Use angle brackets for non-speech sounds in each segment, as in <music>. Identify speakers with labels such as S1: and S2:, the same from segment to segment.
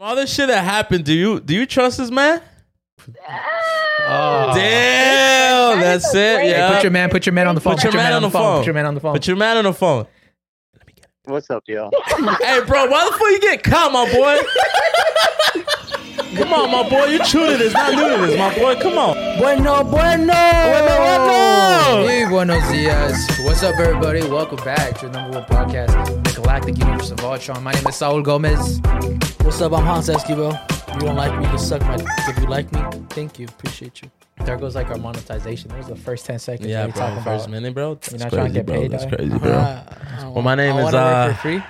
S1: All this shit that happened, do you do you trust this man?
S2: Oh.
S1: Damn,
S3: That's
S1: that's
S3: a
S1: it.
S3: great-
S1: Yeah,
S3: Hey,
S1: put
S3: put
S1: your,
S3: your-
S2: man, put your man on the phone.
S1: Put your man on the phone.
S2: Put your man on the phone.
S1: man on the phone.
S4: What's up, y'all?
S3: <laughs>
S1: hey, bro, why the fuck you get caught, my boy? Come on, my boy, you true to this, not new to this, my boy. Come on.
S2: Bueno, bueno.
S1: bueno.
S2: Hey, buenos dias. What's up, everybody? Welcome back to the number one podcast, the Galactic Universe of Ultron. My name is Saul Gomez.
S3: What's up? I'm Hans Esquivel. You don't like me, you suck my dick. If you like me, thank you. Appreciate you. There goes like our monetization. That was the first 10 seconds.
S1: Yeah,
S3: we were
S1: bro,
S3: talking
S1: first
S3: about.
S1: minute, bro. That's
S3: You're not trying
S1: crazy,
S3: to get
S1: bro.
S3: paid,
S1: that's
S3: eh?
S1: crazy, bro.
S3: Uh,
S1: Well, my name
S3: I
S1: is,
S3: wanna work
S1: uh,
S3: for free.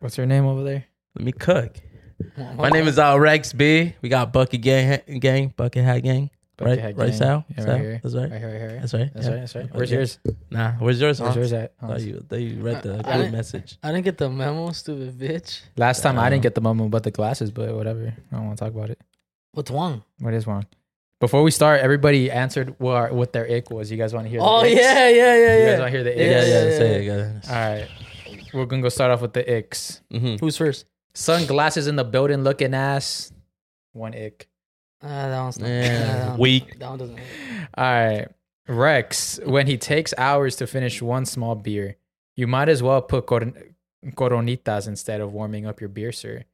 S3: What's your name over there?
S1: Let me cook. My name is uh, Rex B. We got Bucket Gang, Gang, Bucket Hat Gang. Right,
S2: Bucket Hat
S1: right,
S2: Gang.
S1: Sal.
S2: Yeah, right
S1: Sal?
S2: here.
S1: That's right.
S2: Right here, right here. right here.
S1: That's right.
S2: That's
S1: yeah.
S2: right. That's right. Where's
S1: Okay.
S2: yours?
S1: Nah, where's yours?
S2: Where's
S1: huh?
S2: yours at?
S1: Thought
S2: Hans?
S1: you, thought you read the
S3: I- I-
S1: good message.
S3: I didn't get the memo, stupid bitch.
S2: Last time I
S1: Yeah.
S2: didn't get the moment about the glasses, but whatever. I don't want to talk about it.
S3: What's wrong?
S2: What is wrong? Before we start, everybody answered what, what their ick was. You guys want to hear?
S3: Oh
S2: the icks?
S3: yeah, yeah, yeah,
S2: You
S3: yeah.
S2: guys want to hear the
S3: Yeah,
S1: Yeah,
S2: icks?
S1: yeah,
S3: yeah,
S1: say
S3: yeah.
S1: it, guys.
S2: All right, we're gonna go start off with the icks.
S1: Mhm.
S3: Who's first?
S2: Sunglasses in the building, looking ass. One ick.
S3: Uh, that one's not.
S1: Yeah,
S3: <laughs> that one-
S1: weak.
S3: That one doesn't.
S2: All right, Rex. When he takes hours to finish one small beer, you might as well put cor- coronitas instead of warming up your beer, sir.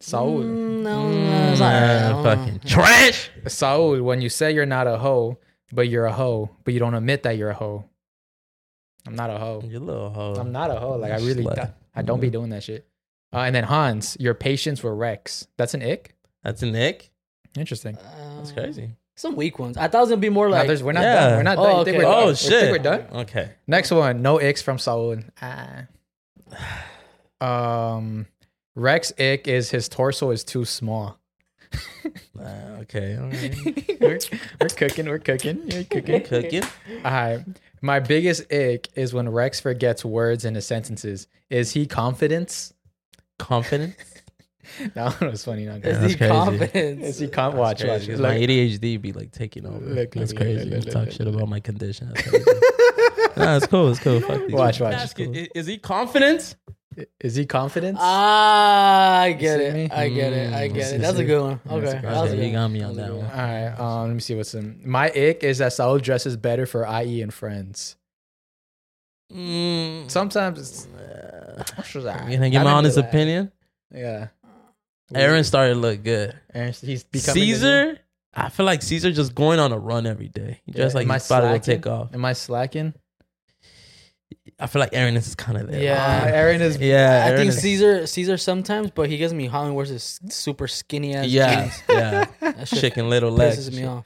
S2: Saul.
S3: Mm, no, no,
S1: Mm,
S3: it's not right. I
S1: man,
S3: don't know.
S2: <laughs>
S1: Fucking trash.
S2: Saul, when you say you're not a hoe, but you're a hoe, but you don't admit that you're a hoe. I'm not a hoe.
S1: You little hoe.
S2: I'm not a hoe. Like I
S1: You
S2: really,
S1: slut.
S2: don't- I don't
S1: Mm-hmm.
S2: be doing that shit. Uh, and then Hans, your patience with Rex. That's an ick.
S1: That's a Nick.
S2: Interesting.
S1: That's
S3: Um,
S1: crazy.
S3: Some weak ones. I thought it was gonna be more
S2: No,
S3: like.
S2: there's- we're not
S1: Yeah.
S2: done. We're not
S3: Oh,
S2: done. You think
S3: okay.
S2: we're done.
S1: Oh
S2: You think
S1: shit.
S2: we're done.
S1: Okay.
S2: Next one. No icks from Saul. Ah. Um, Rex ick is his torso is too small. <laughs>
S1: Uh, okay. all right.
S2: we're, we're cooking. We're cooking. You're cooking.
S1: Cooking.
S2: I my biggest ick is when Rex forgets words in his sentences. Is he confidence? <laughs>
S1: Confident.
S2: That one was funny. Not
S3: Is
S2: good.
S1: that's
S3: he
S1: crazy.
S3: confident?
S2: Is he con- watch watch?
S1: Crazy, 'cause my
S2: Look,
S1: ADHD be like taking over.
S2: Look,
S1: that's
S2: look,
S1: crazy.
S2: look, look,
S1: Talk
S2: look,
S1: shit about my condition.
S2: <laughs>
S1: That's crazy. nah, it's cool. It's cool. Fuck these
S2: Watch,
S1: people.
S2: watch.
S1: Ask it, i- Is he confident?
S2: is he confidence?
S3: Ah, I get
S2: see
S3: it.
S2: me?
S3: I get it. I
S1: Mm,
S3: get
S1: see,
S3: it. That's a
S2: see.
S3: good one.
S2: That's
S3: Okay,
S2: a good
S3: that was a
S2: one.
S3: good
S1: You got me on
S3: was a
S1: that
S3: good
S1: one.
S2: All right. Um, let me see what's in my ick is that Saul dresses better for IE and friends.
S1: Mm.
S2: Sometimes it's
S1: You gonna give my honest opinion?
S2: Yeah.
S1: Aaron started to look good.
S2: Aaron, he's becoming the new-
S1: Caesar, I feel like Caesar just going on a run every day. He just
S2: Yeah,
S1: like
S2: am I
S1: he's about to
S2: slacking?
S1: take off.
S2: Am I slacking?
S1: I feel like Aaron is kind of there.
S3: Yeah.
S2: Uh, Aaron is.
S1: yeah.
S3: I
S1: Aaron
S3: think
S1: is-
S3: Caesar Caesar sometimes, but he gives me Holland wears his super skinny ass
S1: Yeah,
S3: jeans.
S2: <laughs>
S1: yeah. <laughs>
S3: That shit
S1: Chicken little legs.
S3: pisses me off.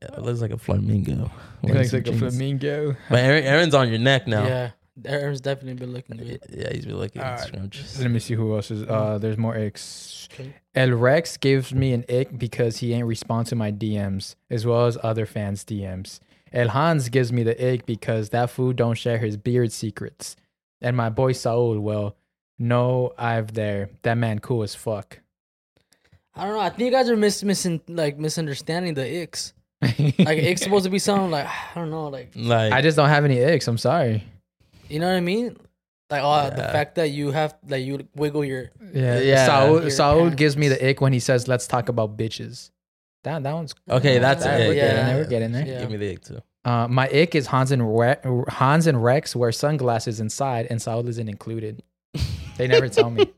S1: It looks like a flamingo.
S2: He
S1: Wearing
S2: looks
S1: some
S2: like a
S1: jeans.
S2: flamingo.
S1: But Aaron, Aaron's on your neck now.
S3: Yeah, Aaron's definitely been looking
S1: Yeah,
S3: good.
S1: he's been looking at
S2: Alright.
S1: Instagram. Just,
S2: Let me see who else is. Uh, there's more icks.
S3: Mm. Okay.
S2: El Rex gives me an ick because he ain't respond to my DMs as well as other fans' DMs. El Hans gives me the ick because that fool don't share his beard secrets. And my boy Saul, well, no, I've there. That man cool as <laughs> fuck.
S3: I don't know. I think you guys are mis- missing like misunderstanding the icks. Like icks supposed to be something like <sighs> I don't know, like
S1: like,
S2: I just don't have any icks. I'm sorry.
S3: you know what I mean? Like oh, the
S1: Yeah.
S3: fact that you have like you wiggle your
S2: Yeah,
S1: Yeah.
S2: Saul,
S3: Your
S2: Saul gives me
S3: pants.
S2: the ick when he says, "Let's talk about bitches." That that one's
S1: okay, that's
S2: That-
S1: it.
S2: We're getting
S3: Yeah.
S2: there. We're getting there.
S3: Yeah.
S1: Give me the egg too.
S2: Uh, my ick is Hans and Re- Hans and Rex wear sunglasses inside, and Saul isn't included. They never
S1: <laughs>
S2: tell me.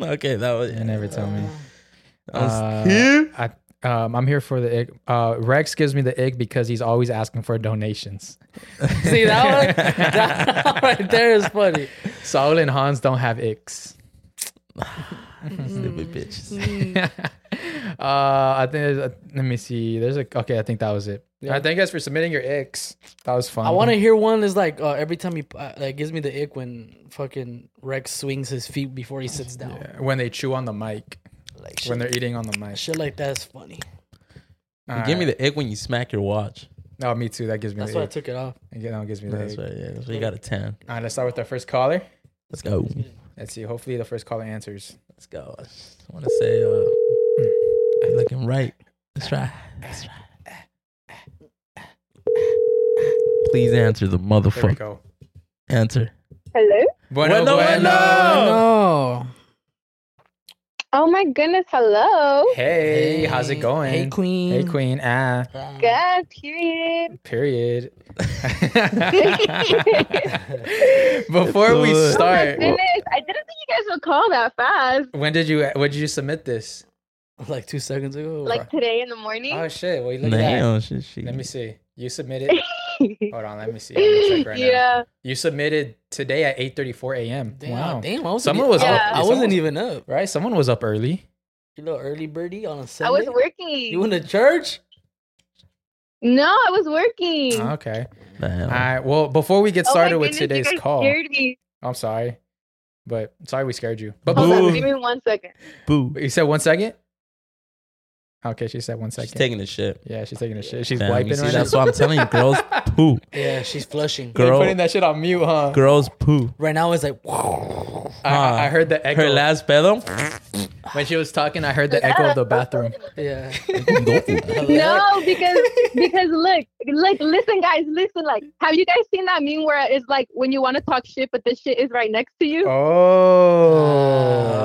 S1: Okay, that was.
S2: They never tell me.
S1: I was
S2: Uh,
S1: here.
S2: I, um, I'm here for the ick. Uh, Rex gives me the ick because he's always asking for donations.
S3: See that one? <laughs> that one right there is funny.
S2: Saul and Hans don't have icks. <laughs>
S1: Stupid bitches.
S2: uh, I think. There's a, let me see. There's a. Okay, I think that was it. All right, thank you guys for submitting your icks. That was fun.
S3: I want to hear one that's like uh, every time he uh, like gives me the ick when fucking Rex swings his feet before he sits down.
S2: when they chew on the mic
S3: Like shit,
S2: when they're eating on the mic.
S3: shit like that is funny.
S2: All
S1: Give me
S2: right.
S1: the egg when you smack your watch.
S2: No, Oh, me too. That gives me
S3: That's
S2: the
S3: why I
S2: ick.
S3: took it off.
S2: Again, that gives me the
S1: That's
S2: ick.
S1: right. Yeah, that's why you got a ten.
S2: All right, let's start with our first caller.
S1: Let's go.
S2: Let's see. Hopefully, the first caller answers.
S1: Let's go. I want to say, uh, <clears throat> you looking right. Let's try. Let's try. Please answer the
S2: There we
S1: motherfucker.
S2: go.
S1: Answer.
S4: Hello?
S2: Bueno, Oh.
S1: Bueno, bueno.
S3: No.
S5: Oh my goodness, hello.
S2: Hey, how's it going?
S3: Hey, queen. Uh,
S2: Hey, queen. Ah,
S5: Good, period. <laughs>
S2: period. <laughs> Before we
S1: Good.
S2: start,
S5: Oh Goodness, I didn't think you guys would call that fast.
S2: when did you when did you submit this?
S3: Like two seconds ago.
S5: Like today in the morning.
S2: Oh shit! Well, look at
S1: Damn, shit, shit.
S2: that. Let me see. You
S5: <laughs>
S2: submitted. Hold on. Let me see. Let me check right now.
S5: yeah.
S2: You submitted today at 8:34 a.m.
S3: damn,
S2: wow.
S3: damn. I was
S2: Someone was
S5: Yeah.
S2: up.
S5: I
S3: I
S2: someone-
S3: wasn't even up.
S2: right. Someone was up early.
S3: You little early birdie on a
S5: I
S3: Sunday.
S5: was
S3: You
S5: working.
S3: in the church?
S5: No, I was working.
S2: Okay. All
S1: Damn.
S2: right. Well, before we get
S5: Oh my
S2: Oh, started with
S5: goodness, you
S2: today's
S5: guys
S2: call,
S5: Scared me.
S2: I'm sorry, but sorry we scared you. But
S5: Hold
S1: Boo.
S5: on, give me one second.
S1: Boo.
S2: you said one second. Okay, she said one second.
S1: She's taking a shit.
S2: yeah, she's taking a shit. She's
S1: Damn, you
S2: wiping
S1: see,
S2: right
S1: that's
S2: now.
S1: why I'm telling you, girls
S2: <laughs>
S1: poo.
S3: Yeah, she's flushing.
S2: They're
S1: Girl,
S2: putting that shit on mute, huh?
S1: girls poo.
S3: Right now it's like <laughs>
S2: I, I- I heard the echo
S1: Her last
S2: <laughs>
S1: pedo.
S2: when she was talking. I heard the echo of the
S5: <laughs>
S2: bathroom.
S3: <laughs> yeah.
S5: No,
S2: <laughs>
S5: because because look, look, listen, guys, listen. Like, have you guys seen that meme where it's like when you want to talk shit, but this shit is right next to you?
S2: Oh,
S1: Oh.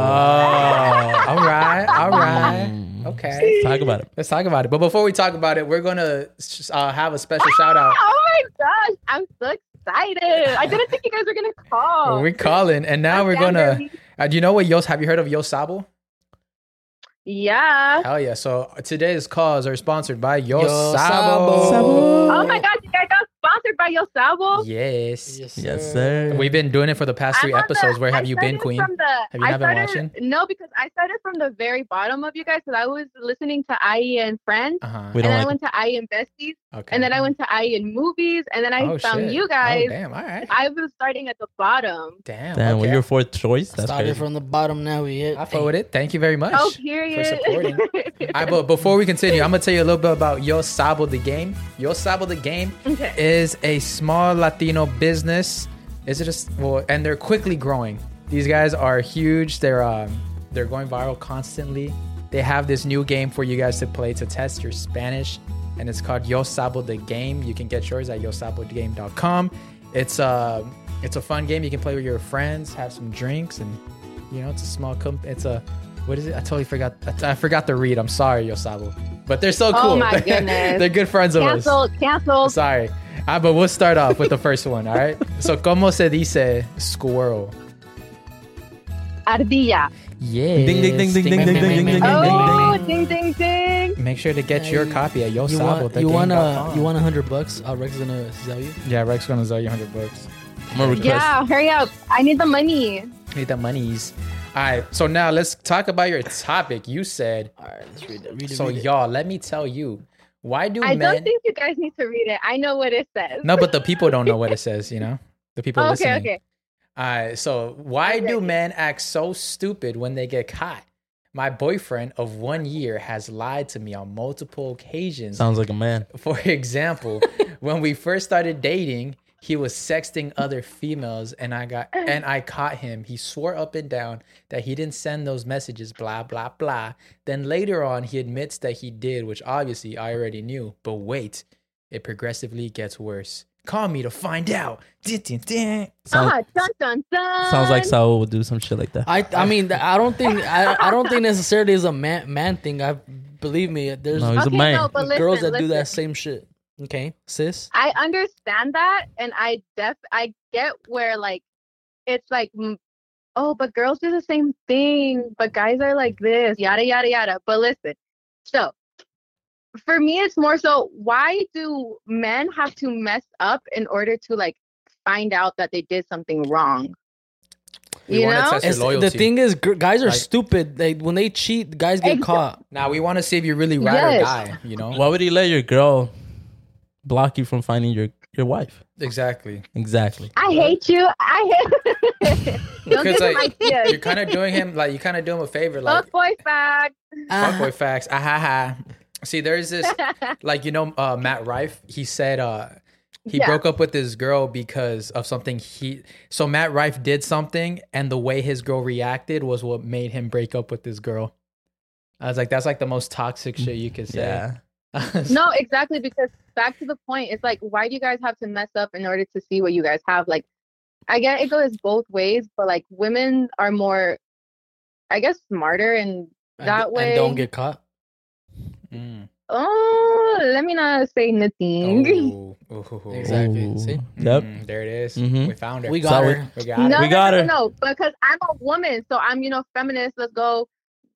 S2: all right, all right, <laughs>
S1: Mm.
S2: okay.
S1: Talk about it.
S2: Let's talk about it. But before we talk about it, we're gonna uh, have a special shout out.
S5: Oh <laughs> my gosh, I'm so excited. I didn't think you guys were gonna call.
S2: We're calling, and now
S5: Oh. I'm
S2: we're
S5: down
S2: gonna.
S5: there.
S2: Uh, do you know what Yo? Have you heard of Yo Sabo?
S5: Yeah.
S2: Hell yeah! So today's calls are sponsored by Yo,
S3: Yo
S2: Sabo.
S3: Sabo.
S5: Oh my gosh, you guys got sponsored by Yo Sabo.
S2: Yes.
S1: Yes, sir.
S2: We've been doing it for the past three
S5: I'm on the-
S2: episodes. Where
S5: I
S2: have you been,
S5: started
S2: Queen?
S5: from the-
S2: Have you
S5: I
S2: not been
S5: started- No, because I started from the very bottom of you guys because I was listening to IE and Friends.
S2: Uh huh.
S1: We
S5: And
S1: don't
S5: then I
S1: like.
S5: went to IE and Besties.
S2: Okay.
S5: And then I went to IE and Movies. And then I
S2: Oh,
S5: found
S2: shit.
S5: you guys.
S2: Oh, damn. All right.
S5: I was starting at the bottom.
S2: Damn.
S1: Damn,
S2: okay.
S1: we're your fourth choice. That's
S3: Started
S1: crazy.
S3: from the bottom. Now we hit.
S2: I forward it. Thank you very much.
S5: Oh, period.
S2: supporting. All right, but before we continue, I'm gonna tell you a little bit about Yo Sabo the Game. Yo Sabo the Game
S5: <laughs> Okay.
S2: is a small Latino business. Is it just well? And they're quickly growing. These guys are huge. They're um, they're going viral constantly. They have this new game for you guys to play to test your Spanish, and it's called Yo Sabo the Game. You can get yours at yosabodegame.com. It's a it's a fun game. You can play with your friends, have some drinks, and you know, it's a small comp. It's a what is it? I totally forgot. I, I forgot to read. I'm sorry, Yosabo. But they're so
S5: Oh
S2: cool. <laughs>
S5: my goodness.
S2: they're good friends of us.
S5: Canceled, canceled.
S2: Sorry. Ah, but we'll start off with the first one. All right. So, como se dice squirrel?
S5: Ardilla.
S2: Yeah.
S1: Ding, ding, ding, ding, ding, ding, ding, ding, ding, ding, ding.
S5: Oh, ding, ding, ding.
S2: Make sure to get your copy at
S3: You want
S2: Yosabo.
S3: you want a you want a hundred bucks? Uh, Rex is gonna sell you.
S2: Yeah, Rex gonna sell you hundred bucks.
S1: I'm gonna request.
S5: Yeah, hurry up. I need the money.
S2: Need the monies. All right. So now let's talk about your topic. You said
S3: All right, let's read it. Read it.
S2: so,
S3: read it.
S2: y'all. Let me tell you, why do
S5: I
S2: men?
S5: don't think you guys need to read it. I know what it says.
S2: no,
S5: <laughs>
S2: but the people don't know what it says. You know, the people
S5: Oh,
S2: listening.
S5: okay, okay.
S2: All right. So why
S5: I'm
S2: do
S5: ready.
S2: men act so stupid when they get caught? My boyfriend of one year has lied to me on multiple occasions.
S1: Sounds like a man.
S2: For <laughs> example, when we first started dating, he was sexting other females and I
S5: <clears throat>
S2: got and I caught him. He swore up and down that he didn't send those messages, blah blah blah. Then later on he admits that he did, which obviously I already knew. But wait, it progressively gets worse. Call me to find out. Din, din, din.
S1: Sounds,
S5: ah, dun, dun, dun.
S1: sounds like Saul would do some shit like that.
S3: I I mean I don't think I, I don't think necessarily is a man man thing. I believe me. There's
S1: No, he's a
S5: okay,
S1: man.
S5: No, but listen,
S3: girls that do
S5: listen.
S3: that same shit. Okay, sis.
S5: I understand that, and I def I get where like it's like, mm, oh, but girls do the same thing, but guys are like this, yada yada yada. But listen, so for me, it's more so why do men have to mess up in order to like find out that they did something wrong?
S2: We
S5: you
S2: wanna
S5: know,
S2: test- That's your
S3: It's- the
S2: loyalty.
S3: thing is, gr- guys are
S2: Like-
S3: stupid. They when they cheat, guys get
S5: Exa-
S3: caught.
S2: Now we want to see if you really ride or
S5: Yes.
S2: die. You know
S1: Why would he let your girl block you from finding your your wife?
S2: exactly.
S1: Exactly.
S5: I hate you. I hate. <laughs> Don't
S2: <laughs> Because,
S5: give them
S2: like, <laughs> You're
S5: ideas.
S2: kind of doing him like you kind of doing him a favor, like
S5: Fuck boy fact.
S2: fuckboy facts. Ah ha ha. See, there's this
S5: <laughs>
S2: like you know uh, Matt Rife. He said uh, he
S5: Yeah.
S2: broke up with his girl because of something he. So Matt Rife did something, and the way his girl reacted was what made him break up with his girl. I was like, that's like the most toxic shit you could say. <laughs>
S1: Yeah.
S5: No, exactly. Because back to the point, it's like, why do you guys have to mess up in order to see what you guys have? Like, I get it goes both ways, but like women are more, I guess smarter and
S3: And-
S5: That
S3: and
S5: way-
S3: don't get caught.
S2: Mm.
S5: oh, let me not say noththing.
S2: Ooh, ooh, ooh, ooh.
S3: Exactly, see?
S1: Yep.
S2: Mm, there it is.
S1: Mhm.
S2: We found her.
S3: We got
S1: So we-
S3: her.
S2: We
S5: <laughs> No,
S2: Oh, got
S5: no,
S2: her.
S1: We got
S5: no,
S1: her.
S5: no, no, because I'm a woman, so I'm you know feminist. Let's go.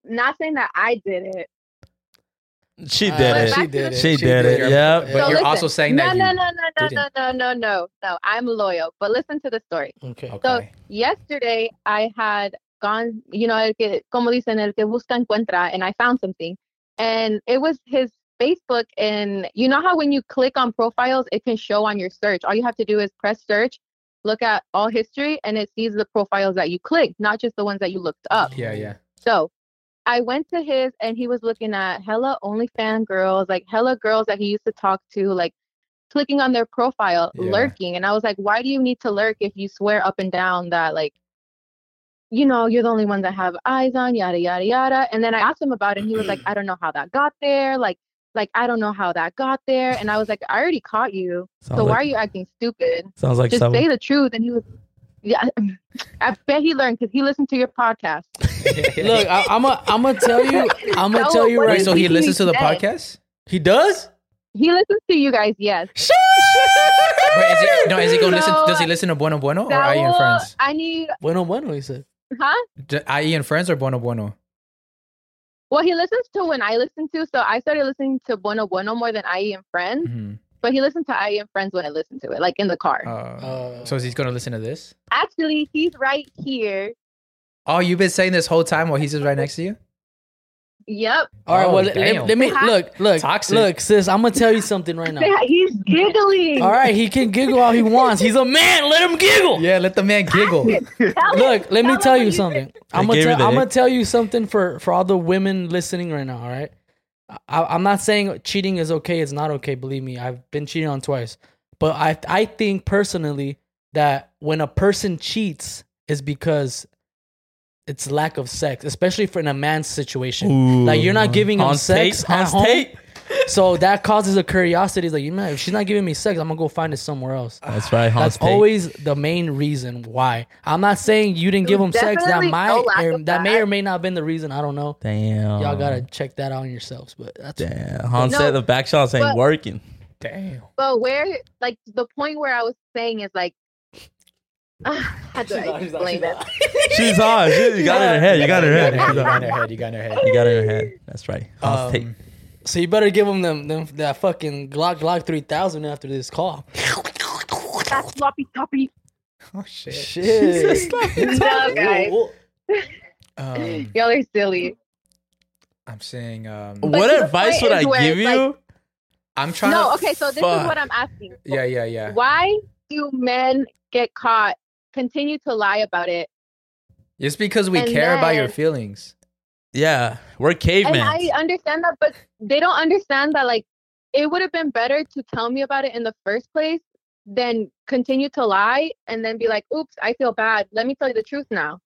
S5: Not saying that I did it.
S2: Mm-hmm.
S1: She
S3: Uh,
S1: did
S5: But
S1: it.
S5: back-
S1: She did it, yeah,
S2: But
S5: So
S2: you're
S5: listen,
S2: also saying
S5: no,
S2: that you
S5: no, no, no, no,
S2: didn't.
S5: no, no, no, no, no. I'm loyal. But listen to the story.
S3: Okay.
S2: Okay.
S5: So yesterday I had gone, you know, el que, como dicen, el que busca encuentra, and I found something. And it was his Facebook. And you know how when you click on profiles, it can show on your search. All you have to do is press search, look at all history, and it sees the profiles that you clicked, not just the ones that you looked up.
S2: Yeah,
S5: <laughs>
S2: yeah.
S5: So I went to his and he was looking at hella OnlyFan girls, like hella girls that he used to talk to, like clicking on their profile,
S2: Yeah.
S5: lurking. And I was like, why do you need to lurk if you swear up and down that, like, you know, you're the only one that have eyes on, yada, yada, yada. And then I asked him about it and he
S1: <clears throat>
S5: was like, I don't know how that got there. Like, like I don't know how that got there. And I was like, I already caught you.
S1: Sounds
S5: so
S1: Oh, like,
S5: why are you acting stupid?
S1: Sounds like
S5: Just
S1: someone.
S5: say the truth. And he was, yeah, <laughs> I bet he learned because he listened to your podcast.
S3: Look, I, I'm a, I'm gonna tell you, I'm gonna
S5: No,
S3: tell you
S5: what
S3: right.
S2: Wait,
S5: is
S2: so he
S5: teaching
S2: listens to the
S5: me today?
S2: podcast?
S3: He does.
S5: He listens to you guys, yes.
S2: Wait, is he, no, is he gonna listen?
S5: No.
S2: Does he listen to Bueno Bueno or
S3: Oh,
S2: I and
S5: Saul,
S2: Friends?
S5: I need,
S3: Bueno, bueno, he said.
S5: huh?
S2: D- I and Friends or Bueno Bueno?
S5: Well, he listens to when I listen to, so I started listening to Bueno Bueno more than IE and Friends,
S2: hmm
S3: Mm-hmm.
S5: but he listened to IE and Friends when I listened to it, like in the car.
S2: Uh,
S3: Uh,
S2: so is he gonna listen to this?
S5: Actually, he's right here.
S2: Oh, you've been saying this whole time while he's just right next to you.
S5: Yep.
S3: All right,
S2: Oh,
S3: well, let,
S2: damn.
S3: let me look, look,
S2: Toxic.
S3: look, sis. I'm gonna tell you something right now.
S5: He's giggling.
S3: All right, he can giggle
S5: <laughs>
S3: all he wants. He's a man. Let him giggle.
S2: Yeah, let the man giggle.
S5: Tell him-
S3: Look, let me
S5: him
S3: tell
S5: what
S3: you
S5: you
S3: something. I'm gonna
S1: gave her
S3: tell,
S1: the
S3: I'm gonna
S1: ick.
S3: tell you something for for all the women listening right now. All right, I, I'm not saying cheating is okay. It's not okay. Believe me, I've been cheated on twice. But I I think personally that when a person cheats is because it's lack of sex, especially for in a man's situation. Like you're not giving him
S1: on
S3: sex
S1: tape,
S3: at
S1: on
S3: home,
S1: tape.
S3: so that causes a curiosity. It's like you know, if she's not giving me sex, I'm gonna go find it somewhere else.
S1: That's right. Hans
S3: That's
S1: Tate.
S3: always the main reason why. I'm not saying you didn't
S5: There
S3: give him
S5: was
S3: sex. That
S5: definitely
S3: might
S5: no lack
S3: or,
S5: of
S3: that may
S5: that.
S3: or may not have been the reason. I don't know.
S1: Damn.
S3: Y'all gotta check that out yourselves. But that's
S1: Damn. Hans
S5: No,
S1: said the back shots ain't
S5: but- <laughs>
S1: working.
S2: Damn.
S5: But where, like, the point where I was saying is like, <sighs> how do I explain this?
S1: She's hot. She, you got it in her head. You got it in her head.
S2: You
S1: She's
S2: got
S1: hot.
S5: <laughs>
S2: in her head. You got in her head.
S1: You got it in her head. That's right. Hans
S3: Um,
S1: Tate.
S3: so you better give him them, them that fucking Glock Glock three thousand after
S1: <laughs>
S3: this call.
S5: That's sloppy
S3: <laughs>
S5: toppy.
S2: Oh shit.
S3: Shit.
S5: No, guys.
S2: Um,
S5: Y'all are silly.
S2: I'm saying. Um,
S5: But to
S1: What
S5: the
S1: advice
S5: point
S1: would
S5: is
S1: I
S5: where
S1: give
S5: it's like-
S1: you?
S2: I'm trying.
S5: No,
S2: to,
S5: okay, so this
S1: fuck.
S5: is what I'm asking.
S2: Yeah, yeah, yeah.
S5: why do men get caught continue to lie about it
S2: It's because we
S5: And
S2: care about your
S5: then-
S2: feelings.
S1: Yeah, we're
S5: and
S1: cavemen.
S5: i understand that but they don't understand that like it would have been better to tell me about it in the first place than continue to lie and then be like oops i feel bad let me tell you the truth now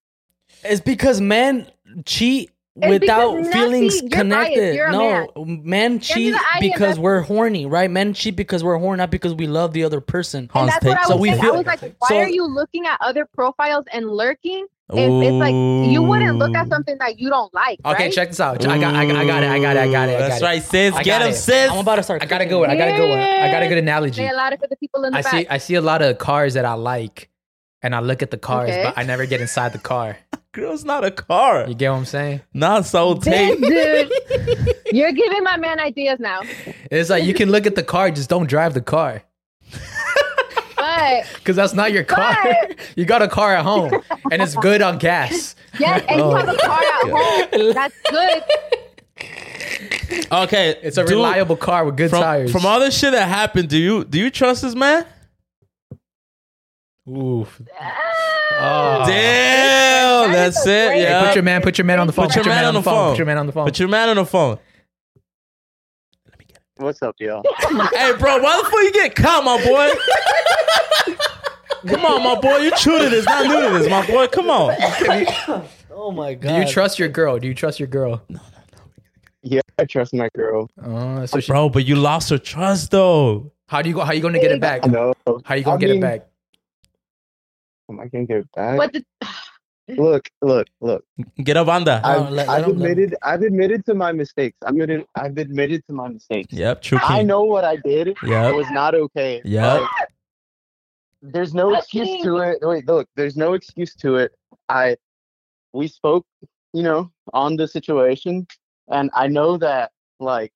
S3: It's because men cheat
S5: It's
S3: without
S5: because, Nancy,
S3: feelings
S5: you're biased.
S3: connected.
S5: You're a
S3: No, men cheat
S5: the eye and
S3: because
S5: that's-
S3: we're horny, right? Men cheat because we're horny, not because we love the other person.
S1: Hans
S5: and that's
S1: Tate.
S5: what i was
S3: So we
S5: saying
S3: feel-
S5: i was like why
S3: so-
S5: are you looking at other profiles and lurking if it's like you wouldn't look at
S1: Ooh.
S5: something that you don't like
S2: Okay,
S5: right?
S2: check this out. I got, I got, I got it. I got it. I got it. I got
S1: That's
S2: it.
S1: right, sis.
S2: I
S1: Get
S2: got
S1: him,
S2: it.
S1: sis.
S3: I'm about to start.
S2: I got a
S3: cooking.
S2: good one. I got a good one. I got a good analogy.
S5: they allowed it for the people in the
S2: I
S5: back
S2: see. I see a lot of cars that I like, and I look at the cars,
S5: Okay.
S2: but I never get inside the car.
S1: Girl's not a car.
S2: You get what I'm saying?
S1: Not so
S5: This
S1: tape.
S5: dude,
S2: <laughs>
S5: you're giving my man ideas now
S2: It's like you can look at the car, just don't drive the car,
S5: but
S2: because that's not your car. <laughs> you got a car at home, and it's good on gas.
S5: Yes, and you have a car <laughs> at home. That's good.
S1: Okay,
S2: It's a
S1: dude,
S2: reliable car with good
S1: From,
S2: tires.
S1: from all this shit that happened, do you do you trust this man?
S2: Oof.
S5: Ah.
S2: Oh.
S1: Damn,
S5: That is
S1: that's
S5: a
S1: it.
S5: great-
S2: Hey,
S1: Yeah,
S2: put your man. Put your man on the phone.
S1: Put your man on the phone.
S2: Put your man on the phone.
S1: put your man on the phone.
S4: What's up, y'all?
S1: Hey, bro, why the fuck you get caught, my boy? Come on, my boy. You true to this, not new to this, my boy. Come on.
S3: Oh my god.
S2: Do you trust your girl? Do you trust your girl?
S4: Yeah, I trust my girl.
S2: Oh, so she,
S1: Bro, but you lost her trust, though.
S2: how do you go? How you going to get it back?
S4: I know.
S2: How you going
S4: I
S2: to get it
S4: mean,
S2: back?
S4: am I gonna get it back.
S5: But the,
S4: Look, look, look.
S1: Get a banda.
S3: I-
S4: I've,
S3: Oh, let- let him-
S4: I've
S3: let him.
S4: admitted. I've admitted to my mistakes. I'm admitted, I've admitted to my mistakes.
S1: Yep, true
S4: I
S1: king.
S4: know what I did. It
S1: Yep,
S4: was not okay.
S1: yep.
S4: There's no
S5: I
S4: excuse
S5: think-
S4: to it. Wait, look. There's no excuse to it. I, we spoke, you know, on the situation, and I know that like,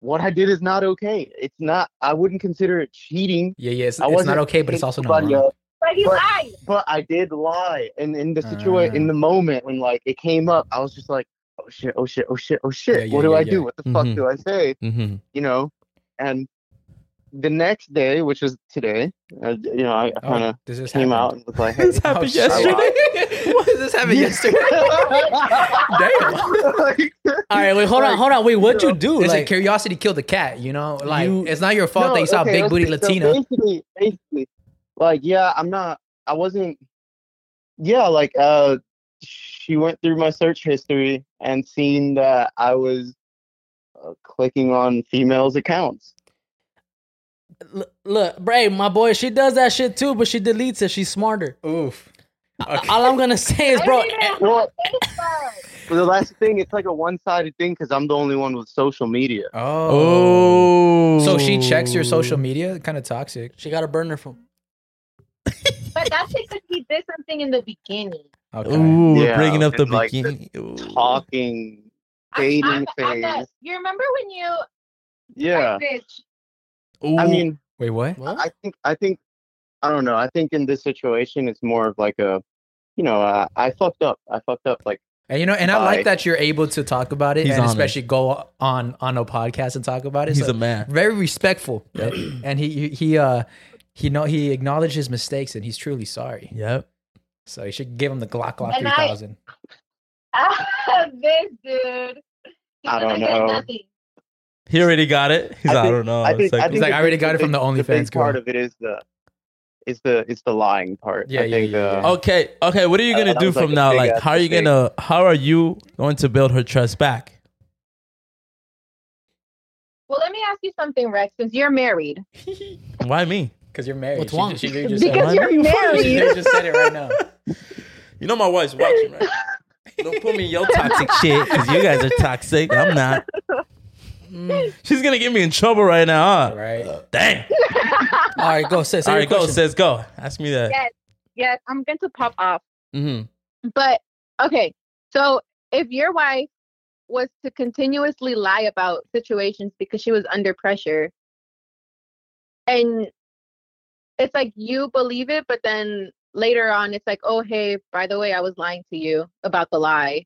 S4: what I did is not okay. It's not. I wouldn't consider it cheating.
S2: Yeah, yeah. It's,
S4: I
S2: it's not
S4: wasn't
S2: okay, but it's
S4: hitting
S2: also not
S4: somebody
S2: wrong.
S4: up,
S5: But he
S4: But-
S5: lied.
S4: But I did lie, and in the situation,
S2: Ah.
S4: in the moment when like it came up, I was just like, oh shit, oh shit, oh shit, oh shit.
S2: Yeah, yeah,
S4: what do
S2: yeah, Mm-hmm.
S4: I
S2: yeah.
S4: do? What the fuck
S1: Mhm.
S4: do I say?
S1: hmm
S4: you know, and the next day, which is today, uh, you know, I, I kind of
S2: Oh, does <laughs> this
S4: came
S2: happen?
S4: out and was like, hey. oh,
S1: This happened
S2: shit.
S3: <laughs>
S1: yesterday.
S2: what? This happened yesterday.
S4: <laughs>
S2: Damn.
S4: Like,
S3: All right, wait, hold on,
S4: Like,
S3: hold on. Wait, what'd you do?
S2: Listen,
S3: Like,
S2: curiosity killed the cat. You know, like
S3: You-
S2: it's not your fault
S4: no,
S2: that you saw
S4: okay,
S2: big booty
S4: okay, so
S2: Latina.
S4: basically, basically, like, yeah, I'm not, I wasn't, yeah, like, uh, she went through my search history and seen that I was uh, clicking on females' accounts.
S3: l- look, Bray, my boy, she does that shit too, but she deletes it. She's smarter.
S2: Oof. Okay.
S3: All I'm gonna say is, bro,
S5: I
S4: eh.
S5: didn't even
S4: Well,
S5: think about it.
S4: the last thing, it's like a one-sided thing because I'm the only one with social media.
S2: Oh.
S1: Oh.
S2: So she checks your social media. Kind of toxic.
S3: she got a burner phone.
S5: But that's because he did something in the beginning.
S2: Okay.
S1: Ooh, we're
S4: Yeah,
S1: bringing up the
S4: and, like,
S1: beginning. Ooh.
S4: Talking, dating
S5: I'm- I'm-
S4: phase.
S5: You remember when you
S4: Yeah.
S5: bitch? <laughs>
S4: I mean,
S2: Wait, what?
S3: What?
S4: I think I think I don't know. I think in this situation, it's more of like a, you know, uh, I fucked up. I fucked up. Like,
S2: And you know, and I like
S4: Bye.
S2: that you're able to talk about it,
S1: He's
S2: and
S1: on it.
S2: especially go on on a podcast and talk about it.
S1: he's
S2: So
S1: a man.
S2: very respectful, <clears throat> and he he uh he know he acknowledged his mistakes, and he's truly sorry.
S1: Yep.
S2: So you should give him the Glock Glock
S5: And I-
S2: three thousand.
S5: Ah, this dude. He
S4: I
S5: doesn't
S4: don't
S5: get
S4: know.
S5: nothing.
S1: He already got it. He's
S4: I
S1: like, I
S4: think-
S1: don't know.
S4: I think,
S1: It's like,
S4: I think
S2: like, I
S4: the
S2: already
S4: big-
S2: got it
S4: the
S2: from
S4: big-
S2: the OnlyFans
S4: big part
S2: girl.
S4: of it is the, is the is the lying part.
S2: Yeah,
S4: I
S2: yeah,
S4: think,
S2: yeah, yeah.
S4: Uh,
S1: okay, okay. What are you
S4: Uh,
S1: gonna
S4: that
S1: do
S4: was like
S1: from
S4: a
S1: now?
S4: big
S1: Like,
S4: ass
S1: how are you
S4: mistake.
S1: gonna? How are you going to build her trust back?
S5: Well, let me ask you something, Rex. Since you're married,
S1: Why me?
S2: Because you're married.
S3: What's
S2: She-
S3: wrong?
S2: She, literally just said
S5: because
S2: it.
S5: <laughs> you're
S2: She
S5: married.
S2: literally just said it right now.
S1: You know my wife's watching, right? Don't put me in your <laughs> toxic shit because you guys are toxic. I'm
S4: <laughs>
S1: not.
S3: Mm.
S1: She's gonna get me in trouble right now.
S2: All
S1: Huh?
S2: right.
S1: Dang.
S3: All right, go. Say, say
S1: All
S3: your
S1: right, go.
S3: question.
S1: Says go. Ask me that.
S5: Yes. <laughs> yes, I'm going to pop off.
S1: hmm
S5: But okay, so if your wife was to continuously lie about situations because she was under pressure, and it's like you believe it, but then later on it's like, oh hey, by the way, I was lying to you about the lie.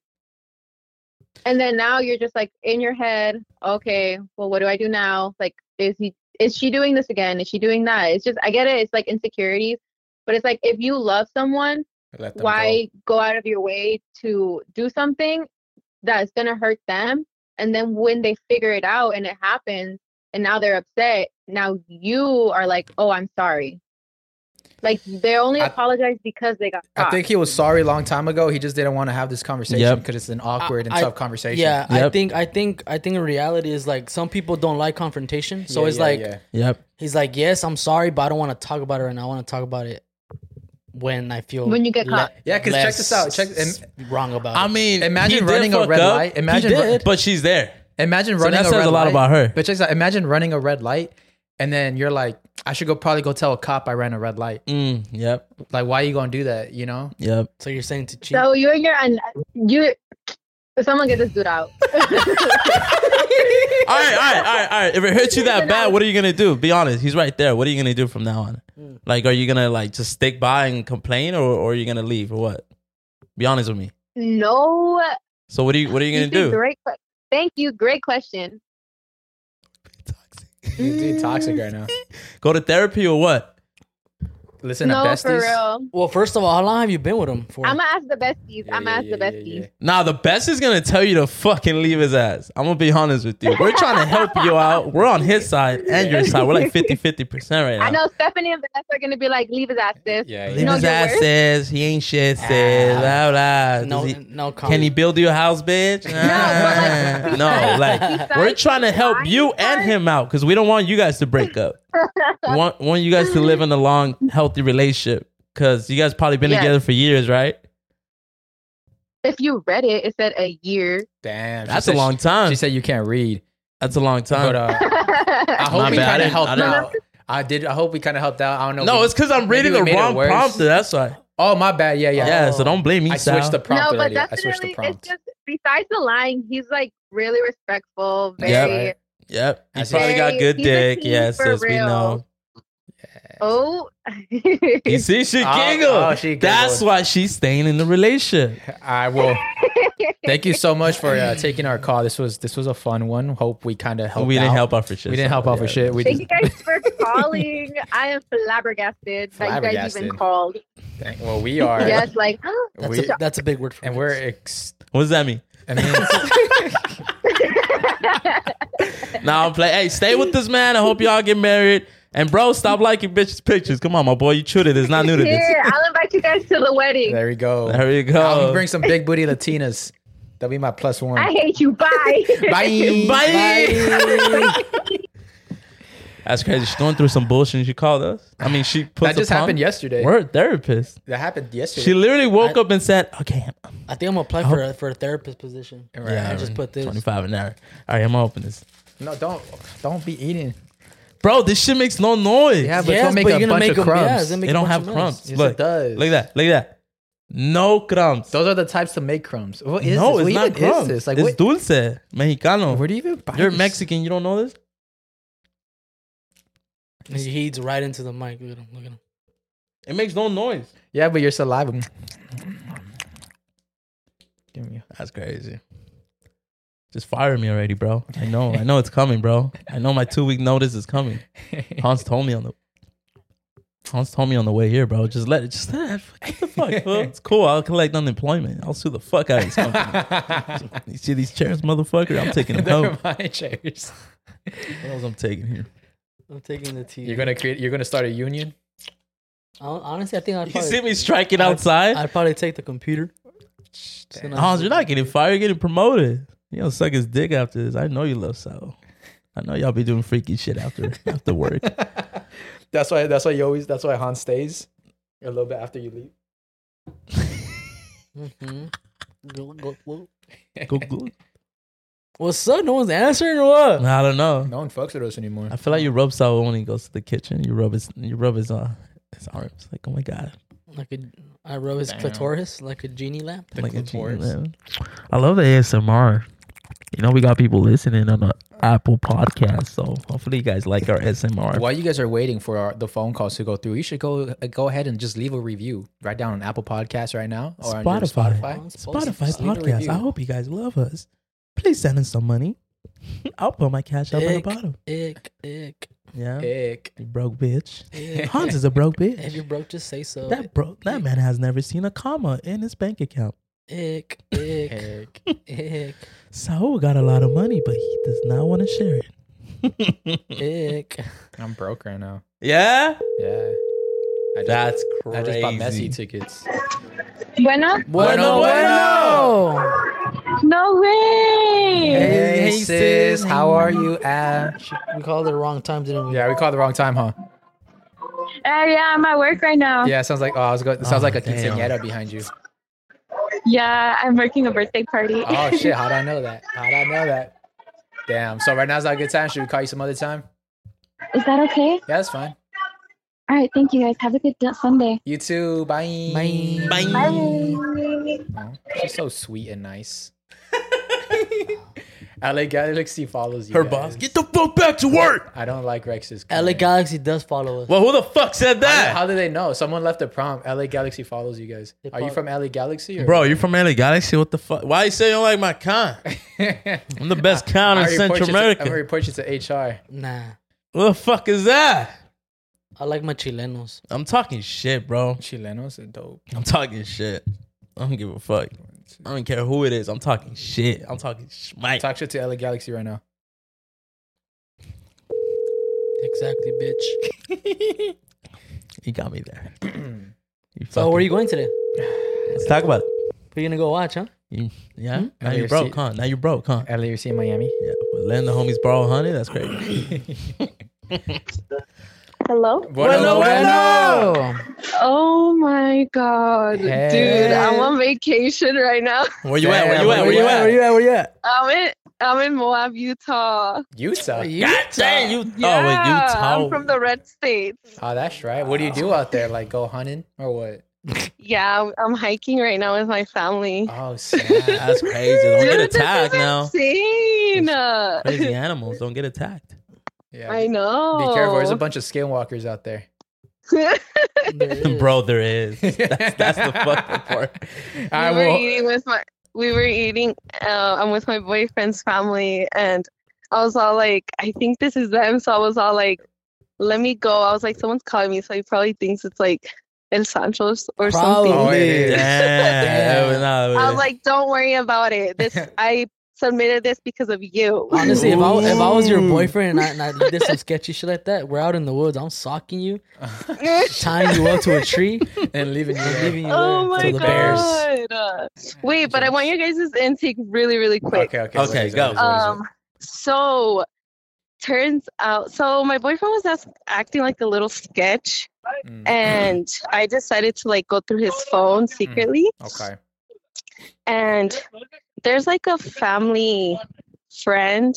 S5: And then now you're just like in your head, okay, well, what do I do now? Like, is he is she doing this again? Is she doing that? It's just I get it, it's like insecurities, but it's like if you love someone
S2: Let them go.
S5: why go. out of your way to do something that's going to hurt them and then when they figure it out and it happens and now they're upset now you are like oh i'm sorry like they only
S2: I-
S5: apologize because they got
S2: I
S5: caught.
S2: think he was sorry a long time ago. He just didn't want to have this conversation
S1: Yep.
S2: because it's an awkward and
S3: I-
S2: tough conversation.
S3: Yeah, I
S1: Yep.
S3: think, I think, I think. In reality, is like some people don't like confrontation, so
S2: Yeah,
S3: it's
S2: yeah,
S3: like
S2: yeah.
S1: Yep.
S3: he's like, yes, I'm sorry, but I don't want to talk about it right now. I want to talk about it when I feel
S5: When you get
S3: le-
S5: caught.
S2: Yeah, 'cause check this out, check-
S3: less wrong about.
S1: I
S3: it.
S1: mean,
S2: Imagine
S1: he did
S2: running a
S1: fuck
S2: red
S1: up.
S2: light.
S1: He
S2: Imagine
S1: did,
S2: run-
S1: but she's there.
S2: Imagine
S1: So
S2: running
S1: that
S2: a
S1: says
S2: red
S1: a lot
S2: light.
S1: about her.
S2: But check this out. Imagine running a red light, and then you're like, I should go probably go tell a cop I ran a red light.
S1: Mm, yep.
S2: Like, why are you gonna do that? You know?
S1: Yep.
S3: so you're saying to cheat?
S5: so you and your and you someone get this
S2: <laughs>
S5: dude out <laughs>
S1: All right, all right, all right, all right. If it hurts you that bad, what are you gonna do? Be honest. He's right there. What are you gonna do from now on?
S3: Mm.
S1: Like, are you gonna like just stick by and complain, or, or are you gonna leave, or what? Be honest with me.
S5: no
S1: So what are you what are you gonna
S5: You
S1: do?
S5: see, great que- thank you great question
S2: Dude, dude, toxic right now.
S1: Go to therapy or what?
S2: Listen, to
S5: no
S2: besties.
S5: for real
S3: well, first of all, how long have you been with him for?
S5: i'm gonna ask the besties
S2: Yeah,
S5: i'm gonna
S2: yeah,
S5: ask
S2: yeah,
S5: the
S2: yeah,
S5: besties
S2: yeah.
S1: Nah, the best is gonna tell you to fucking leave his ass. I'm gonna be honest with you. We're trying to help you out. We're on his side and your side. We're like 50 50 percent right now.
S5: I know Stephanie and Vanessa are gonna be like, leave his ass, sis.
S2: Yeah,
S1: Leave
S5: You know
S1: his
S5: your
S1: ass
S5: worth?
S1: says he ain't shit says
S3: Ah.
S1: blah blah. Does
S3: no,
S1: he-
S3: no comment.
S1: Can he build you a house, bitch?
S5: but, like, <laughs>
S1: no,
S2: <laughs>
S1: like
S5: Besides
S1: we're trying to
S5: the
S1: help
S5: lying
S1: you and
S5: part-
S1: him out because we don't want you guys to break
S5: <laughs>
S1: up. We want want you guys to live in a long, healthy relationship because you guys probably been
S5: Yes.
S1: together for years, right?
S5: If you read it, it said a year.
S2: Damn, she
S1: That's a
S2: said she-
S1: long time.
S2: She said you can't read,
S1: That's a long time.
S2: but uh,
S5: <laughs>
S2: I
S1: <laughs> My
S2: hope we
S1: bad. I
S2: kind of
S1: didn't-
S2: helped
S1: I didn't-
S2: out. I did. I hope we kind of helped out. I don't know.
S1: no,
S2: we-
S1: it's because I'm
S2: maybe
S1: reading
S2: we
S1: the
S2: made it
S1: wrong
S2: worse.
S1: prompter. That's why.
S2: oh my bad. Yeah, yeah.
S1: Yeah, so don't blame me.
S2: I switched the prompt
S5: no, but
S2: already. I switched
S5: definitely,
S2: the prompt.
S5: it's just besides the lying, he's like really respectful. Very.
S1: Yeah. Yep. He
S2: That's
S1: probably
S5: it.
S1: got good
S5: He's a
S1: dick.
S5: teen
S1: Yes,
S5: for
S1: as we
S5: real.
S1: know. <laughs>
S5: Oh. <laughs>
S1: You see, she
S2: Oh,
S1: giggled.
S2: oh, she
S1: That's
S2: giggled.
S1: why she's staying in the relationship.
S2: I will. Thank you so much for uh, taking our call. This was this was a fun one. Hope we kind of helped.
S1: we didn't
S2: out.
S1: help out for shit.
S2: We didn't help out for shit. We
S5: Thank
S2: just
S5: <laughs> you
S1: <laughs>
S5: guys for calling. I am flabbergasted, that you guys
S2: Flabbergasted.
S5: even called.
S2: thank, well we are.
S5: Yes, like
S1: <laughs>
S3: That's,
S2: We,
S3: a, that's a big word for
S2: and
S3: me.
S2: we're ex-
S1: What does that mean?
S2: I mean,
S1: Now I'm playing. Hey, stay with this man. I hope y'all get married. And bro, stop liking bitches' pictures. Come on, my boy. You chewed It's not new to this.
S5: here. I'll invite you guys to the wedding.
S2: there we go.
S1: There you
S2: I'm
S1: go.
S2: gonna bring some big booty Latinas. That'll be my plus one.
S5: I hate
S1: <laughs>
S5: you. Bye. <laughs>
S2: Bye.
S1: Bye. That's crazy. She's going through some bullshit. and She called us. I mean, she put
S2: That just happened yesterday.
S1: We're a therapist.
S2: That happened yesterday.
S1: She literally woke up and said, "Okay, I'm
S3: I think I'm gonna apply for a, for a therapist position.
S2: Right.
S1: Oh. Yeah,
S3: I just put this.
S1: 25 an hour. All right, I'm gonna open this.
S2: no, don't don't be eating.
S1: Bro, this shit makes no noise.
S2: Yeah, but
S3: Yes,
S2: don't make
S3: but
S2: a
S3: you're gonna
S2: bunch of
S3: make 'em- yeah,
S2: crumbs.
S3: it's gonna make
S1: they
S3: a
S1: don't
S3: bunch
S1: have
S3: of noise.
S1: crumbs.
S2: Yes, it
S1: look,
S2: does.
S1: look at that. Look at that. No crumbs.
S2: Those are the types to make crumbs. What is
S1: no,
S2: this?
S1: it's
S2: what
S1: not
S2: even
S1: crumbs.
S2: Is this? Like,
S1: it's
S2: what,
S1: dulce, mexicano.
S2: where do you even buy?
S1: You're
S2: this?
S1: Mexican. You don't know this?
S3: He heeds right into the mic. Look at him. Look at him.
S1: It makes no noise.
S2: Yeah, but your saliva. Give me.
S1: That's crazy. Just fire me already, bro. I know. I know it's coming, bro. I know my two week notice is <laughs> coming. Hans told me on the Hans told me on the way here, bro. Just let it. Just let it. What the fuck? <laughs> fool? It's cool. I'll collect unemployment. I'll sue the fuck out of this company. <laughs> You see these chairs, motherfucker? I'm
S2: <laughs>
S1: taking them home. <laughs>
S2: They're my chairs.
S1: What else I'm taking here?
S3: I'm taking the tea.
S2: You're gonna create. You're gonna start a union.
S3: I don't- honestly, I think I'd
S1: You see
S3: probably,
S1: me striking outside?
S3: I'd probably take the computer. Sit on
S1: Hans,
S3: the-
S1: you're not getting fired. You're getting promoted. You don't suck his dick after this. I know you love Sal. I know y'all be doing freaky shit after after <laughs> work.
S2: <laughs> That's why. That's why you always. That's why Hans stays a little bit after you leave.
S3: Mhm. Go- go- go.
S1: Go, go.
S3: What's up? No one's answering or what?
S1: I don't know.
S2: No one fucks with us anymore.
S1: I feel like you rub Sal when he goes to the kitchen. You rub his you rub his uh his arms. Like, oh my god.
S3: Like a, I rub his
S2: Damn.
S3: clitoris like a genie lamp.
S2: The
S1: like a genius,
S2: clitoris.
S1: man. I love the ASMR. You know, we got people listening on the Apple podcast, so hopefully you guys like our ASMR.
S2: While you guys are waiting for our, the phone calls to go through, you should go uh, go ahead and just leave a review right down on Apple Podcasts right now or on your
S1: Spotify.
S2: Spotify.
S1: Spotify
S2: Just leave a
S1: podcast.
S2: review.
S1: I hope you guys love us. Please send us some money. <laughs> I'll put my cash up in the
S3: Ick.
S1: bottom.
S3: Ick, ick,
S1: Yeah.
S2: Ick.
S1: You broke bitch. <laughs>
S3: ick.
S1: Hans is a broke
S3: if
S1: bitch.
S3: you're broke, just say so.
S1: That bro that man has never seen a comma in his bank account.
S3: Ick,
S1: <laughs>
S3: ick,
S2: Ick. <laughs>
S3: ick,
S1: Saul got a lot of money, but he does not want to share it.
S3: ick.
S2: I'm broke right now.
S1: yeah?
S2: Yeah. I just,
S1: That's
S2: I
S1: crazy.
S2: just bought Messi tickets.
S5: Bueno,
S2: Bueno, bueno.
S5: no way.
S2: Hey, sis, how are you? Ah.
S3: We called it the wrong time, didn't we?
S2: Yeah, we called the wrong time, huh?
S5: Uh, yeah, I'm at work right now. Yeah.
S2: Yeah, it sounds like oh, I was going. It sounds
S1: Oh,
S2: like a
S1: damn.
S2: quinceañera behind you.
S5: I'm working a birthday party.
S1: Ah.
S2: Oh shit! How would I know that? How would I know that? Damn. So right now's not a good time. Should we call you some other time?
S5: Is that okay?
S2: Yeah, that's fine.
S5: All right, thank you guys. Have a good d- Sunday.
S2: You too. Bye.
S3: Bye.
S5: Bye.
S2: Aw, she's so sweet and nice. <laughs> LA Galaxy follows you.
S1: Her
S2: guys.
S1: boss, get the fuck back to work.
S2: I don't like Rex's.
S3: LA
S2: comment.
S3: Galaxy does follow us.
S1: Well, who the fuck said
S2: How,
S1: that?
S2: how do they know? Someone left a prompt. LA Galaxy follows you guys.
S3: They
S2: Are you
S3: follow-
S2: from LA Galaxy? Or? <laughs>
S1: Bro, you from LA Galaxy? What the fuck? Why you say you don't like my con? I'm the best con in
S2: <laughs> I report you
S1: Central
S2: to- I'm gonna
S1: America.
S2: report you to HR.
S3: Nah,
S1: What the fuck is that?
S3: I like my chilenos.
S1: I'm talking shit, bro.
S2: Chilenos are dope.
S1: I'm talking shit. I don't give a fuck. I don't care who it is. I'm talking shit. I'm talking shmite.
S2: Talk shit to LA Galaxy right now.
S3: Exactly, bitch.
S1: <laughs> You got me there.
S2: <clears throat>
S1: You
S3: So where are
S1: fucking-
S3: you going today?
S1: Let's talk about it.
S3: Who you gonna go
S2: <laughs>
S3: watch, huh?
S1: You, yeah? Now
S2: Have
S1: you
S2: you
S1: broke,
S2: seen-
S1: huh? Now you broke, huh?
S2: LA, you're seeing Miami?
S1: <laughs> Yeah. But letting the homies borrow honey? That's crazy.
S5: Hello?
S2: Bueno,
S3: Bueno,
S2: bueno.
S5: Oh my god. Dude, I'm on vacation right now. <laughs>
S1: Where you at? Where
S2: Damn,
S1: you at? Where you at?
S3: Where you at? Where you at?
S5: I'm in I'm in Moab, Utah.
S2: Utah.
S1: God damn, you. oh, wait,
S5: Yeah,
S1: Oh, Utah.
S5: I'm from the red states.
S2: Oh, that's right. What do you do out there? Like go hunting or what?
S5: Yeah, I'm, I'm hiking right now with my family.
S3: <laughs>
S2: Oh, snap.
S1: That's crazy. Don't get
S5: <laughs> Dude, this
S1: attacked
S5: is <laughs>
S1: now.
S5: Insane. Uh,
S1: Crazy animals don't get <laughs> attacked.
S2: yeah.
S5: I know.
S2: Be careful. There's a bunch of skinwalkers out
S5: <laughs>
S2: there.
S1: Bro, there is. That's, that's the fucking part.
S2: <laughs> I
S5: we were
S2: will.
S5: eating with my we were eating uh, i'm with my boyfriend's family and i was all like i think this is them so i was all like let me go i was like someone's calling me so he probably thinks it's like el sancho or something
S2: Oh, it
S1: <laughs>
S3: Probably.
S2: is.
S1: Damn.
S2: Damn.
S1: Nah,
S5: i was like don't worry about
S3: <laughs>
S5: it this i submitted this because of you
S3: Honestly, if I, if I was your
S1: Ooh.
S3: boyfriend and I, and I did some sketchy shit like that, we're out in the woods. I'm socking you, tying you up to a tree,
S2: <laughs> and leaving you.
S3: and
S2: there.
S3: leaving you
S5: <laughs> oh
S3: there
S5: my
S3: to the bears.
S5: god Uh, wait but i want you guys' intake really really quick
S2: Okay, okay,
S1: Okay,
S2: what is it,
S1: go.
S2: what is it, what is it?
S5: Um, so turns out, so my boyfriend was as- acting like a little sketch,
S2: Mm,
S5: and I decided to like go through his phone secretly.
S2: okay.
S5: And there's like a family friend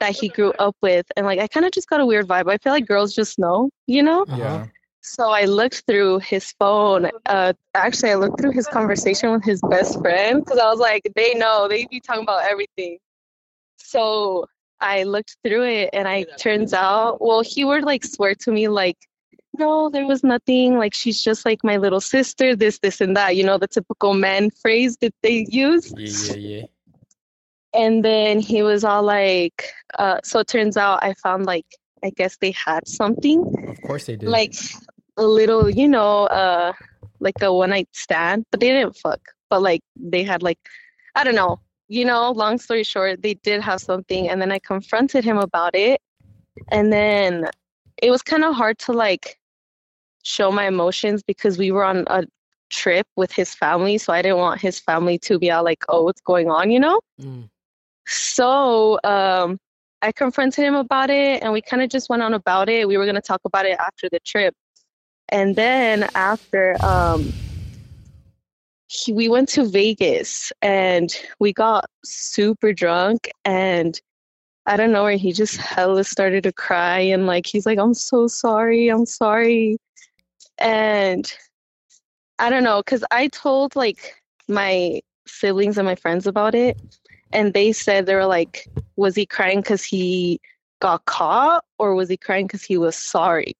S5: that he grew up with, and like I kind of just got a weird vibe. I feel like girls just know, you know.
S3: Uh-huh.
S2: Yeah.
S5: So I looked through his phone. Uh, actually, I looked through his conversation with his best friend because I was like, they know, they be talking about everything. So I looked through it, and I turns out, well, he would like swear to me like, no, there was nothing. Like she's just like my little sister. This, this, and that. You know the typical man phrase that they use.
S2: Yeah, yeah, yeah.
S5: And then he was all like, uh, so it turns out I found like I guess they had something
S2: Of course they did.
S5: like a little, you know, uh, like a one night stand, but they didn't fuck. But like they had like, I don't know, you know. Long story short, they did have something, and then I confronted him about it, and then it was kind of hard to like show my emotions because we were on a trip with his family, so I didn't want his family to be all like, "Oh, what's going on?" You know.
S3: Mm.
S5: So um, I confronted him about it, and we kind of just went on about it. We were gonna talk about it after the trip, and then after um, he, we went to Vegas, and we got super drunk, and I don't know where he just hella started to cry, and like he's like, "I'm so sorry, I'm sorry," and I don't know, cause I told like my siblings and my friends about it and they said they were like, was he crying because he got caught or was he crying because he was sorry?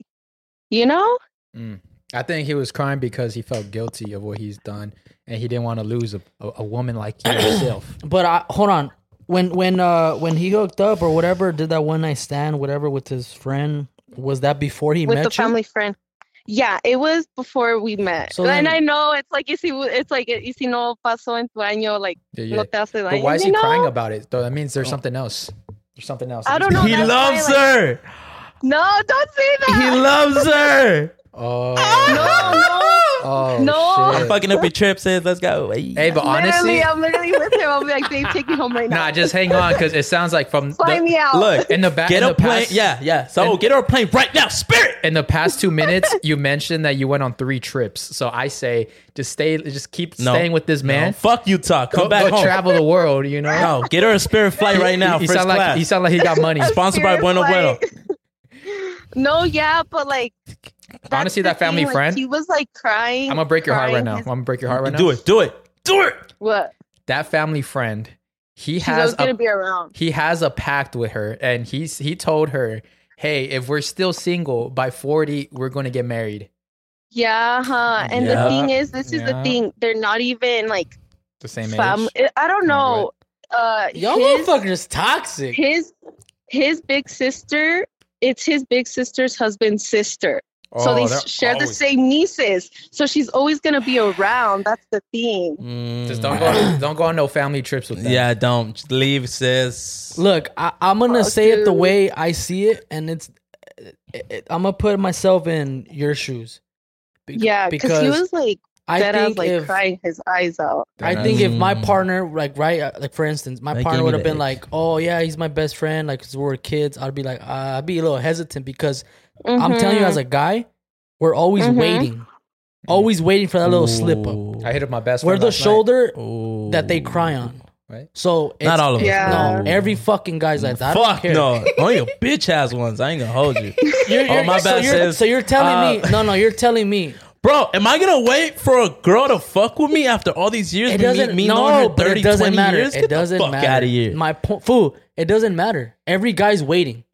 S5: You know?
S2: Mm. I think he was crying because he felt guilty of what he's done, and he didn't want to lose a, a, a woman like
S5: <coughs>
S2: yourself.
S3: But I, hold on, when when uh when he hooked up or whatever, did that one night stand, whatever with his friend, was that before he
S5: With
S3: met
S5: the
S3: you?
S5: family friend. Yeah, it was before we met.
S3: So
S5: and
S3: then-
S5: I know it's like, you see, it's like, you see, no pasó en tu año, like,
S2: Yeah,
S5: no
S2: yeah.
S5: te hace
S2: But
S5: daño,
S2: why is
S5: you
S2: he
S5: know?
S2: crying about it? Though that means
S1: Oh.
S2: there's something else. There's something else.
S5: I don't know.
S1: he
S5: that's
S1: loves
S5: why,
S1: her.
S5: like- No, don't say
S1: He
S5: <laughs> that.
S1: loves her.
S2: Oh.
S5: <laughs> no,
S2: Oh
S5: No.
S1: I'm
S2: shit.
S1: fucking up your trip, sis. Let's go.
S2: Hey, but
S5: no.
S2: honestly,
S5: literally, I'm literally with him. I'm like, babe, take me home right now.
S2: <laughs> nah. Just hang on, because it sounds like from
S5: Fly
S2: the,
S5: me out.
S1: Look,
S2: in the back.
S1: get a
S2: in the
S1: plane.
S2: past-
S1: Yeah, yeah. So
S2: and-
S1: get on a plane right now. Spirit.
S2: in the past two minutes, you mentioned that you went on three trips. So I say just stay, just keep
S1: No.
S2: staying with this man.
S1: Fuck Utah. Come
S2: Go-
S1: back
S2: go
S1: home.
S2: travel the world, you know.
S1: <laughs> No, get her a spirit flight right now.
S2: He, he
S1: first
S2: sound like
S1: class.
S2: he sound like he
S1: <laughs>
S2: got money.
S1: Sponsored by
S5: Serious,
S1: Bueno Bueno.
S5: like- <laughs> No, yeah, but like, that's
S2: Honestly,
S5: the
S2: that family
S5: thing, like,
S2: friend-
S5: he was like crying.
S2: I'm gonna break your heart right
S5: crying
S2: now. I'm
S5: his-
S2: gonna break your heart right now.
S1: Do it. Do it. Do it.
S5: What?
S2: That family friend, he
S5: She's always
S2: has
S5: gonna
S2: a,
S5: be around.
S2: he has a pact with her, and he's he told her, "Hey, if we're still single by 40, we're gonna get married."
S5: Yeah, huh? And
S1: Yeah.
S5: the thing is, this is
S2: Yeah.
S5: the thing. They're not even like
S2: The same age.
S5: family. I don't know. Uh,
S3: Y'all
S5: his,
S3: motherfuckers toxic.
S5: his his big sister. It's his big sister's husband's sister. so they
S2: Oh, they're
S5: s- share the
S2: always-
S5: same nieces. So she's always gonna be around. That's the thing.
S3: Mm.
S2: Just don't go, on- don't go on no family trips with them.
S1: Yeah, don't Just leave, sis.
S3: Look, I, I'm gonna
S5: Oh,
S3: say it the
S5: dude.
S3: way I see it, and it's it, it- I'm gonna put myself in your shoes. Bec-
S5: Yeah, because he was like
S3: I
S5: dead ass,
S3: think
S5: like
S3: if
S5: crying his eyes out.
S3: I think if my
S1: Mm.
S3: partner, like right, uh, like for instance, my
S1: That gave
S3: partner
S1: me
S3: would have
S1: the
S3: been
S1: ick.
S3: like, "Oh yeah, he's my best friend," like 'cause we we're kids, I'd be like, uh, I'd be a little hesitant because I'm telling you, as a
S5: Mm-hmm.
S3: guy, we're always
S5: Mhm.
S3: waiting, always waiting for that little slip up.
S2: I hit up my best.
S3: We're
S2: friend
S3: the
S2: last night.
S3: shoulder
S1: Oh.
S3: that they cry on.
S2: Right.
S3: So it's,
S1: Not all of us.
S5: Yeah.
S1: No.
S3: every fucking guy's like that. I don't
S1: Fuck
S3: care.
S1: no. Only
S3: <laughs>
S1: your bitch ass ones. I ain't gonna hold you.
S3: You're,
S1: Oh,
S3: you're-
S1: my
S3: so
S1: bad,
S3: you're,
S1: sis.
S3: So you're telling
S2: uh,
S3: me? No, no, you're telling me.
S2: <laughs>
S1: Bro, am I gonna wait for a girl to fuck with me after all these years?
S3: It
S1: Me-
S3: doesn't.
S1: me knowing
S3: no,
S1: her
S3: but
S1: 30,
S3: it doesn't
S1: 20
S3: matter.
S1: years?
S3: It
S1: Get the
S3: doesn't
S1: fuck
S3: matter.
S1: out of here.
S3: My point, fool. It doesn't matter. Every guy's waiting.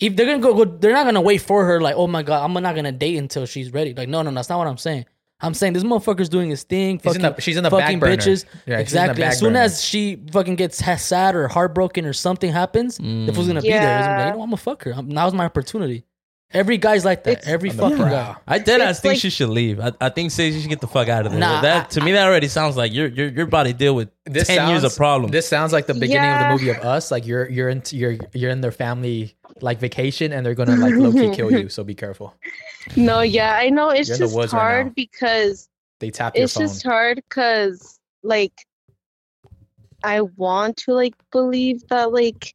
S3: If they're gonna go, go, they're not gonna wait for her. Like, oh my god, I'm not gonna date until she's ready. Like, no, no, that's not what I'm saying. I'm saying this motherfucker's doing his thing.
S2: He's
S3: Fucking,
S2: in the- she's in the back
S3: fucking
S2: burner. Yeah,
S3: bitches.
S2: she's in the
S3: exactly.
S2: back
S3: As soon
S2: burner.
S3: as she fucking gets ha- sad or heartbroken or something happens, the
S1: Mm.
S3: fool's gonna be there. He's gonna be like,
S5: Yeah.
S3: you know, I'm gonna fuck her. I'm, now's my opportunity. Every guy's like that.
S5: It's-
S3: Every
S2: On the
S3: fucking
S2: prowl.
S3: guy.
S1: I dead ass
S5: It's
S1: think
S5: like-
S1: she should leave. I, I think say she should get the fuck out of there.
S3: Nah,
S1: that to me that already sounds like you're you're you're about to deal with
S2: This
S1: ten
S2: sounds,
S1: years of problems.
S2: This sounds like the beginning
S5: Yeah.
S2: of the movie of Us. Like you're you're in you're you're in their family like vacation, and they're gonna like low key kill you. So be careful.
S5: Mm-hmm. No, yeah, I know it's
S2: You're in the
S5: just
S2: woods right
S5: hard
S2: now.
S5: because
S2: They tap your
S5: it's
S2: phone.
S5: just hard because like I want to like believe that like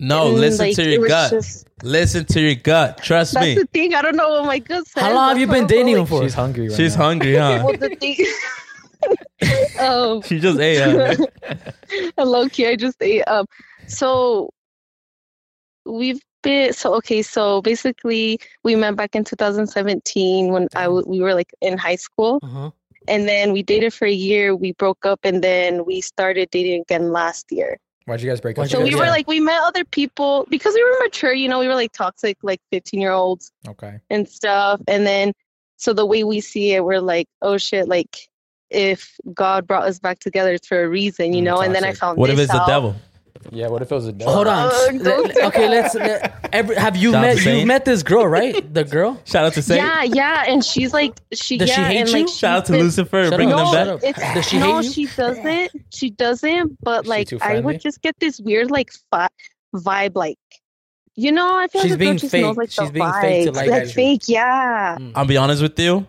S1: no,
S5: mm,
S1: listen
S5: like,
S1: to
S5: it
S1: your
S5: was
S1: gut.
S5: just-
S1: listen to your gut. Trust
S5: that's
S1: me.
S5: the thing. I don't know what my good says.
S3: How long have you been
S5: That's why I'm
S3: dating him
S5: like-
S3: for?
S2: She's hungry. Right
S1: She's
S2: now.
S1: hungry, huh?
S5: <laughs> Well, the thing. <laughs> um,
S1: she just ate. Huh?
S5: <laughs> low key, I just ate up. So we've been so okay. So basically, we met back in 2017 when I w- we were like in high school,
S3: Uh-huh.
S5: and then we dated for a year. We broke up, and then we started dating again last year.
S2: Why'd you guys break up?
S3: So
S5: So we
S3: Yeah.
S5: were like, we met other people because we were mature. You know, we were like toxic, like 15 year olds
S2: okay.
S5: and stuff. And then, so the way we see it, we're like, oh shit, like if God brought us back together, it's for a reason, you
S2: Mm,
S5: know? and then I
S2: toxic.
S5: found
S1: What if
S5: this
S1: it's the
S5: out.
S1: devil?
S2: Yeah. What if it was a dog?
S3: Hold on.
S5: Oh,
S3: Let-
S5: don't do
S3: okay, let's.
S5: that.
S3: Let, every, have you
S1: Shout out
S3: met
S1: to
S3: you
S1: Saint.
S3: met this girl
S5: <laughs>
S3: right? The girl.
S1: Shout out to Satan.
S5: Yeah, yeah. And she's like, she,
S3: Does
S5: yeah,
S3: she hate
S5: and
S3: you?
S5: like,
S1: Shout out to
S5: she's-
S1: Lucifer
S3: Shut
S1: bringing
S5: up.
S1: them
S3: No.
S1: back.
S5: It's,
S3: Does she
S5: no,
S3: hate you?
S5: she doesn't. She doesn't. But
S2: she
S5: like,
S2: too
S5: I
S2: friendly?
S5: would just get this weird like fi- vibe, like you know. I feel
S3: She's
S5: like the girl
S3: being
S5: just
S3: fake.
S5: knows, like, the
S3: She's being fake to
S5: vibes,
S3: like
S5: like
S3: you.
S5: fake. Yeah.
S1: I'll be honest with you.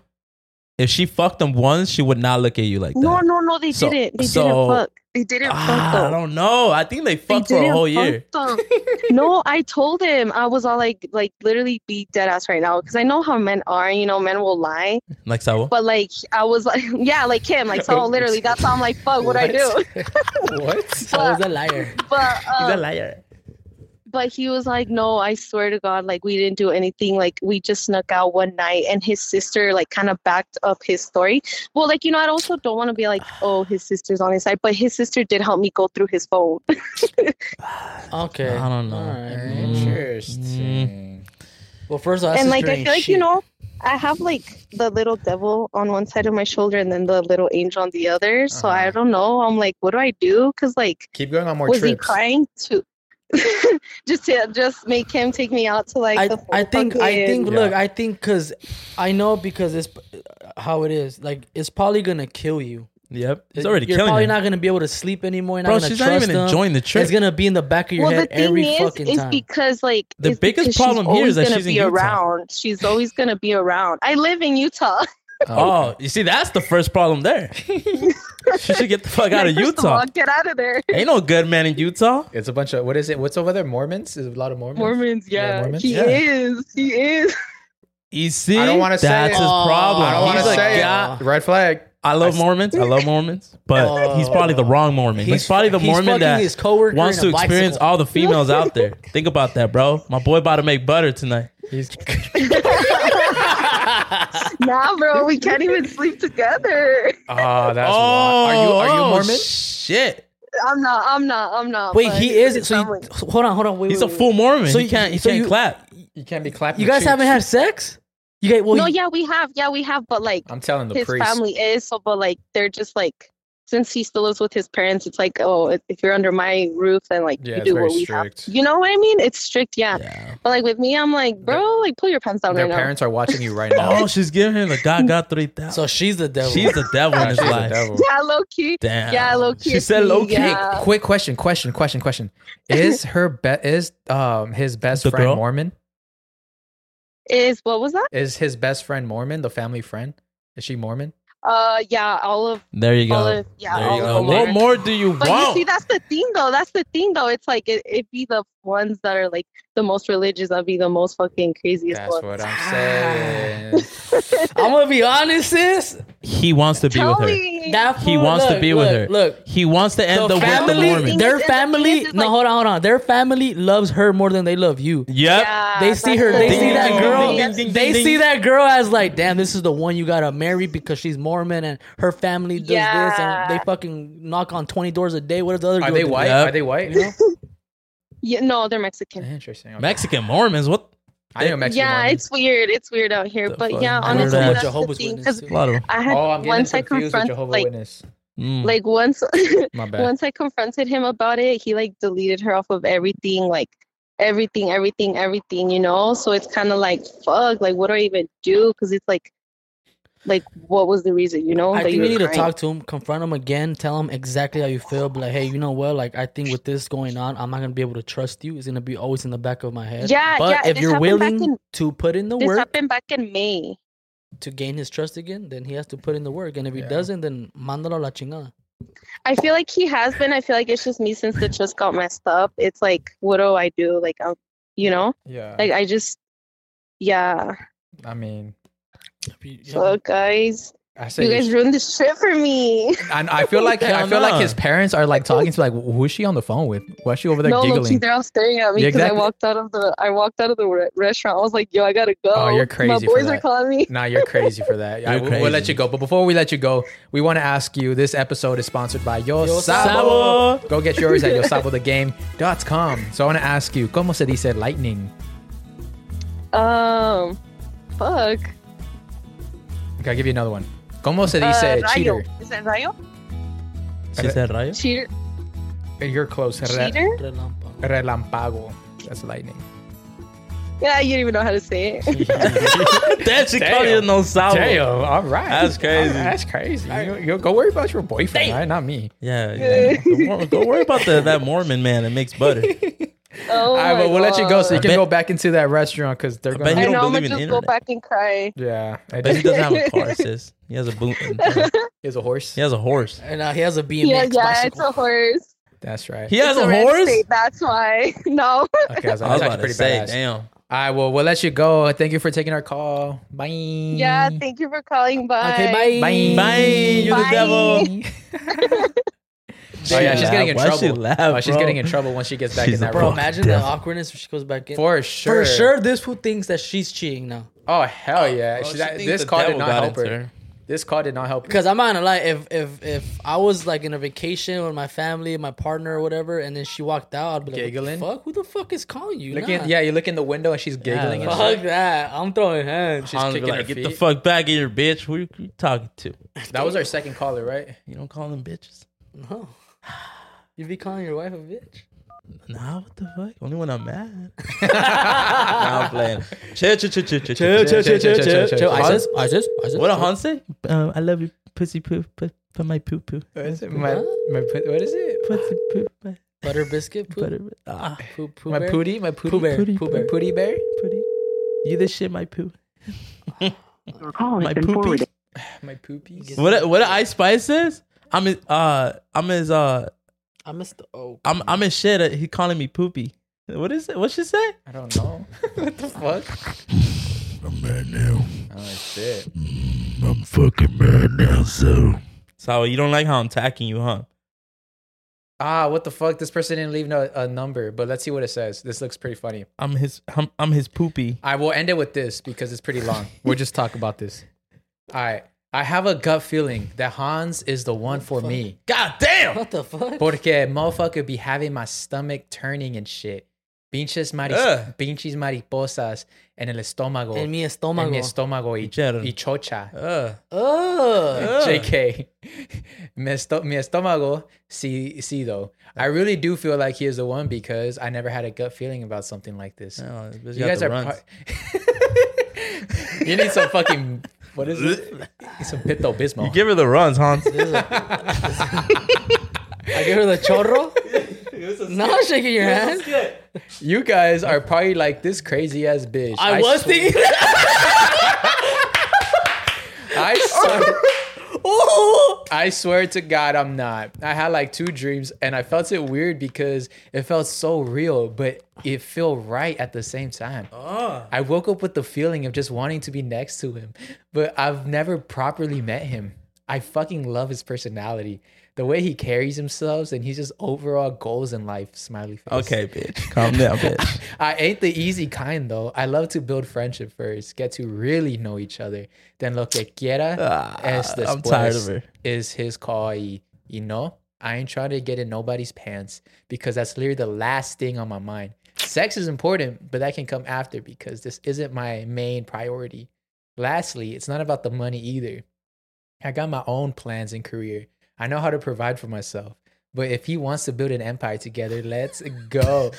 S1: If she fucked him once, she would not look at you like
S5: No,
S1: that.
S5: no, no. They
S1: So-
S5: didn't. They
S1: so-
S5: didn't fuck. They didn't fuck.
S1: Ah,
S5: Though.
S1: I don't know. I think they
S5: They
S1: fucked for a
S5: didn't
S1: whole
S5: fuck
S1: year.
S5: them. no, I told him I was all like, like literally be dead ass right now because I know how men are. You know, men will lie.
S1: Like Sawa.
S5: But like, I was like, <laughs> yeah, like him,
S2: <laughs>
S5: like so literally. That's how I'm like, fuck, what I do.
S2: <laughs> what?
S3: I was Oh, a liar.
S5: <laughs>
S2: <laughs>
S5: But um,
S2: liar.
S5: but he was like, no, I swear to God, like we didn't do anything. Like we just snuck out one night, and his sister like kind of backed up his story. Well, like you know, I also don't want to be like, oh, his sister's on his side, but his sister did help me go through his phone.
S3: Okay.
S1: I don't know.
S3: All right.
S2: Interesting.
S3: Well, first of all,
S5: and like I feel like you
S3: know.
S5: know, I have like the little devil on one side of my shoulder and then the little angel on the other. So
S2: Uh-huh.
S5: I don't know. I'm like, what do I do? Because like,
S2: Keep going on more
S5: was he
S2: trips.
S5: trying to <laughs> just to just make him take me out to like?
S3: I,
S5: the
S3: I think I
S5: fucking-
S3: think
S2: Yeah.
S3: look I think because I know because it's how it is like it's probably gonna kill you.
S1: Yep. It's
S3: It-
S1: already
S3: You're
S1: killing
S3: probably
S1: her.
S3: not gonna be able to sleep anymore. You're not
S1: Bro,
S3: gonna
S1: she's not even
S3: trust them.
S1: enjoying the trip.
S3: It's gonna be in the back of your
S5: Well, the
S3: head
S5: thing
S3: every
S5: is,
S3: fucking
S5: is
S3: time.
S5: because like
S1: The
S5: is
S1: biggest
S5: because she's
S1: problem here is
S5: always
S1: that
S5: gonna
S1: she's in
S5: be
S1: Utah.
S5: around. She's always gonna be around. I live in Utah.
S1: Oh, you see, that's the first problem there. she should get the fuck
S5: <laughs>
S1: out of
S5: First of
S1: Utah.
S5: all, get out of there.
S1: Ain't no good man in Utah.
S2: It's a bunch of what is it? What's over there? Mormons? Is it a lot of Mormons?
S5: Mormons,
S2: Yeah,
S5: yeah,
S2: Mormons,
S5: he
S1: yeah.
S5: is. He is. <laughs>
S1: You see,
S2: I don't wanna say
S1: that's
S2: it.
S1: his
S3: Oh,
S1: problem.
S2: I don't want to
S1: He's a
S2: say
S1: guy-
S2: it. Red flag.
S1: I love Mormons. I love Mormons,
S2: <laughs>
S1: but
S3: Oh.
S1: he's probably the wrong Mormon. He's, probably the
S3: he's
S1: Mormon
S3: fucking
S1: that
S3: his coworker
S1: wants
S3: in
S1: to
S3: a
S1: experience
S3: bicycle.
S1: all the females out
S3: <laughs>
S1: there. Think about that, bro. My boy about to make butter tonight.
S2: <laughs> He's
S5: Nah, bro, we can't even sleep together.
S2: Oh, that's
S1: oh,
S2: wild. Are you are you
S1: oh,
S2: Mormon?
S1: Shit,
S5: I'm not. I'm not. I'm not.
S3: Wait,
S5: but
S3: he is. So
S5: someone-
S3: you, hold on, hold on. Wait,
S1: he's
S3: wait,
S1: a full Mormon.
S3: So
S1: So he
S3: you-
S1: can't. He
S3: so
S1: can't
S3: you-
S1: clap.
S2: You can't be clapping.
S3: Wait. You guys
S2: cheeks.
S3: haven't had sex? You guys, well,
S5: no,
S3: you-
S5: yeah, we have. Yeah, we have. But like
S2: I'm telling the
S5: his
S2: priest.
S5: family is. So, but like they're just like since he still lives with his parents, it's like oh, if- if you're under my roof, then like
S2: Yeah,
S5: you
S2: it's
S5: do
S2: very
S5: what we have.
S2: strict.
S5: You know what I mean? It's strict. Yeah.
S1: Yeah.
S5: But like with me, I'm like, bro, like pull your pants down
S2: Their
S5: right
S2: parents are watching you <laughs> right now.
S1: Oh, she's giving him the God God three
S3: So
S1: thousand.
S3: she's the
S1: <laughs>
S3: devil.
S1: she's the devil in
S3: <laughs>
S2: God,
S1: his
S2: she's a
S1: life.
S2: devil.
S5: now. <laughs> Yeah, low key.
S1: Damn.
S5: Yeah, low key.
S1: She
S5: it's
S1: said
S5: me,
S1: low key.
S5: Yeah.
S2: Quick question, question, question,
S5: <laughs>
S2: question. Is her be- is um his best
S1: The
S2: friend
S1: girl?
S2: Mormon?
S5: Is what was that?
S2: Is his best friend Mormon? The family friend? Is she Mormon?
S5: Uh, yeah, all of,
S1: There you
S5: all
S1: go.
S5: of, yeah,
S1: There
S5: all
S1: you
S5: of
S1: go.
S5: the
S1: What
S5: lyrics.
S1: more do you
S5: But you
S1: want?
S5: see, that's the thing, though. That's the thing, though. It's like it, it be the ones that are like the most religious. I'll be the most fucking craziest
S2: That's
S5: one.
S2: what I'm saying.
S3: I'm gonna be honest, sis.
S1: he wants to be
S5: Tell
S1: with her.
S5: me.
S3: That
S1: He
S3: fool-
S1: wants to
S3: look,
S1: be with
S3: look,
S1: her.
S3: Look,
S1: He wants to end
S3: the
S1: the, with the
S3: family,
S1: Mormon.
S5: Thing
S3: their
S5: is, and the
S3: family.
S5: thing is, is
S3: no,
S5: like-
S3: hold on, hold on. Their family loves her more than they love you.
S1: Yep.
S5: Yeah,
S3: They see
S5: that's
S3: her.
S5: the
S3: They
S5: thing.
S3: see that
S1: Ding,
S3: girl.
S1: ding, ding, ding,
S3: They
S1: ding,
S3: see
S1: ding.
S3: that girl as like, damn, this is the one you gotta marry because she's Mormon and her family does this,
S5: Yeah.
S3: and they fucking knock on twenty doors a day. What does the other?
S2: Are
S3: girl
S2: they
S3: do?
S2: white?
S1: Yep.
S2: Are they white?
S3: You know?
S5: <laughs> Yeah, no, they're Mexican.
S2: Interesting. Okay.
S1: Mexican Mormons. What?
S2: I know Mexican.
S5: yeah,
S2: Mormons.
S5: it's weird. It's weird out here,
S1: The
S5: but
S1: fuck?
S5: yeah,
S1: I
S3: I learned
S5: honestly,
S3: so much
S5: that's the
S3: Jehovah's
S5: thing.
S3: Witness.
S5: Because
S1: A lot of them.
S5: I had
S2: Oh, I'm getting
S5: once I
S2: confused with
S5: confront
S2: Jehovah's
S5: like
S2: Witness.
S1: Mm.
S3: <laughs>
S5: like once
S2: My bad.
S5: <laughs> once I confronted him about it, he like deleted her off of everything, like everything, everything, everything. You know, so it's kind of like fuck. Like, what do I even do? Because it's like, like, what was the reason? You know,
S3: I
S5: that
S3: think you
S5: you were
S3: need to
S5: crying?
S3: talk to him, confront him again, tell him exactly how you feel. Be like, hey, you know what? Like, I think with this going on, I'm not gonna be able to trust you. It's gonna be always in the back of my head.
S5: Yeah,
S3: but
S5: yeah,
S3: if
S5: this
S3: you're
S5: happened back
S3: willing
S5: in-
S3: to put in the
S5: This
S3: work
S5: happened back in May.
S3: to gain his trust again, then he has to put in the work. And if he
S2: Yeah.
S3: doesn't, then mandalo la chingada.
S5: I feel like he has been. I feel like it's just me since the trust got messed up. It's like, what do I do? Like, I'm, you know,
S2: yeah.
S5: like I just, yeah.
S2: I mean,
S5: So guys,
S2: I say
S5: you guys ruined this trip for me.
S2: and I feel like I
S1: Hell
S2: feel
S1: nah.
S2: like his parents are like talking to like who is she on the phone <laughs> with? Why is she over there
S5: no, Loki,
S2: giggling?
S5: they're all staring at me
S2: Yeah,
S5: because
S2: exactly.
S5: I walked out of the I walked out of the re- restaurant. I was like, yo, I gotta go.
S2: Oh, you're
S5: My
S2: crazy for
S5: boys are
S2: that.
S5: calling me.
S2: Nah, you're crazy for that. I,
S1: You're
S2: we'll, we'll let
S1: crazy.
S2: you go. But before we let you go, we want to ask you. This episode is sponsored by Yo,
S3: Yo
S2: Sabo. Go get yours at yosabothegame.com. So I want to ask you, ¿Cómo se dice lightning?
S5: Um, fuck.
S2: Okay, I'll give you another one. ¿Cómo se dice
S5: uh, Rayo.
S2: cheater?
S5: Is that Rayo?
S1: She said Rayo?
S5: <laughs> Cheater.
S2: You're close. Re-
S5: Cheater?
S3: Relámpago.
S2: Relampago. That's lightning.
S1: <laughs>
S5: Yeah, you don't even know how to say it.
S2: <laughs>
S1: Damn, she
S2: Damn.
S1: called you no sour.
S2: Damn, all right.
S1: That's crazy.
S2: That's crazy. You, you go worry about your boyfriend, right?
S1: <laughs>
S2: Not me.
S1: Yeah. yeah. Don't wor- don't worry about the, that Mormon man that makes butter.
S2: all
S5: Oh,
S2: right,
S5: my
S2: but we'll let you go so you
S5: God.
S2: can
S1: I bet-
S2: go back into that restaurant because they're
S1: bet
S2: going
S1: you
S5: I
S1: don't
S2: to.
S5: know I'm gonna
S1: believe in
S5: just go
S1: internet.
S5: back and cry.
S2: Yeah. I
S1: But he
S2: did.
S1: doesn't have a car, sis. He has a boot.
S2: He has a horse.
S1: He has a horse.
S3: And uh, he has a BMX
S5: Yeah, yeah, it's
S3: bicycle.
S5: a horse.
S2: That's right.
S1: He has
S5: It's
S1: a
S5: red
S1: horse?
S5: state, that's why. <laughs> No.
S2: Okay, I was,
S1: I was about
S2: that's actually
S1: to
S2: pretty
S1: say,
S2: badass.
S1: damn.
S2: All right, well, we'll let you go. Thank you for taking our call. Bye.
S5: Yeah, thank you for calling. Bye.
S3: Okay, bye.
S2: Mm. Bye.
S1: Bye, you the
S5: Bye.
S1: devil.
S2: Oh, yeah, she's getting in
S1: Why
S2: trouble.
S1: She laugh,
S2: Oh, she's
S1: bro?
S2: getting in trouble once she gets back
S1: She's
S2: in that
S1: a
S2: room.
S3: Bro,
S1: Fuck
S3: imagine
S1: death.
S3: the awkwardness when she goes back in.
S2: For sure.
S3: For sure, this fool thinks that she's cheating now.
S2: Oh, hell yeah.
S1: Oh,
S2: She-
S1: she
S2: that-
S1: thinks
S2: this
S1: the
S2: call did
S1: devil
S2: not
S1: got
S2: help her.
S1: into her.
S2: This call did not help her.
S3: Because I'm not gonna lie, if if if I was like in a vacation with my family, my partner or whatever, and then she walked out, I'd be like,
S2: Giggling?
S3: Giggling? Fuck, who the fuck is calling
S2: <laughs>
S3: you?
S2: Look
S3: Nah.
S2: in, yeah, you look in the window and she's giggling. and
S3: fuck that. I'm throwing hands.
S2: She's
S1: Hans be
S2: kicking her
S1: like, get the
S2: feet."
S1: fuck back in your bitch. Who you, who you talking to?
S2: shit. That was our second caller, right?
S1: You don't call them bitches.
S3: No. You be calling your wife a bitch.
S1: Nah, what the fuck? Only when I'm
S2: <laughs>
S1: mad. nah, I'm playing. Chill, chill, chill, chill, chill,
S2: Chill, chill, chill, chill, chill, chill.
S3: I
S2: Hans-
S3: just, I just, I just.
S1: What did Hans say? Um, I love you, pussy poo, put, put my poo poo,
S2: What is it? My, my, put- what is it?
S1: pussy poo, my
S3: Butter biscuit, poo,
S1: butter, ah,
S3: poo, poo,
S2: My
S3: bear?
S2: pootie? My pootie?
S3: Pooh bear,
S1: Pootie
S3: poo
S1: bear.
S3: bear.
S2: My pootie bear?
S1: pretty. You this shit, my poo,
S6: Your call
S1: my
S6: has been
S1: poopy.
S6: forwarded.
S2: My poopies?
S1: What what Ice Spice says? I'm his, uh, I'm his, uh,
S3: I missed the O.
S1: I'm I'm his shit. uh, He calling me poopy. What is it? What she say?
S2: I don't know. <laughs> what the fuck?
S7: I'm mad now.
S2: Oh, shit.
S7: I'm fucking mad now, so.
S1: So you don't like how I'm attacking you, huh?
S2: Ah, what the fuck? This person didn't leave no, a number, but let's see what it says. This looks pretty funny.
S1: I'm his, I'm, I'm his poopy.
S2: I will end it with this because it's pretty long. we'll just talk about this. All right. I have a gut feeling that Hans is the one for me.
S1: God damn!
S3: What the fuck?
S2: Porque motherfucker be having my stomach turning and shit. Pinches, maris,
S1: Ugh.
S2: pinches mariposas en el estómago.
S3: En
S2: En mi
S3: mi estómago.
S2: estómago y,
S1: Picharon.
S2: y chocha.
S1: Uh,
S2: <laughs>
S3: Ugh.
S1: Ugh.
S2: JK. Mi esto- mi estómago, sí, sí, though. I really do feel like he is the one because I never had a gut feeling about something like this.
S1: no, oh, this bitch
S2: You
S1: got
S2: guys
S1: the
S2: are.
S1: runs.
S2: par- <laughs> you need some fucking. What is it? Some Pito
S1: you
S2: Bismol.
S1: give her the runs, Hans.
S3: <laughs> I give her
S2: <laughs>
S3: the chorro. Not shaking your hand.
S2: you guys are probably like this crazy ass bitch.
S3: I was
S2: swear-
S3: thinking that.
S2: I swear.
S1: no.
S2: I swear to God, I'm not. I had like two dreams, and I felt it weird because it felt so real, but it felt right at the same time. I woke up with the feeling of just wanting to be next to him, but I've never properly met him. I fucking love his personality, the way he carries himself, and he's just overall goals in life. Smiley face.
S1: Okay, bitch. Calm down, bitch.
S2: I ain't the easy kind though. I love to build friendship first, get to really know each other. Then lo que quiera
S1: Ah,
S2: es después
S1: I'm tired of her.
S2: is his call. y- You know, I ain't trying to get in nobody's pants because that's literally the last thing on my mind. Sex is important, but that can come after because this isn't my main priority. Lastly, it's not about the money either. I got my own plans and career. I know how to provide for myself. But if he wants to build an empire together, let's
S1: <laughs>
S2: go.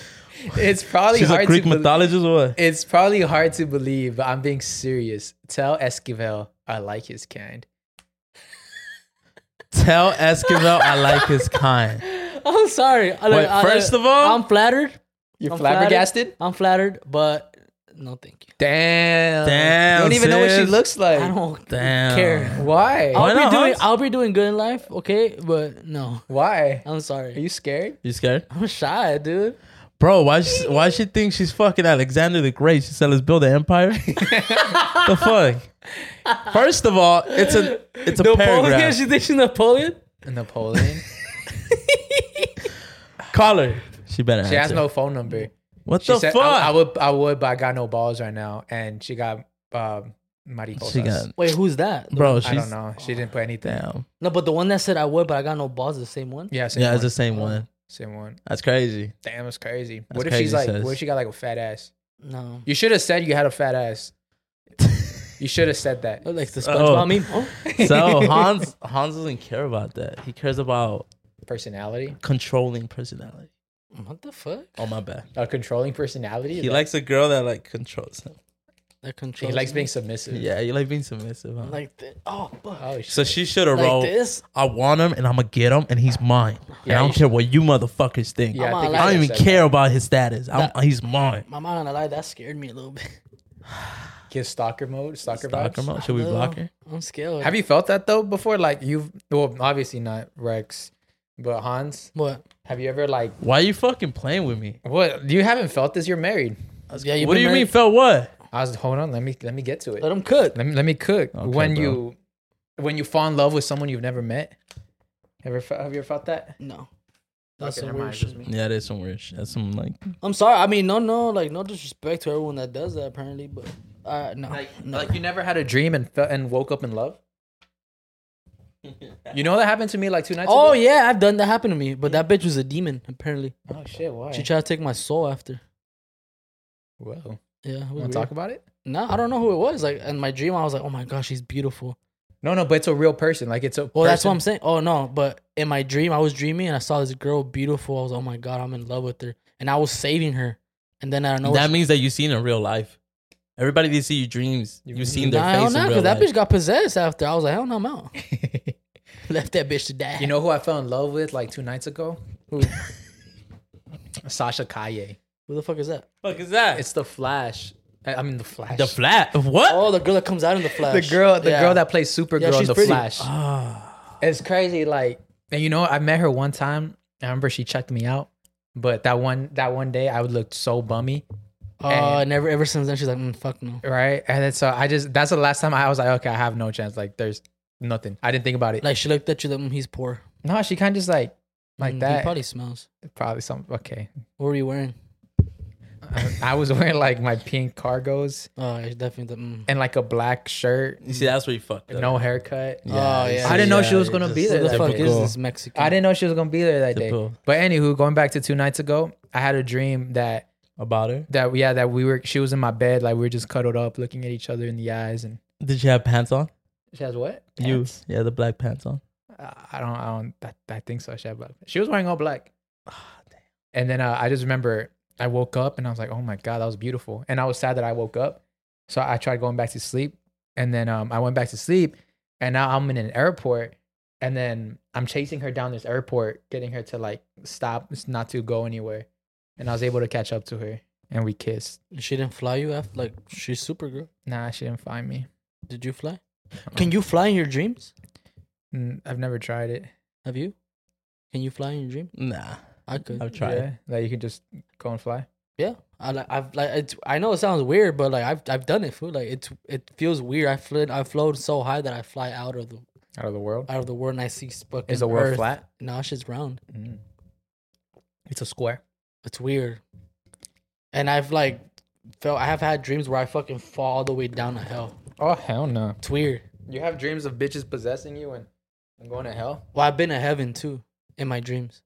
S2: It's probably
S1: She's
S2: hard
S1: a Greek
S2: to bel-
S1: mythologist or what?
S2: it's probably hard to believe, but I'm being serious. Tell Esquivel I like his kind.
S1: Tell Esquivel I like his kind.
S3: <laughs> I'm sorry. I-
S1: Wait,
S3: I-
S1: first of all-
S3: I'm flattered.
S2: You're
S3: I'm flattered.
S2: flabbergasted?
S3: I'm flattered, but no, thank you.
S2: Damn.
S1: Damn,
S2: You don't even know what she
S1: sis.
S2: looks
S3: I
S2: like.
S3: don't
S1: Damn.
S3: care.
S1: Why
S2: Why?
S3: I'll be
S1: not,
S3: doing.
S1: Hans?
S3: I'll be doing good in life, okay? But no,
S2: Why?
S3: I'm
S2: Are
S3: sorry.
S2: you scared?
S1: You scared?
S3: I'm shy, dude.
S1: Bro, why she, why she think she's fucking Alexander the Great? She said, let's build an empire? <laughs> the fuck? First of all, it's a it's a
S3: Napoleon? <laughs>
S1: paragraph.
S3: She thinks she's Napoleon.
S1: <laughs>
S2: Napoleon.
S1: Call her. She better
S2: she has
S1: answer.
S2: no phone number.
S1: what
S2: She
S1: the
S2: said "Oh,
S1: fuck?
S2: I, I would I would, but I got no balls right now. And she got um mariposas.
S1: she got,
S3: Wait, who's that? The-
S1: bro, she's,
S2: I don't know. She didn't put anything.
S1: damn.
S3: No, but the one that said I would, but I got no balls. The same one.
S2: Yeah, same
S1: Yeah, it's
S2: one.
S1: the same one.
S2: Same one.
S1: That's
S2: <laughs>
S1: crazy.
S2: Damn, it's crazy. what if
S1: crazy,
S2: she's like?
S1: sis.
S2: What if she got like a fat ass?
S3: No.
S2: You should have said you had a fat ass. you should have said that.
S3: Like the
S1: Oh.
S3: SpongeBob meme.
S1: <laughs>
S3: Oh.
S1: So Hans Hans doesn't care about that. He cares about
S2: personality,
S1: controlling personality.
S3: <laughs> What the fuck?
S1: Oh my bad.
S2: a controlling personality.
S1: He
S2: Like,
S1: likes a girl that like controls him.
S3: That
S2: he
S3: control.
S2: likes being submissive.
S1: Yeah, you like being submissive. Huh?
S3: like thi- Oh, fuck.
S2: Oh shit.
S1: so she should have
S3: Like
S1: rolled.
S3: this.
S1: I want him and I'm gonna get him and he's mine. and
S2: Yeah,
S1: I
S2: you
S1: don't care what you motherfuckers think.
S2: yeah,
S3: I'm
S2: I, think
S3: all
S1: I
S2: you
S1: don't
S2: should've
S1: even
S2: said
S1: care about his status. I'm,
S3: That-
S1: he's mine.
S3: My mind on a lie. That scared me a little bit. <laughs>
S2: that. Give stalker mode. Stalker,
S1: Stalker
S2: vibes.
S1: mode? Should we
S3: A little.
S1: block her?
S3: I'm scared.
S2: Have you felt that though before? Like you've well, obviously not Rex, but Hans.
S3: What?
S2: Have you ever like
S1: Why are you fucking playing with me?
S2: what? You haven't felt this. You're married.
S3: Yeah,
S1: what do you mean
S3: married-
S1: felt what?
S2: I was hold on. Let me let me get to it.
S3: Let him cook.
S2: Let me let me cook.
S1: Okay,
S2: when
S1: bro.
S2: you when you fall in love with someone you've never met, ever fe- have you ever felt that?
S3: No. That's
S2: Okay,
S3: some
S2: never
S3: weird
S2: mind, just
S3: shit.
S2: me.
S1: Yeah, that's some weird shit. That's some like
S3: I'm sorry. I mean, no, no, like no disrespect to everyone that does that apparently, but uh, no,
S2: Like,
S3: no.
S2: like you never had a dream and felt and woke up in
S3: <laughs>
S2: love. You know that happened to me like two nights
S3: oh
S2: ago.
S3: yeah, I've done that happen to me, but that bitch was a demon apparently.
S2: yeah. Oh shit! Why?
S3: She tried to take my soul after.
S2: Whoa.
S3: Yeah, it was
S2: Want
S3: weird.
S2: to talk about it?
S3: no, I don't know who it was. Like in my dream, I was like, oh my gosh, she's beautiful.
S2: No, no, but it's a real person. Like it's a.
S3: Well, that's what I'm
S2: person.
S3: saying. Oh no, but in my dream, I was dreaming and I saw this girl beautiful. I was oh my god, I'm in love with her, and I was saving her. And then I don't know
S1: that means that you seen in real life. Everybody they see your dreams. You've seen their
S3: Nah, hell
S1: face
S3: nah,
S1: in
S3: because
S1: real
S3: that
S1: life.
S3: bitch got possessed after. I was like, hell no, I'm out. <laughs> Left that bitch to die.
S2: You know who I fell in love with like two nights ago? Who? <laughs> Sasha Kaye.
S3: who the fuck is that?
S1: Fuck is that?
S2: It's the Flash. I, I mean the Flash.
S1: the flat. What?
S3: Oh, the girl that comes out in
S2: <laughs>
S3: the
S2: The
S3: flash.
S2: girl, the
S3: Yeah.
S2: girl that plays Supergirl in
S3: she's
S2: the
S3: pretty.
S2: Flash.
S3: Oh.
S1: Ah.
S2: It's crazy, like, and you know, I met her one time. I remember she checked me out, but that one, that one day, I looked so bummy,
S3: Oh,
S2: And-
S3: never ever since then she's like, mm, fuck no.
S2: right? And then, so I just, that's the last time I was like, okay, I have no chance. Like, there's nothing. I didn't think about it.
S3: Like she looked at you, like mm, he's poor.
S2: no, she kind of just like, like
S3: Mm,
S2: that.
S3: He
S2: Probably,
S3: probably smells.
S2: some. Okay,
S3: What were you wearing?
S2: I, I was <laughs> wearing like my pink cargos
S3: Oh, it's definitely. the- Mm.
S2: and like a black shirt,
S1: You see, that's where you fucked up.
S2: no haircut.
S3: Oh, yeah.
S2: I didn't know she was
S1: you
S2: gonna
S1: just-
S2: be there
S3: Who the
S2: that
S3: fuck
S2: big
S3: is
S2: girl.
S3: this Mexican?
S2: I didn't know she was gonna be there that day.
S1: Typical.
S2: But anywho, going back to two nights ago, I had a dream that
S1: about her.
S2: that yeah that we were she was in my bed like we were just cuddled up looking at each other in the eyes and
S1: Did you have pants on?
S2: she has what Pants?
S1: You, yeah, the black pants on.
S2: Uh, I don't I don't I, I think so she had black she was wearing all black Ah, and then uh, I just remember I woke up and I was like oh my god that was beautiful and I was sad that I woke up so I tried going back to sleep and then um I went back to sleep and now I'm in an airport and then I'm chasing her down this airport getting her to like stop not to go anywhere and I was able to catch up to her and we kissed
S3: She didn't fly you after. Like she's Supergirl.
S2: nah she didn't find me
S3: Did you fly? Can you fly in your dreams?
S2: Mm, I've never tried it.
S3: Have you? Can you fly in your dream?
S1: Nah,
S3: I could.
S1: I've tried.
S2: Yeah, like you can just go and fly.
S3: Yeah, I like I've like it's, I know it sounds weird, but like I've I've done it. Food like it's it feels weird. I flew I flown so high that I fly out of the
S2: Out of the world.
S3: out of the world and I see s- fucking.
S2: Is the world
S3: Earth.
S2: flat?
S3: Nah, shit's round.
S2: Mm.
S3: It's a square. It's weird. And I've like felt I have had dreams where I fucking fall all the way down to hell.
S2: Oh hell no!
S3: It's weird.
S2: You have dreams of bitches possessing you and, and going to hell.
S3: Well, I've been to heaven too in my dreams.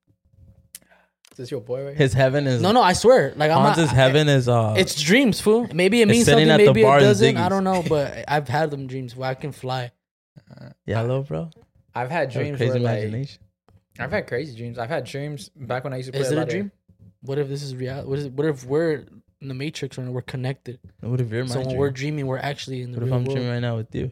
S2: Is this your boy right? here?
S1: His heaven is
S3: No, no, I swear. Like I'm
S1: Hans'
S3: not, I-
S1: heaven is uh.
S3: It's dreams, fool. Maybe it
S1: It's
S3: means
S1: sitting
S3: something.
S1: at the
S3: Maybe it
S1: bar in
S3: doesn't. I
S1: Ziggy's.
S3: don't know, but I've had them dreams where I can fly.
S1: yellow, bro.
S2: I've had
S1: That was
S2: dreams.
S1: crazy
S2: where, like,
S1: imagination.
S2: I've had crazy dreams. I've had dreams back when I used to play.
S3: Is it
S2: lot
S3: a
S2: of-
S3: dream? What if this is reality? What is? What if we're in the matrix and we're connected?
S1: What if you're my
S3: So when
S1: dream?
S3: we're dreaming, we're actually in the
S1: What
S3: real
S1: if I'm
S3: world.
S1: dreaming right now with you?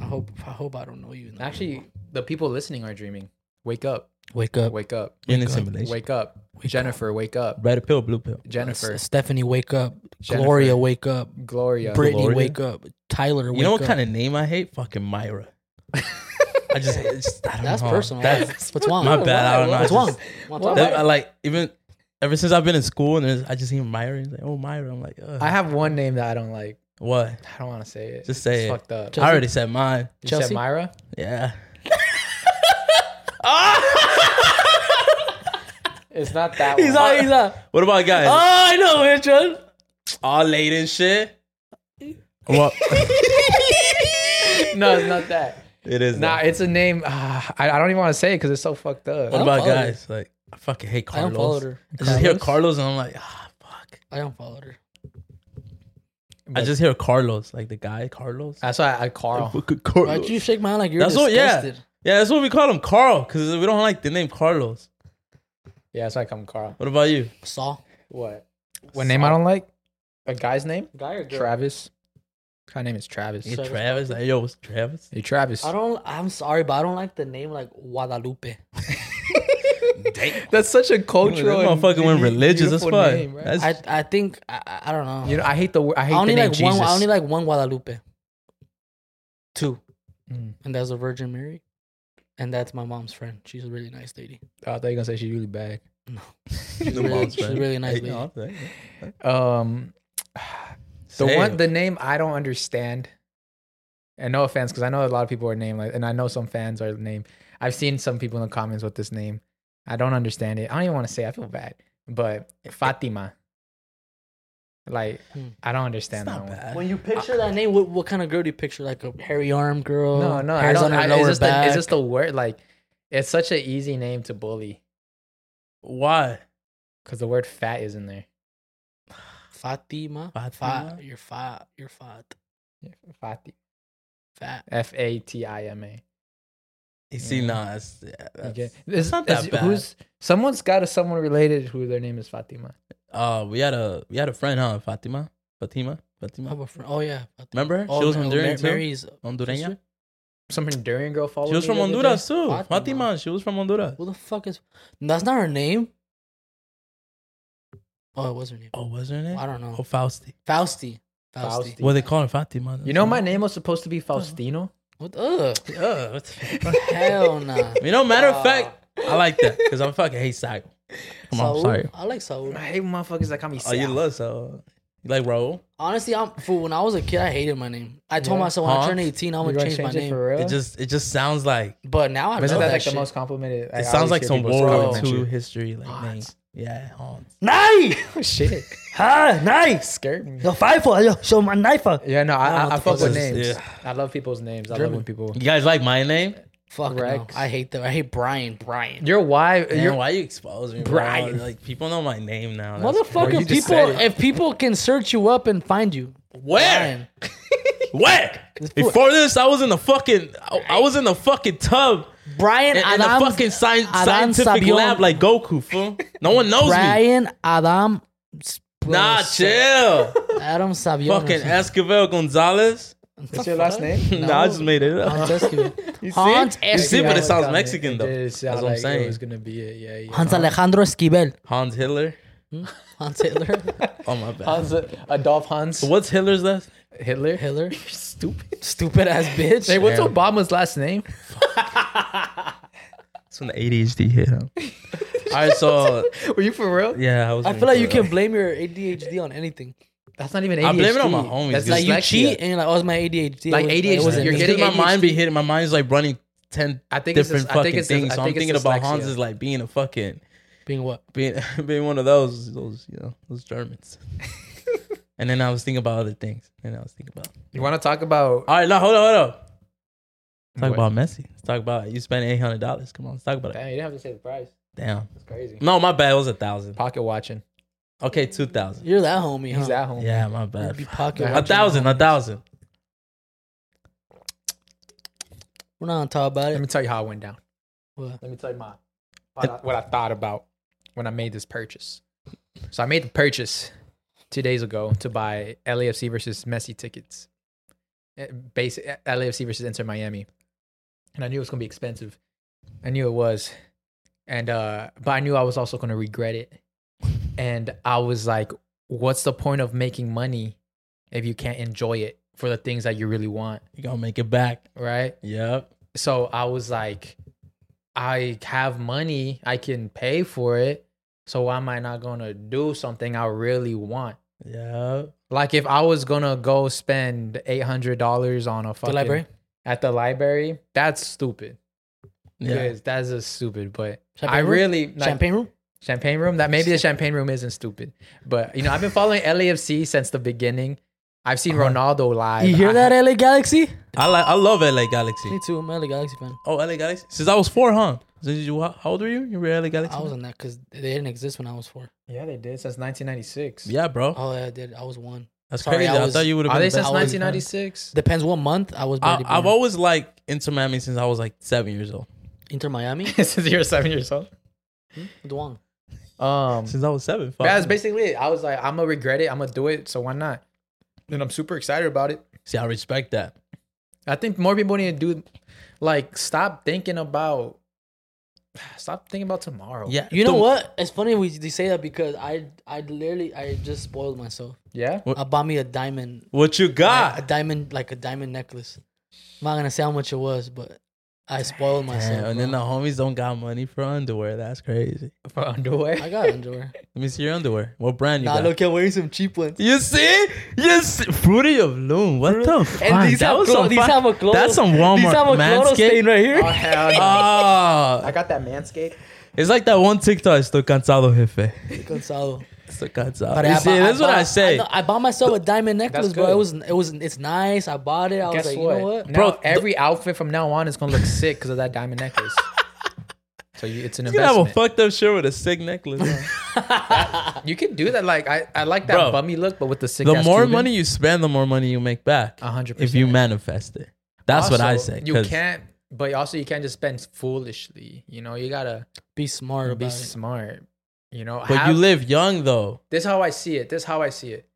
S3: I hope. I hope I don't know you. in the real
S2: Actually,
S3: world.
S2: the people listening are dreaming. Wake up!
S3: wake up,
S2: Wake up!
S1: In a
S3: up,
S1: simulation.
S2: Wake up! Jennifer, wake up!
S1: Red pill, blue pill.
S2: Jennifer,
S3: S- Stephanie, wake up.
S2: Jennifer.
S3: Gloria, wake up.
S2: Gloria,
S3: Brittany,
S1: Gloria?
S3: wake up. Tyler, wake
S1: You know what
S3: up.
S1: kind of name I hate? Fucking Myra. I just, it's just I don't
S3: That's
S1: know.
S3: personal.
S1: That's
S3: <laughs> That's what's wrong.
S1: my bad. I don't know. I just- <laughs>
S3: What's wrong? What's wrong?
S1: that- I like even ever since I've been in school and there's- I just hear Myra. And it's like, oh Myra. I'm like, Ugh.
S2: I have one name that I don't like.
S1: what?
S2: I don't want to say it.
S1: Just say
S2: it's
S1: it.
S2: fucked up.
S1: I already said mine.
S2: you said
S3: Chelsea?
S2: Myra.
S1: Yeah.
S2: It's not that
S3: He's
S2: one.
S3: all. He's all.
S1: What about guys?
S3: Oh, I know which one.
S1: All late and shit. <laughs> What?
S2: no, it's not that.
S1: it is.
S2: Nah,
S1: though.
S2: it's a name. ah, I, I don't even want to say it because it's so fucked up.
S1: What
S3: don't
S1: about
S3: follow her.
S1: guys? Like I fucking hate
S3: I
S1: Carlos.
S3: unfollowed her.
S1: <laughs> I just hear
S2: Carlos?
S1: Carlos and I'm like, ah, fuck.
S3: I unfollowed her.
S1: I just hear Carlos, like the guy Carlos.
S2: That's why I Carl.
S1: <laughs> Fucking Carlos.
S3: Why'd you shake my hand like you're
S1: That's what- yeah.
S3: disgusted?
S1: Yeah, that's what we call him, Carl, because we don't like the name Carlos.
S2: Yeah, that's why I call him Carl.
S1: What about you?
S3: Saw.
S2: What? What name I don't like? A guy's name? Guy or girl? Travis. My name is Travis.
S1: You Travis? Like, yo, what's
S2: <laughs>
S1: Travis?
S2: Hey Travis.
S1: <laughs>
S3: I don't. I'm sorry, but I don't like the name like Guadalupe.
S2: That's such a cultural.
S1: This
S2: and
S1: motherfucker went
S2: be-
S1: religious as
S2: beautiful
S1: fuck.
S2: name, right?
S1: That's-
S3: I I think I, I- I don't know.
S2: you know, I hate the word. I
S3: I,
S2: hate
S3: only
S2: the name
S3: like
S2: Jesus.
S3: one. I only like one Guadalupe. Two,
S2: Mm.
S3: and that's the Virgin Mary, and that's my mom's friend. She's a really nice
S2: <laughs>
S3: lady.
S2: Oh, I thought you were gonna say she's really bad.
S3: She's,
S1: The
S3: really,
S1: mom's
S3: she's a
S1: friend.
S3: really nice
S1: Hey,
S3: lady.
S1: no, I'm saying.
S2: Um, <sighs> the
S1: Say
S2: one
S1: it.
S2: the name I don't understand. And no offense, because I know a lot of people are named like, and I know some fans are named. I've seen some people in the comments with this name. I don't understand it. I don't even want to say. it. I feel bad, but Fatima. Like
S3: Hmm.
S2: I don't
S1: It's
S2: understand that
S1: not
S2: one.
S1: bad.
S3: When you picture that name, what, what kind of girl do you picture? Like a hairy arm girl?
S2: No, no, I
S3: hairs
S2: don't.
S3: on her
S2: I, it's,
S3: lower
S2: just the,
S3: back.
S2: it's just the word. Like it's such an easy name to bully
S1: Why?
S2: because the word "fat" is in there.
S3: Fatima.
S1: Fatima?
S3: Fat. You're fat. You're fat.
S2: Fati.
S3: Fat.
S2: F A T I M A.
S1: You see,
S2: Yeah.
S1: nah, it's, yeah, that's,
S2: Okay.
S1: it's not that bad.
S2: Who's someone's got a someone related who their name is Fatima.
S1: uh, we had a we had a friend, huh? Fatima, Fatima,
S3: I have
S1: Fatima.
S3: a friend. Oh yeah. Fatima.
S1: Remember her?
S3: Oh,
S1: she was
S3: Ma-
S1: Honduran
S3: Ma-
S1: too.
S3: Mary's.
S1: Hondureña.
S2: Some Honduran girl followed.
S1: She was
S2: me
S1: from
S2: the other
S1: Honduras
S2: day.
S1: too.
S3: Fatima.
S1: Fatima. She was from Honduras.
S3: Who the fuck is? That's not her name. Oh, it was her name.
S1: Oh, was her name?
S3: I don't know.
S1: Oh, Fausti.
S3: Fausti. Fausti.
S2: Fausti.
S1: Well, they call her Fatima.
S2: You know my name was supposed to be Faustino.
S3: What? Ugh.
S1: Uh, what the
S2: <laughs>
S3: Hell nah.
S1: you know, matter
S3: Ah.
S1: of fact, I like that because I'm fucking hate Sago. Come on,
S3: Saul.
S1: sorry.
S3: I like Saul.
S2: I hate motherfuckers that call me.
S1: Oh, you love so. You like Raul?
S3: Honestly, I'm fool. When I was a kid, I hated my name. I told
S2: Yeah.
S3: myself when I
S1: Hans?
S3: turn 18, I'm gonna change, my name.
S2: for real.
S1: It just it just sounds like
S3: But now I
S2: Isn't
S3: love
S2: that,
S3: that,
S2: like
S3: shit.
S2: the most complimented?
S1: it sounds like some World War II
S2: too.
S1: history like name.
S2: Hans.
S1: Yeah, Hans.
S3: Nay,
S2: <laughs> Shit, Ah,
S3: ha, nay.
S2: scared me.
S3: Yo, five for yo, show my knife.
S2: Yeah, no, I, I, I fuck with
S1: This is-
S2: names.
S1: yeah.
S2: I love people's names. I love
S3: German.
S2: when people.
S1: You guys like my name?
S3: Fuck no.
S2: Rex.
S3: I hate that. I hate Brian. Brian.
S2: Your wife.
S1: Damn,
S2: Your
S1: why you expose me, bro?
S2: Brian.
S1: Like people know my name now. That's
S2: Well,
S3: Motherfucker,
S2: you just said
S3: people. If people can search you up and find you,
S1: Where?
S3: Brian.
S1: Where? Before this, I was in the fucking, I, I was in the fucking tub
S3: Brian
S1: in, in the
S3: Adam.
S1: fucking sci-
S3: Adam
S1: scientific
S3: Sabion.
S1: lab like Goku. Fool. No one knows me.
S3: Brian Adam.
S1: Nah, chill.
S3: Adam Sabion. or
S1: fucking
S3: something.
S1: Esquivel
S2: <laughs>
S1: Gonzalez.
S2: That's your last name.
S1: Nah, I just made it <laughs> up.
S3: Hans Esquivel.
S2: You
S3: Hans
S1: You
S3: Esquivel.
S1: see, but it
S2: Yeah,
S1: sounds
S2: got
S1: Mexican, though.
S2: did sound
S1: That's what I'm
S2: like
S1: saying.
S2: It was gonna be it. Yeah, yeah.
S3: Hans Alejandro Esquivel.
S1: Hans Hitler.
S3: Hans Hitler.
S1: Oh my bad.
S2: Hans Adolf Hans.
S1: What's Hitler's last? name?
S2: Hitler.
S3: Hitler.
S2: You're <laughs> stupid.
S3: Stupid ass bitch.
S2: Hey, what's Obama's last name?
S1: That's when the ADHD hit
S2: <laughs>
S1: him. All right, so
S2: <laughs> Were you for real?
S1: yeah, I was.
S3: I feel like you can blame your ADHD on anything.
S2: That's not even ADHD.
S1: I blame it on my homies,
S2: That's
S1: dude.
S3: Like you
S2: dyslexia.
S3: cheat and you're like, oh, it's my ADHD.
S2: Like
S3: It was- it
S2: ADHD,
S3: wasn't
S2: you're
S3: me.
S1: Because
S2: getting
S1: my mind be
S2: ADHD.
S1: hitting. My mind's like running ten
S2: I think it's
S1: different
S2: just- I think
S1: fucking
S2: it's just-
S1: things.
S2: I
S1: so I'm
S2: think it's
S1: thinking about Hans
S2: dyslexia.
S1: is like being a fucking
S3: being what?
S1: being <laughs> being one of those those you know those
S2: <laughs>
S1: Germans. and then I was thinking about other things. And I was thinking about.
S2: You want to talk about?
S1: All right, now hold on, hold on. Let's talk
S2: What?
S1: about Messi. Let's talk about you spent eight hundred dollars. Come on, let's talk about it.
S2: Damn, you didn't have to say the price.
S1: Damn.
S2: That's crazy.
S1: No, my bad. It was a thousand.
S2: Pocket watching.
S1: Okay, two thousand.
S3: You're that homie, huh?
S2: He's at home.
S1: Oh, Yeah, my
S3: You'd
S1: bad.
S3: be pocket
S1: A
S3: watching
S1: thousand,
S3: the
S1: a
S3: homies.
S1: thousand.
S3: We're not on top about
S2: Let
S3: it.
S2: me tell you how it went down.
S3: What?
S2: Let me tell you my what I, what I thought about when I made this purchase. So I made the purchase two days ago to buy LAFC versus Messi tickets. Eh, Basic eh, LAFC versus Inter Miami, and I knew it was gonna be expensive. I knew it was, and uh, but I knew I was also gonna regret it. And I was like, "What's the point of making money if you can't enjoy it for the things that you really want?"
S1: You gonna make it back?
S2: Right?
S1: Yep.
S2: so I was like, I have money, I can pay for it. So why am I not gonna do something I really want?
S1: Yep.
S2: Like if I was gonna go spend eight hundred dollars on a fucking
S3: library?
S2: at the library, that's stupid.
S1: Yeah.
S2: Yes, that's just stupid. But
S3: Champagne
S2: I
S3: room?
S2: really like,
S3: Champagne room?
S2: champagne room. That maybe the champagne room isn't stupid. But you know, I've been following LAFC since the beginning. I've seen Ronaldo live.
S3: Uh-huh. You hear
S2: I-
S3: that, eh? LA Galaxy?
S1: I like. I love LA Galaxy.
S3: Me too. I'm an LA Galaxy fan.
S1: Oh, LA Galaxy. Since I was four, huh? Since you, how old were you? You were LA Galaxy.
S3: I was on that because they didn't exist when I was four.
S2: Yeah, they did since 1996.
S1: Yeah, bro.
S3: Oh, yeah, I did. I was one.
S1: That's
S3: sorry,
S1: crazy.
S3: I
S1: I,
S3: was-
S1: thought you would have
S2: Are
S1: been.
S2: they
S1: the
S2: since
S1: best.
S3: I was-
S2: 1996?
S3: uh, Depends what month I was.
S1: I,
S3: barely
S1: I've
S3: born.
S1: always liked Inter Miami since I was like seven years old.
S3: Inter
S2: <laughs>
S3: Miami.
S2: since you were seven years old. Hmm?
S3: Duang.
S2: Um,
S1: Since I was seven. fuck.
S2: that's basically it. I was like, I'm gonna regret it. I'm gonna do it. So why not? And I'm super excited about it.
S1: See, I respect that.
S2: I think more people need to do, like, stop thinking about, <sighs> stop thinking about tomorrow.
S1: Yeah.
S3: You know
S1: the-
S3: what? It's funny we they say that because I I literally I just spoiled myself.
S2: yeah. <laughs>
S1: What-
S3: I bought me a diamond,
S1: What you
S3: a,
S1: got?
S3: diamond like a diamond necklace. I'm not gonna say how much it was, but I spoiled myself.
S1: Damn, and then the
S3: bro.
S1: homies don't got money for underwear. That's crazy.
S2: For underwear.
S3: <laughs> I got underwear.
S1: Let me see your underwear. What brand <laughs> you
S3: nah,
S1: got?
S3: look at wearing some cheap ones.
S1: You see? You see? Fruity of Loom. What the fuck?
S3: And these have, clo-
S1: some
S3: these
S1: fi-
S3: have a clothes.
S1: That's some
S3: These have a
S1: Walmart
S3: clothes stain
S1: manscape.
S3: right here.
S2: Oh hell no! I
S1: Ah,
S2: got that manscape.
S1: it's like that one TikTok. Estoy cansado, jefe.
S3: Gonzalo.
S1: Estoy cansado.
S3: But
S1: you
S3: I
S1: see,
S3: bought-
S1: that's what
S3: bought-
S1: I say.
S3: know- I, bought myself a diamond necklace, bro.
S2: good.
S3: It was it was it's nice. I bought it. I
S2: Guess
S3: was like,
S2: what?
S3: you know what?
S2: Bro,
S1: Bro, th-
S2: every outfit from now on is gonna look sick because of that
S1: <laughs>
S2: diamond necklace. so you, it's an
S1: You gonna have a
S2: investment.
S1: fucked up shirt with a sick
S3: <laughs>
S1: necklace. huh? <laughs>
S2: you can do that. Like I, I like that
S1: Bro,
S2: bummy look, but with the sick.
S1: the
S2: ass
S1: more
S2: Cuban.
S1: money you spend, the more money you make back.
S2: A hundred
S1: If you
S2: percent.
S1: manifest it, that's what I
S2: Also,
S1: say.
S2: You
S1: 'cause
S2: can't, but also you can't just spend foolishly. You know, you gotta
S3: Be smart
S2: be
S3: about it.
S2: smart. You know,
S1: But you
S2: have-
S1: live young though.
S2: This is how I see it. This is how I see it.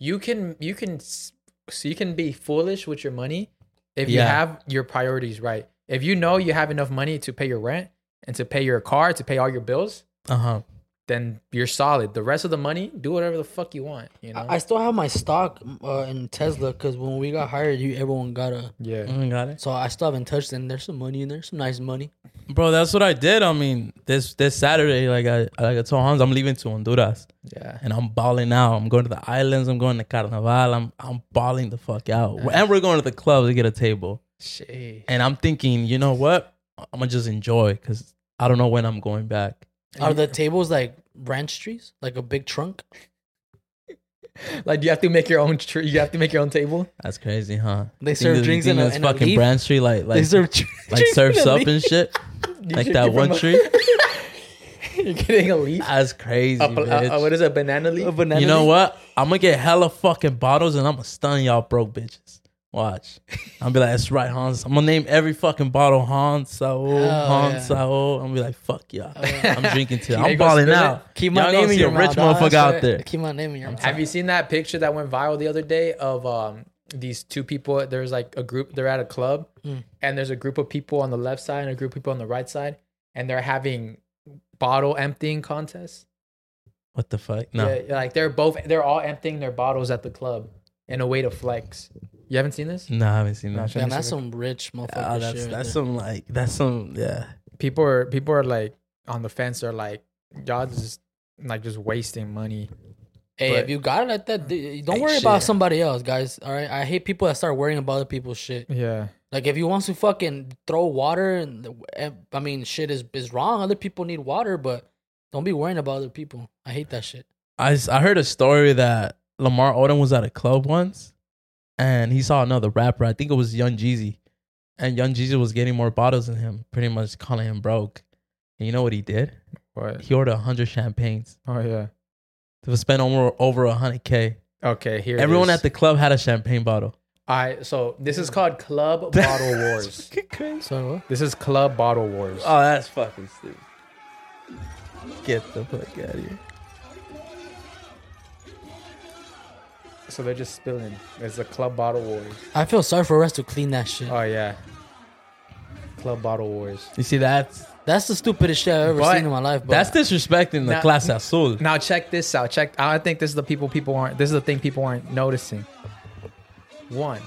S2: You can, you can, s- so you can be foolish with your money if you
S1: Yeah.
S2: have your priorities right. If you know you have enough money to pay your rent and to pay your car, to pay all your bills,
S1: Uh huh.
S2: then you're solid. The rest of the money, do whatever the fuck you want. You know.
S3: I I still have my stock uh, in Tesla because when we got hired, you everyone got a.
S2: yeah.
S1: got it,
S3: So I still haven't touched them. There's some money in there, some nice money.
S1: bro. That's what I did. I mean, this this Saturday, like I like I told Hans, I'm leaving to Honduras.
S2: Yeah.
S1: and I'm balling out. I'm going to the islands. I'm going to Carnaval. I'm I'm balling the fuck out.
S3: Ah.
S1: And we're going to the club to get a table.
S2: Shit.
S1: And I'm thinking, you know what? I'm gonna just enjoy because I don't know when I'm going back.
S3: Are the tables like branch trees, like a big trunk?
S2: Like you have to make your own tree. You have to make your
S1: <laughs>
S2: own table.
S1: That's crazy, huh?
S3: They
S1: You
S3: serve
S1: you
S3: drinks
S1: think
S3: in a-
S1: it's
S3: in a
S1: fucking
S3: leaf?
S1: Brand Street, like
S3: <laughs> They
S1: like
S3: serve tr-
S1: <laughs> like
S3: drinks in
S1: surfs
S3: a
S1: up
S3: leaf. <laughs>
S1: and shit,
S2: You
S1: like
S2: should
S1: that
S2: give
S1: one
S2: him a-
S1: tree.
S2: You're getting a leaf.
S3: <laughs>
S1: That's crazy,
S2: A pla- a-
S1: bitch.
S2: a- what is it? Banana leaf.
S3: A
S1: <laughs>
S3: banana
S1: you know
S3: leaf?
S1: what? I'm gonna get hella fucking bottles and I'm gonna stun y'all broke bitches.
S3: <laughs>
S1: Watch. I'm be like, that's right, Hans. I'm gonna name every fucking bottle Hans Saul,
S3: Hell
S1: Hans
S3: yeah.
S1: Saul. I'm gonna be like, fuck
S3: <laughs>
S1: y'all.
S3: yeah.
S1: I'm drinking till
S2: Yeah,
S1: I'm
S2: <laughs> you gonna
S1: balling
S2: spill it?
S1: out.
S3: Keep
S1: Y'all
S3: my
S1: gonna
S3: name in
S1: see
S3: your
S1: a rich
S3: mouth, dog.
S1: motherfucker
S3: That's
S1: out
S3: right.
S1: there.
S3: Keep my name in your mouth.
S2: Have you seen that picture that went viral the other day of um these two people? There's like a group. They're at a club,
S3: Mm.
S2: and there's a group of people on the left side and a group of people on the right side, and they're having bottle emptying contests.
S1: What the fuck? No.
S2: Yeah, like they're both. They're all emptying their bottles at the club. and a way to flex. You haven't seen this?
S1: No, I haven't seen that.
S3: Damn, that's some rich motherfucker
S1: Ah, that's
S3: shit.
S1: that's
S3: some.
S1: some like that's some yeah.
S2: people are people are like on the fence. Are like y'all just like just wasting money.
S3: Hey,
S2: but-
S3: if you got it
S1: <laughs>
S3: like that, d- don't
S2: Hey,
S3: worry about
S2: shit.
S3: somebody else, guys. All right, I hate people that start worrying about other people's shit.
S2: Yeah,
S3: Like if you want to fucking throw water and eh, I mean shit is is wrong. Other people need water, but don't be worrying about other people. I hate that shit.
S1: I s- I heard a story that Lamar Odom was at a club once, and he saw another rapper. I think it was Young Jeezy, and Young Jeezy was getting more bottles than him, pretty much calling him broke. And you know what he did?
S2: what?
S1: He ordered hundred champagnes.
S2: Oh yeah.
S1: It was spent over over hundred k.
S2: Okay, here.
S1: Everyone
S2: it is.
S1: at the club had a champagne bottle.
S2: All right, so this is called
S1: <laughs>
S2: Club Bottle Wars.
S3: So what?
S2: This is Club Bottle Wars.
S1: Oh, that's fucking stupid. Get the fuck out of here.
S2: so they're just spilling. It's a Club Bottle Wars.
S3: I feel sorry for us to clean that shit.
S2: Oh yeah. Club Bottle Wars.
S1: You see, that's
S3: That's the stupidest shit I've ever
S2: But
S3: seen in my life. Bro.
S1: that's disrespecting the
S2: Now-
S1: class
S2: <laughs>
S1: azul.
S2: Now check this out. Check. I think this is the people people aren't. This is the thing people aren't noticing. One,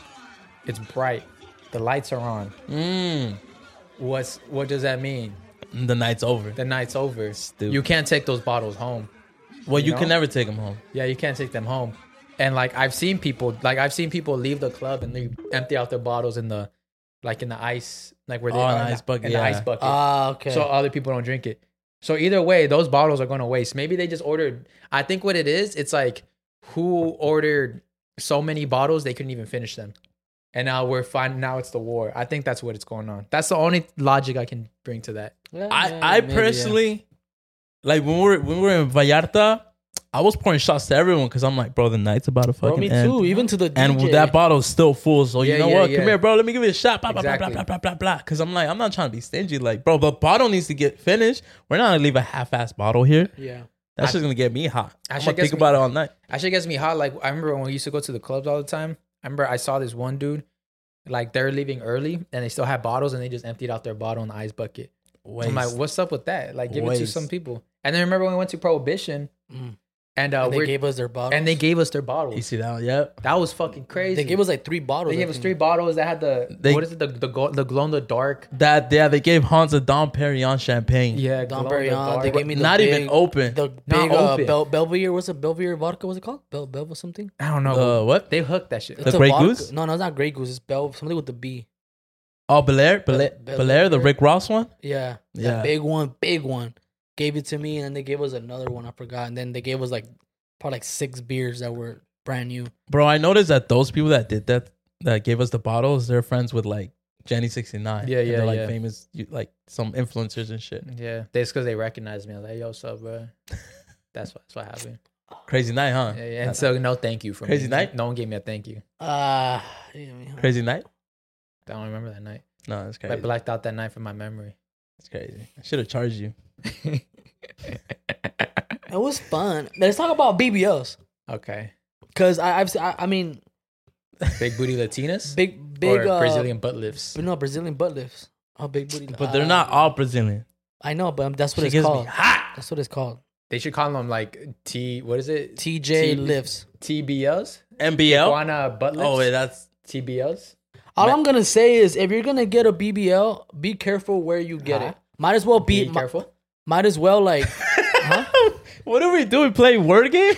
S2: it's bright. The lights are on.
S1: Mm,
S2: What's what does that mean?
S1: the night's over.
S2: The night's over.
S1: Stupid.
S2: You can't take those bottles home.
S1: Well, you,
S2: know?
S1: can never take him home.
S2: Yeah, you can't take them home. And like I've seen people, like I've seen people leave the club and leave, empty out their bottles in the, like in the ice, like where they
S1: Oh,
S2: are
S1: in the ice bucket,
S2: in
S1: yeah.
S2: the ice bucket.
S3: ah okay.
S2: so other people don't drink it. So either way, those bottles are going to waste. Maybe they just ordered. I think what it is, it's like who ordered so many bottles they couldn't even finish them, and now we're fine. Now it's the war. I think that's what it's going on. That's the only logic I can bring to that.
S3: Yeah,
S1: I,
S3: yeah,
S1: I
S3: maybe, yeah.
S1: personally, like when we were when we were in Vallarta, I was pouring shots to everyone because I'm like, bro, the night's about to
S3: Bro,
S1: fucking
S3: me
S1: end.
S3: too. Even to the DJ.
S1: And that bottle's still full, so
S2: Yeah,
S1: you know
S2: yeah,
S1: what?
S2: yeah.
S1: Come here, bro. Let me give it a shot. Blah blah
S2: Exactly.
S1: blah blah blah blah blah. Because I'm like, I'm not trying to be stingy. Like, bro, the bottle needs to get finished. We're not gonna leave a half-ass bottle here.
S3: yeah.
S1: That's just gonna get me hot.
S2: I
S1: I'm
S2: should
S1: gonna
S2: guess
S1: think
S2: me-
S1: about it all night.
S2: Actually, it gets me hot. Like I remember when we used to go to the clubs all the time. I remember I saw this one dude, like they're leaving early and they still had bottles and they just emptied out their bottle in the ice bucket. I'm like,
S1: Waste.
S2: what's up with that? Like, give it to
S1: Waste.
S2: some people. And then remember when we went to Prohibition,
S3: Mm.
S2: and uh,
S3: And they
S2: we're,
S3: gave us their bottles.
S2: and they gave us their
S1: You
S2: bottles.
S1: see that? Yep.
S2: That was fucking crazy.
S3: They gave us like three bottles.
S2: They gave
S3: I
S2: us three
S3: think.
S2: bottles that had the
S1: They-
S2: what is it the the, go- the glow in the dark.
S1: That yeah, they gave Hans a Dom Perignon champagne.
S2: Yeah,
S3: Dom Perignon. They gave me the
S1: Not
S3: big,
S1: even open.
S3: The
S2: Not
S3: big uh,
S2: open.
S3: Bel- Belvedere. What's it? Belvedere vodka? What's it called? Bel Belvedere something.
S2: I don't know.
S1: Uh, what?
S2: They hooked that shit.
S1: The Grey
S3: vodka-
S1: Goose?
S3: No, no, it's not Grey Goose. It's Bel something with the B.
S1: Oh, Belair, Belair,
S3: Bel-
S1: Belair, the
S3: Belair.
S1: Rick Ross one.
S3: Yeah,
S1: Yeah.
S3: that big one, big one. Gave it to me, and then they gave us another one. I forgot, and then they gave us like probably like six beers that were brand new.
S1: Bro, I noticed that those people that did that, that gave us the bottles, they're friends with like Jenny sixty nine.
S2: Yeah, yeah,
S1: They're like
S2: yeah.
S1: famous, you- like some influencers and shit.
S2: Yeah, they, it's because they recognized me. I was like, yo, what's up,
S3: <laughs>
S2: bro? That's what that's what happened.
S1: Crazy night, <laughs> huh?
S2: Yeah, yeah. And so no thank you for
S1: Crazy
S2: me.
S1: night?
S2: No one gave me a thank you.
S3: Ah,
S1: Crazy night.
S2: I don't remember that night.
S1: No, it's
S2: I
S1: crazy.
S2: blacked out that night from my memory.
S1: It's crazy. I should have charged
S3: <laughs>
S1: you.
S3: it was fun. Let's talk about BBLs,
S2: okay.
S1: <laughs>
S3: cause I, I've, se- I, I mean,
S2: Big booty Latinas?
S3: big, big,
S2: or
S3: uh,
S2: Brazilian butt lifts.
S3: No, Brazilian butt lifts. Oh, big booty.
S1: But they're
S3: uh,
S1: not all Brazilian.
S3: I know, but that's what
S1: She
S3: it's
S1: gives me
S3: called. That's what it's called.
S2: They should call them like T what is it? T-
S3: TJ
S2: T-
S3: lifts.
S2: TBLs?
S1: MBL.
S2: Tijuana butt lifts?
S1: Oh wait,
S3: <laughs>
S1: that's
S2: TBLs?
S3: All
S2: Ma-
S3: I'm gonna say is, if you're gonna get a BBL, be careful where you get
S2: Uh-huh.
S3: it. Might as well
S2: Be,
S3: be. mi-
S2: careful.
S3: might as well like. <laughs>
S1: what are we doing? Playing word game?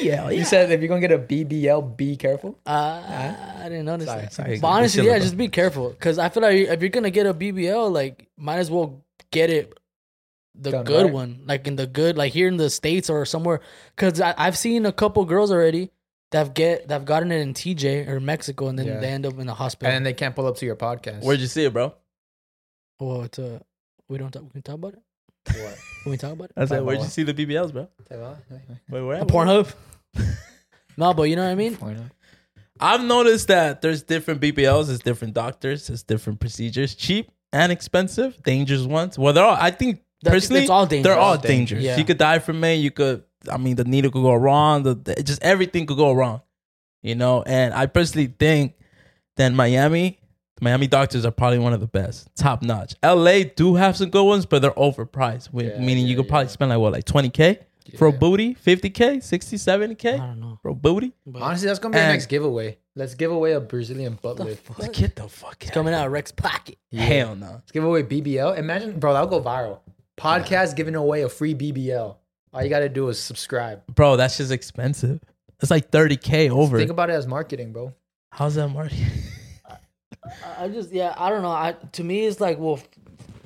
S1: BL.
S2: You said if you're gonna get a BBL, be careful.
S3: Uh, I didn't notice
S2: Sorry,
S3: that.
S1: sorry.
S3: But honestly, yeah,
S1: Syllable.
S3: just be careful because I feel like if you're gonna get a BBL, like might as well get it the
S2: Done
S3: good
S2: right.
S3: one, like in the good, like here in the states or somewhere. Because I've seen a couple girls already that've get that've gotten it in TJ or Mexico, and then
S2: Yeah.
S3: they end up in the
S2: And
S3: hospital.
S2: then they can't pull up to your podcast.
S1: Where'd you see it, bro?
S3: well, Oh, it's a we don't talk, we can talk about it.
S2: What?
S3: Can we talk about it?
S1: I said, where'd you see the BBLs, bro? Wait, where?
S2: <laughs>
S3: A Pornhub. no, but you know what I mean.
S1: I've noticed that there's different BBLs, there's different doctors, there's different procedures, cheap and expensive, dangerous ones. Well, they're all. I think
S3: That-
S1: personally,
S3: it's all dangerous.
S1: They're all
S2: All dangerous.
S1: dangerous.
S3: Yeah.
S1: You could die from it. You could. I mean, the needle could go wrong. The, the- just everything could go wrong. You know, and I personally think that Miami, the Miami doctors are probably one of the best, top notch. LA do have some good ones, but they're overpriced. with-
S2: Yeah,
S1: meaning
S2: yeah,
S1: you could
S2: yeah.
S1: probably spend like what, like twenty k Bro
S2: Yeah.
S1: booty, 50K, 60, 70K.
S3: don't know.
S1: Bro booty.
S3: But
S2: Honestly, that's gonna be our
S1: And-
S2: next giveaway. Let's give away a Brazilian butt
S3: the
S2: lift.
S3: fuck?
S1: Let's get the fuck
S3: It's
S1: out.
S3: coming out of Rex pocket.
S2: Yeah.
S1: Hell no.
S2: Let's give away BBL. Imagine, bro, that'll go viral. Podcast giving away a free BBL. All you gotta do is subscribe.
S1: Bro, that's just expensive. It's like 30K over.
S2: Think about it as marketing, bro.
S1: How's that market?
S3: I- I just yeah, I don't know. I to me it's like well, f-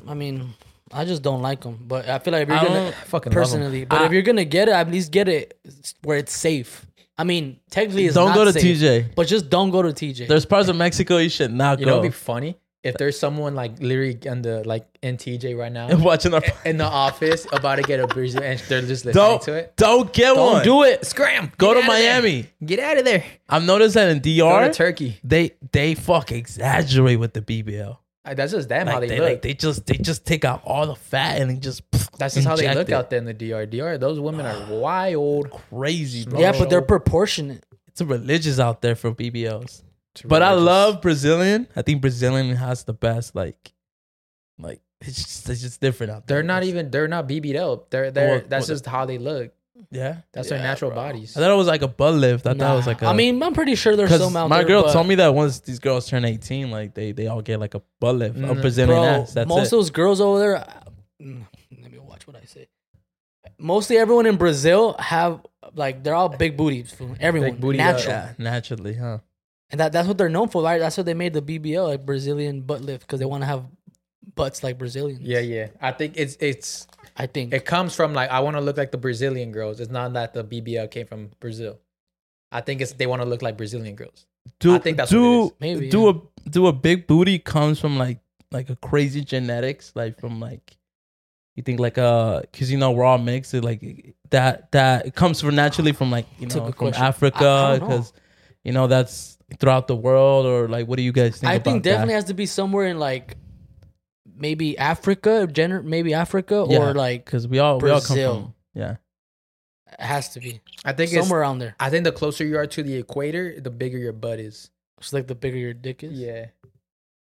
S3: I mean, I just don't like them. But I feel like if you're
S1: I
S3: gonna
S1: don't
S2: fucking love 'em.
S3: personally, but
S1: I-
S3: if you're gonna get it, at least get it where it's safe. I mean, technically, it's
S1: Don't
S3: not
S1: go to
S3: safe,
S1: TJ.
S3: but just don't go to TJ.
S1: There's parts of Mexico you should not
S2: You know,
S1: go. <laughs>
S2: it'd be funny if there's someone like literally in the like in TJ right now
S1: <laughs> Watching
S2: <laughs>
S1: our
S2: in the office about to get a Brazil and they're just listening
S1: don't
S2: to it.
S1: don't get
S2: Don't
S1: one.
S2: do it. Scram.
S1: Go to
S2: Get outta there.
S1: Miami.
S2: Get out of there.
S1: I've noticed that in
S2: Go to
S1: DR,
S2: Turkey.
S1: they they fuck exaggerate with the BBL.
S2: Uh, That's just them how
S1: Like
S2: they,
S1: they,
S2: look.
S1: like they just they just take out all the fat and they just
S2: That's just how they
S1: inject
S2: look
S1: it.
S2: out there in the DR. DR, those women are
S1: <sighs>
S2: wild.
S1: Crazy, bro.
S3: yeah, but they're proportionate.
S1: it's religious out there for BBLs. But I love Brazilian. I think Brazilian has the best like, like it's just, it's just different out there.
S2: They're not
S1: It's-
S2: even. They're not BB'd up. They're. They're.
S1: Well,
S2: that's
S1: well,
S2: just how they look.
S1: yeah.
S2: That's their natural bodies.
S1: I thought it was like a butt lift. I thought it was
S3: Nah.
S1: like a.
S3: I mean, I'm pretty sure there's
S1: because
S3: some out
S1: my
S3: there.
S1: girl
S3: but,
S1: told me that once these girls turn eighteen, like they they all get like a butt lift, a
S2: Mm,
S1: Brazilian
S3: bro,
S1: ass. That's
S3: most
S1: it.
S3: of those girls over there. uh, mm, Let me watch what I say. Mostly everyone in Brazil have like they're all big booties. fool. Everyone
S2: booty, yeah.
S3: natural.
S1: yeah, naturally, huh?
S3: And that, that's what they're known for, right? That's what they made the BBL, like Brazilian butt lift, because they want to have butts like Brazilians.
S2: Yeah, yeah. I think it's it's
S3: I think.
S2: it comes from like I want to look like the Brazilian girls. It's not that the BBL came from Brazil. I think it's they want to look like Brazilian girls.
S1: Do,
S2: I think that's
S1: do
S2: what it is.
S3: Maybe,
S1: do
S3: yeah.
S1: a do a big booty comes from like like a crazy genetics, like from like you think like uh because you know we're all mixed. It, like that that it comes from naturally from like you
S3: It's a
S1: know
S3: good
S1: from
S3: question. I- I
S1: Africa
S3: don't know.
S1: because you know that's throughout the world or like what do you guys think?
S3: I
S1: about
S3: think definitely
S1: that?
S3: has to be somewhere in like maybe Africa, gener- maybe Africa,
S1: Yeah.
S3: or like
S1: because we all we all come
S3: Brazil.
S1: from yeah.
S3: it has to be
S2: I think it's,
S3: somewhere around there.
S2: I think the closer you are to the equator, the bigger your butt is.
S3: It's like the bigger your dick is.
S2: Yeah,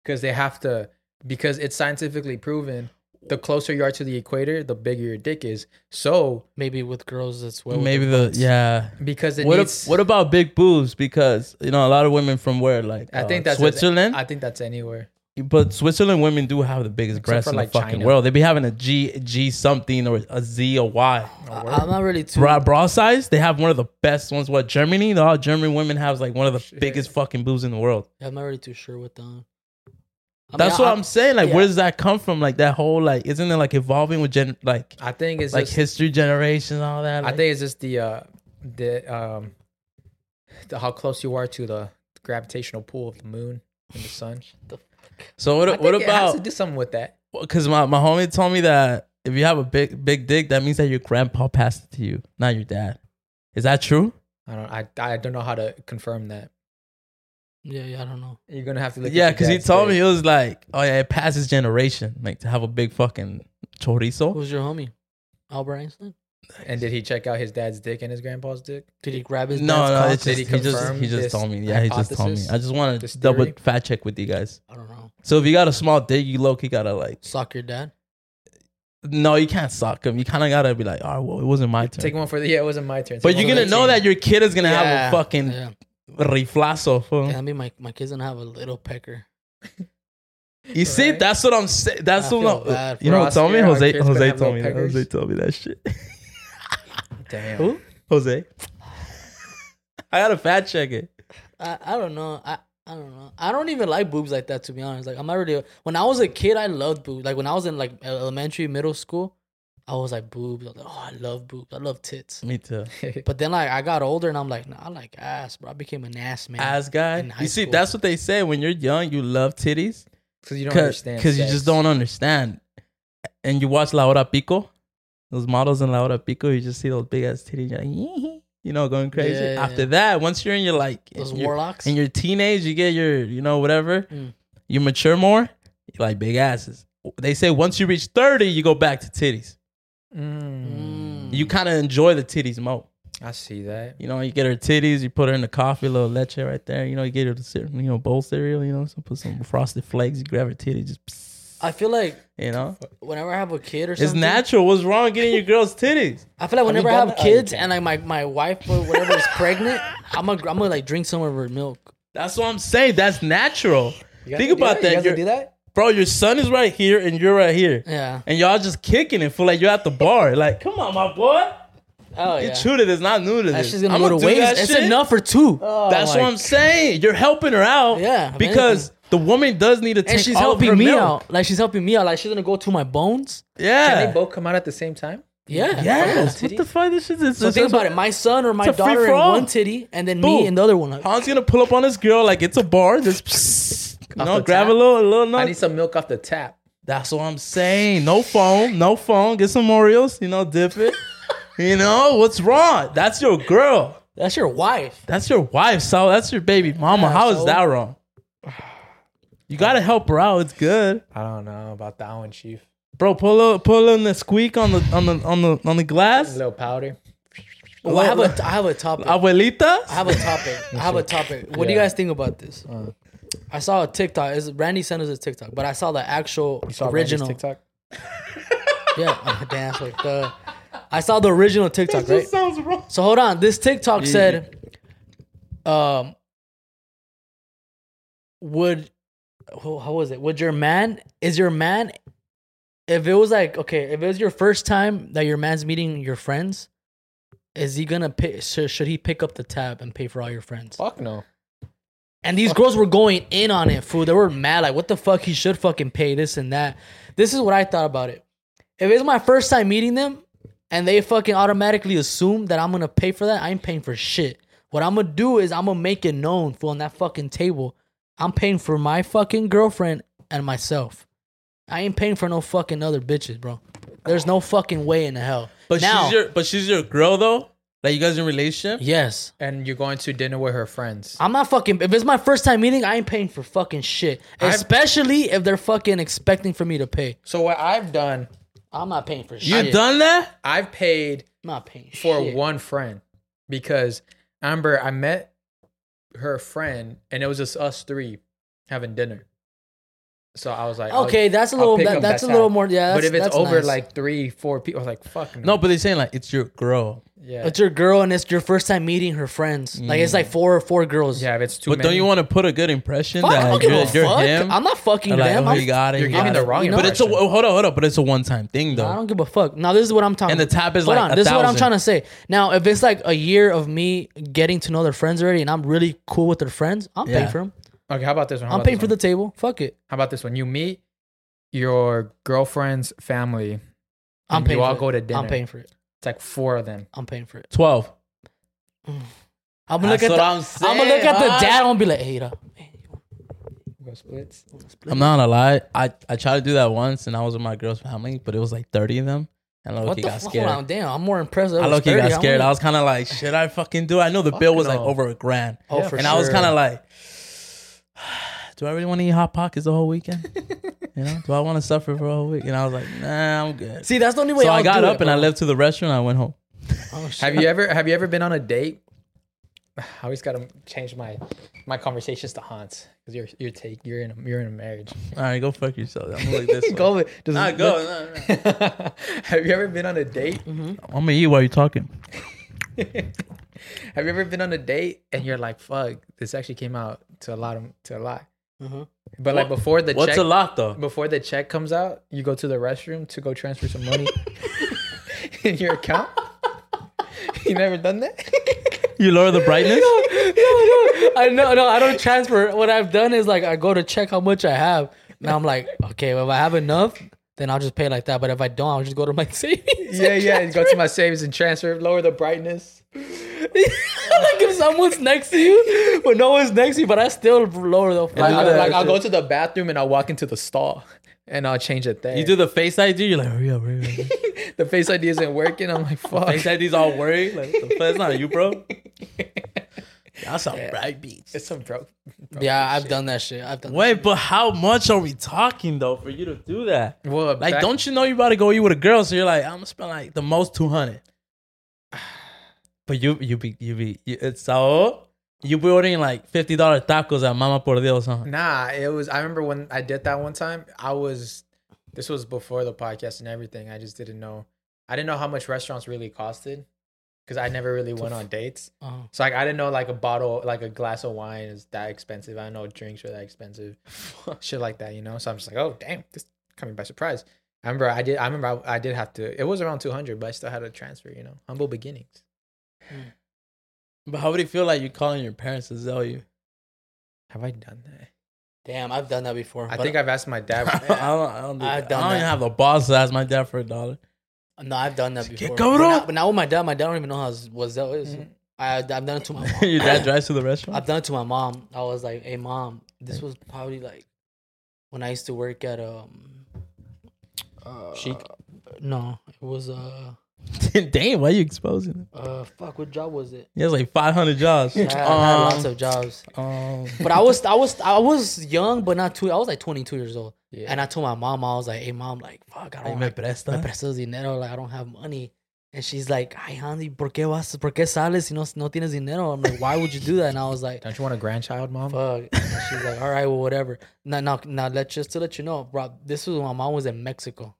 S2: because they have to because it's scientifically proven. The closer you are to the equator, the bigger your dick is. So
S3: Maybe with girls that's well.
S1: Maybe the yeah.
S2: because it
S1: What, ab-
S2: needs.
S1: what about big boobs? Because you know a lot of women from where like
S2: I think
S1: uh,
S2: that's
S1: Switzerland.
S2: I think that's anywhere.
S1: But Switzerland women do have the biggest
S2: Except
S1: breasts
S2: for,
S1: in
S2: like,
S1: the fucking
S2: China.
S1: world. They be having a G G something or a Z or Y.
S3: I, I'm not really too.
S1: Bra, bra size, they have one of the best ones. What Germany? All German women have like one of the
S2: Shit.
S1: biggest fucking boobs in the world.
S3: I'm not really too sure what the. I
S1: That's
S3: mean,
S1: what
S3: I-
S1: I'm, saying. Like, where
S3: yeah.
S1: does that come from? Like that whole like, isn't it like evolving with gen like
S2: I think it's
S1: like
S2: just,
S1: history generation and all that?
S2: I
S1: Like,
S2: think it's just the uh the um the, how close you are to the gravitational pull of the moon and <laughs> the sun.
S1: so. What,
S2: I think
S1: what
S2: it has to
S1: about?
S2: do something with that?
S1: Because my my homie told me that if you have a big big dick, that means that your grandpa passed it to you, not your dad. Is that true?
S2: I don't I I don't know how to confirm that.
S3: Yeah, yeah, I don't know.
S2: You're gonna have to look.
S1: Yeah,
S2: at your
S1: because he
S2: dad's
S1: told me
S2: dick.
S1: he was like, "Oh yeah, it passes generation, like to have a big fucking chorizo."
S3: Who's your homie? Albert Einstein?
S2: And did he check out his dad's dick and his grandpa's dick?
S3: Did he grab
S1: No,
S3: his? dad's
S1: no,
S3: cock?
S1: it's
S2: Did
S1: just,
S2: he
S1: he, just
S2: confirm
S1: he just
S2: this
S1: told me. Yeah, he just told me.
S2: hypothesis?
S1: I just want to
S2: This
S1: double
S2: theory?
S1: fact check with you guys.
S3: I don't know.
S1: So if you got a small dick, you low key gotta like,
S3: Suck your dad.
S1: no, you can't suck him. You kind of gotta be like, "Oh well, it wasn't my turn."
S2: Take one for the yeah. It wasn't my turn.
S1: but
S2: Take
S1: you're
S2: one for
S1: gonna
S2: the
S1: know
S2: team.
S1: that your kid is gonna
S2: Yeah.
S1: have a fucking
S3: Yeah.
S1: riflazo. fool.
S3: Yeah, I mean, my, my kids don't have a little pecker.
S1: You see,
S2: Right.
S1: that's what I'm saying. That's
S3: I
S1: what
S3: feel
S1: I'm,
S3: bad
S1: you
S2: for
S1: know. What
S2: Oscar.
S1: told me
S2: Our
S1: Jose.
S2: kid's gonna
S1: Jose
S2: have
S1: told
S2: little
S1: me that. Jose
S2: peggers.
S1: told me that shit. <laughs>
S2: Damn.
S3: Who?
S2: <laughs>
S1: Jose, I gotta fact check it.
S3: I, I don't know. I, I don't know. I don't even like boobs like that, to be honest. Like, I'm not really. When I was a kid, I loved boobs. Like, when I was in like el- elementary, middle school, I was like, boobs. I was like, oh, I love boobs. I love tits.
S1: Me too.
S3: But then, like, I got older and I'm like, nah, I like ass, bro. I became an ass man.
S1: ass guy.
S3: in high
S1: You see,
S3: school.
S1: that's what they say when you're young, you love titties
S2: Because you don't
S1: because
S2: understand.
S1: you
S2: sex.
S1: just don't understand. And you watch La Hora Pico, those models in La Hora Pico, you just see those big ass titties, you're like, you know, going crazy.
S3: Yeah, yeah,
S1: After
S3: yeah.
S1: that, once you're in your like in
S3: Those
S1: your,
S3: warlocks.
S1: in your teenage, you get your you know whatever,
S3: Mm.
S1: you mature more, you like big asses. They say once you reach thirty, you go back to titties.
S2: Mm,
S1: You kind of enjoy the titties more.
S2: I see that.
S1: You know, you get her titties, you put her in the coffee, little leche right there. You know, you get her the cer- you know bowl cereal. You know, so put some frosted flakes. You grab her titties, just. Psst.
S3: I feel like
S1: You know,
S3: whenever I have a kid or
S1: it's
S3: something,
S1: natural. What's wrong with getting your girl's titties?
S3: I feel
S2: Have
S3: like
S2: you
S3: whenever I
S2: done
S3: have
S2: that?
S3: kids and like my, my wife or whatever is pregnant, I'm gonna I'm gonna like drink some of her milk.
S1: That's what I'm saying. That's natural,
S2: You guys
S1: Think
S2: do
S1: about that.
S2: You guys
S1: You're-
S2: do that?
S1: bro. Your son is right here, and you're right here,
S3: Yeah.
S1: and y'all just kicking it. Feel like you're at the bar. Like, come on, my boy.
S3: Oh
S1: You're
S3: yeah.
S1: true to this, not new to Oh
S3: That's
S1: this.
S3: just gonna
S1: I'm
S3: go to
S1: do
S3: waste.
S1: that
S3: It's
S1: shit.
S3: enough for two.
S1: That's what I'm saying. You're helping her out.
S3: Yeah, if
S1: Because the woman does need to take
S3: and she's
S1: all of her
S3: helping me
S1: milk.
S3: out. Like she's helping me out. Like she's gonna go to my bones.
S1: Yeah.
S2: Can they both come out at the same time?
S3: Yeah.
S1: yes.
S2: Yeah.
S1: What the fuck? This shit is
S3: So think about it. My son or my
S1: It's a
S3: daughter in
S1: free-for-all.
S3: one titty, and then
S1: Boom.
S3: me in the other one. Like,
S1: Hans gonna pull up on this girl like it's a bar. Just <laughs> you
S2: Off
S1: know,
S2: the
S1: grab
S2: tap.
S1: a little, a little
S2: I
S1: nut.
S2: need some milk off the tap.
S1: That's what I'm saying. No phone, no phone. Get some Oreos. You know, dip <laughs> it. you know what's wrong? That's your girl.
S3: That's your wife.
S1: That's your wife, Sal. That's your baby mama.
S3: Yeah,
S1: How is
S3: so-
S1: that wrong? <sighs> You gotta help her out. It's good.
S2: I don't know about that one, Chief.
S1: Bro, pull up, pull in the squeak on the on the on the on the
S2: A
S1: glass.
S2: little powder.
S3: Oh, I have a I have a topic. I
S1: Abuelita.
S3: have a topic. I have a topic. What do you
S2: Yeah.
S3: guys think about this? I saw a TikTok. Is Randy sent us a TikTok, but I saw the actual original.
S2: TikTok.
S3: Yeah, <laughs> uh, damn. that's Like the, I saw the original TikTok, right?
S1: sounds wrong.
S3: So hold on. This TikTok said, um, would who- how was it? Would your man is your man? If it was like okay, if it was your first time that your man's meeting your friends, is he gonna pay? Should, should he pick up the tab and pay for all your friends?
S2: Fuck no.
S3: And these girls were going in on it, fool. They were mad, like, what the fuck? He should fucking pay this and that. This is what I thought about it. If it's my first time meeting them and they fucking automatically assume that I'm gonna pay for that, I ain't paying for shit. What I'm gonna do is I'm gonna make it known, fool, on that fucking table. I'm paying for my fucking girlfriend and myself. I ain't paying for no fucking other bitches, bro. There's no fucking way in the hell.
S1: But
S3: now,
S1: she's your but she's your girl though. Like you guys in a relationship.
S3: yes.
S2: And you're going to dinner with her friends.
S3: I'm not fucking. If it's my first time meeting, I ain't paying for fucking shit. Especially if they're fucking expecting for me to pay.
S2: So what I've done,
S3: I'm not paying for shit.
S1: You done that?
S2: I've paid
S3: I'm not paying
S2: for
S3: shit.
S2: one friend because Amber, I met her friend and it was just us three having dinner. So I was like, I'll-
S3: Okay, that's a
S2: I'll
S3: little.
S2: pick
S3: That,
S2: up
S3: that's
S2: that
S3: a little
S2: tab.
S3: more. Yeah,
S2: but
S3: that's-
S2: if it's
S3: that's
S2: over
S3: nice.
S2: like three, four people, I was like, fuck no.
S1: No, but they're saying like it's your girl.
S2: yeah,
S3: it's your girl and it's your first time meeting her friends. Like it's like four or four girls.
S2: yeah, if it's too
S1: But
S2: many.
S1: don't you want to put a good impression
S3: Fuck, I
S1: that
S3: don't give
S1: you're,
S3: a
S1: you're
S3: fuck.
S1: him?
S3: I'm not fucking
S1: Like,
S3: them.
S1: oh,
S3: I'm,
S1: you got it.
S2: You're
S1: you
S2: giving
S1: got
S2: the
S1: it.
S2: wrong
S3: You know-
S1: But it's a
S2: impression.
S1: hold on, hold on. But it's a one time thing
S3: I
S1: though.
S3: don't give a fuck. Now this is what I'm talking.
S1: And the
S3: about.
S1: tab is
S3: Hold
S1: like
S3: on.
S1: a
S3: This is what I'm
S1: thousand.
S3: trying to say. Now, if it's like a year of me getting to know their friends already, and I'm really cool with their friends, I'm
S1: Yeah.
S3: paying for them.
S2: Okay, how about this one? How
S3: I'm
S2: about
S3: paying
S2: this
S3: for
S2: one?
S3: the table. Fuck it.
S2: How about this one? You meet your girlfriend's family.
S3: I'm
S2: and
S3: paying.
S2: You all
S3: for
S2: go
S3: it.
S2: to dinner.
S3: I'm paying for it.
S2: It's like four of them.
S3: I'm paying for it.
S1: Twelve.
S3: I'm gonna look
S1: That's
S3: at
S1: what
S3: the.
S1: I'm
S3: I'm,
S1: saying,
S3: gonna look at the
S1: dog.
S3: dad. I'm gonna be like, hey, dog, man, you wanna
S2: Go splits.
S3: split
S1: I'm
S3: this?
S1: not gonna lie. I, I tried to do that once, and I was with my girl's family, but it was like thirty of them, and I
S3: What
S1: low-key
S3: the
S1: got
S3: fuck?
S1: scared.
S3: Hold on, damn. I'm more impressed.
S1: I low-key got scared. I was kind of like, should I fucking do? it? I know the bill was like
S2: no.
S1: over a grand,
S3: Oh,
S2: Yeah,
S3: for
S1: and I was
S3: sure.
S1: kind of like, <sighs> do I really want to eat hot pockets the whole
S3: <laughs>
S1: weekend? you know, do I want to suffer for a whole week? And I was like, nah, I'm good.
S3: See, that's the only way.
S1: so
S3: I'll
S1: I got
S3: do
S1: up
S3: it,
S1: and I
S3: bro.
S1: left to the restaurant. I went home.
S3: Oh, shit.
S2: Have you ever have you ever been on a date? <sighs> I always gotta change my my conversations to haunts because you're you're take you're in a, you're in a marriage.
S1: All right, go fuck yourself. I'm gonna
S2: <laughs>
S1: like this.
S2: go
S1: go.
S2: with just
S1: Nah, go. No, no.
S2: <laughs> have you ever been on a date?
S1: I'm gonna eat while you're talking.
S2: Have you ever been on a date and you're like, fuck, this actually came out to a lot of to a lot.
S3: Mhm.
S2: But like before the
S1: Mm-hmm. What's
S2: check,
S1: a lot though?
S2: before the check comes out, you go to the restroom to go transfer some
S1: <laughs>
S2: money <laughs> in your account. <laughs> you never done that?
S1: You lower the brightness.
S3: I know, no, I don't transfer. What I've done is like I go to check how much I have. Now I'm like, okay, well, if I have enough, then I'll just pay like that. But if I don't, I'll just go to my <laughs> savings.
S2: yeah, yeah. You go to my savings and transfer, lower the brightness.
S3: <laughs> like if someone's next to you, but no one's next to you, but I still lower the.
S2: Like,
S1: do
S2: I'll,
S1: that
S2: like, I'll
S1: shit.
S2: go to the bathroom and I'll walk into the stall <laughs> and I'll change it there.
S1: You do the face ID. You're like, hurry up, hurry up. <laughs>
S2: the face ID isn't working. I'm like, fuck.
S1: Face ID's all worried. Like, what the fuck? It's not you, bro. That's a bright beats.
S2: <laughs> It's some broke. broke
S3: Yeah, I've
S2: shit.
S3: done that shit. I've done.
S1: <laughs> Wait, but how much are we talking though for you to do that?
S2: Well,
S1: Like,
S2: back-
S1: don't you know you're about to go eat with a girl? So you're like, I'm gonna spend like the most two hundred. <sighs> But you, you be, you be, you, it's so you be ordering like fifty dollar tacos at Mama Por Dios, huh?
S2: Nah, it was. I remember when I did that one time. I was This was before the podcast and everything. I just didn't know. I didn't know how much restaurants really costed because I never really went on dates.
S3: Uh-huh.
S2: So like I didn't know like a bottle, like a glass of wine is that expensive. I didn't know drinks were that <laughs> expensive, shit like that, you know. So I'm just like, oh damn, this coming by surprise. I remember I did. I remember I, I did have to. It was around 200, but I still had to transfer. You know, humble beginnings.
S1: But how would it feel like you calling your parents to sell you?
S2: Have I done that?
S3: Damn, I've done that before.
S2: I
S3: but-
S2: think I've asked my
S1: I
S2: dad.
S1: don't.
S2: <laughs>
S1: I don't, do
S3: I've
S1: that. I
S3: done
S1: don't
S3: that.
S1: even have the balls to ask my dad for a dollar. <laughs>
S3: No, I've done that
S1: Get
S3: before.
S1: covered
S3: but,
S1: up.
S3: Not, but not with my dad. My dad don't even know how what Zelle is.
S2: Mhm.
S3: I, I've done it
S1: <laughs>
S3: to my mom.
S1: Mm-hmm. your
S3: <laughs>
S1: dad drives to the
S3: I've
S1: restaurant.
S3: done it to my mom. I was like, "Hey, mom, this was probably like when I used to work at um,
S2: uh,
S3: no, it was uh,
S1: <laughs> Damn, why are you exposing him?
S3: uh, fuck, what job was
S1: <laughs>
S3: it?
S1: He has like 500 jobs.
S3: I had, I had lots
S1: Um,
S3: of jobs,
S1: um,
S3: <laughs> but I was, I was, I was young, but not too. I was like 22 years old,
S2: yeah.
S3: and I told my mom, I was like, "Hey, mom, like, fuck,
S1: <laughs>
S3: I
S1: Ay,
S3: don't
S1: me
S3: have me
S1: presta.
S3: prestas dinero, like I don't have money. And she's like, ay, Andy, ¿por qué vas, por qué sales si no, no tienes dinero? I'm like, why would you do that? And I was like,
S2: Don't you want a grandchild, mom?
S3: fuck. And she's like, all right, well, whatever. Now, now, now, let just to let you know, bro, this was when my mom was in Mexico.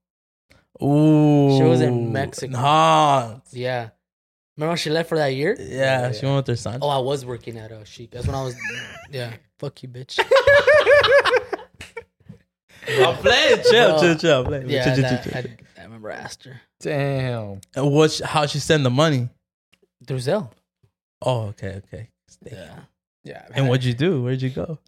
S1: Ooh.
S3: She was in Mexico.
S1: Nah.
S3: Yeah. Remember when she left for that year?
S1: Yeah, she went with her son.
S3: Oh, I was working at a chic. That's when I was,
S1: <laughs>
S3: yeah. Fuck you, <laughs> bitch.
S1: I'm playing. <laughs> Chill,
S3: Bro.
S1: chill, chill. play.
S3: Yeah,
S1: Chill, chill,
S3: and
S1: chill,
S3: I,
S1: chill.
S3: I, I remember I asked her.
S2: Damn.
S1: And What? she- How she send the money?
S3: Through Zelle.
S1: Oh, okay, okay.
S3: Yeah.
S2: Yeah.
S1: And what'd you do? Where'd you go?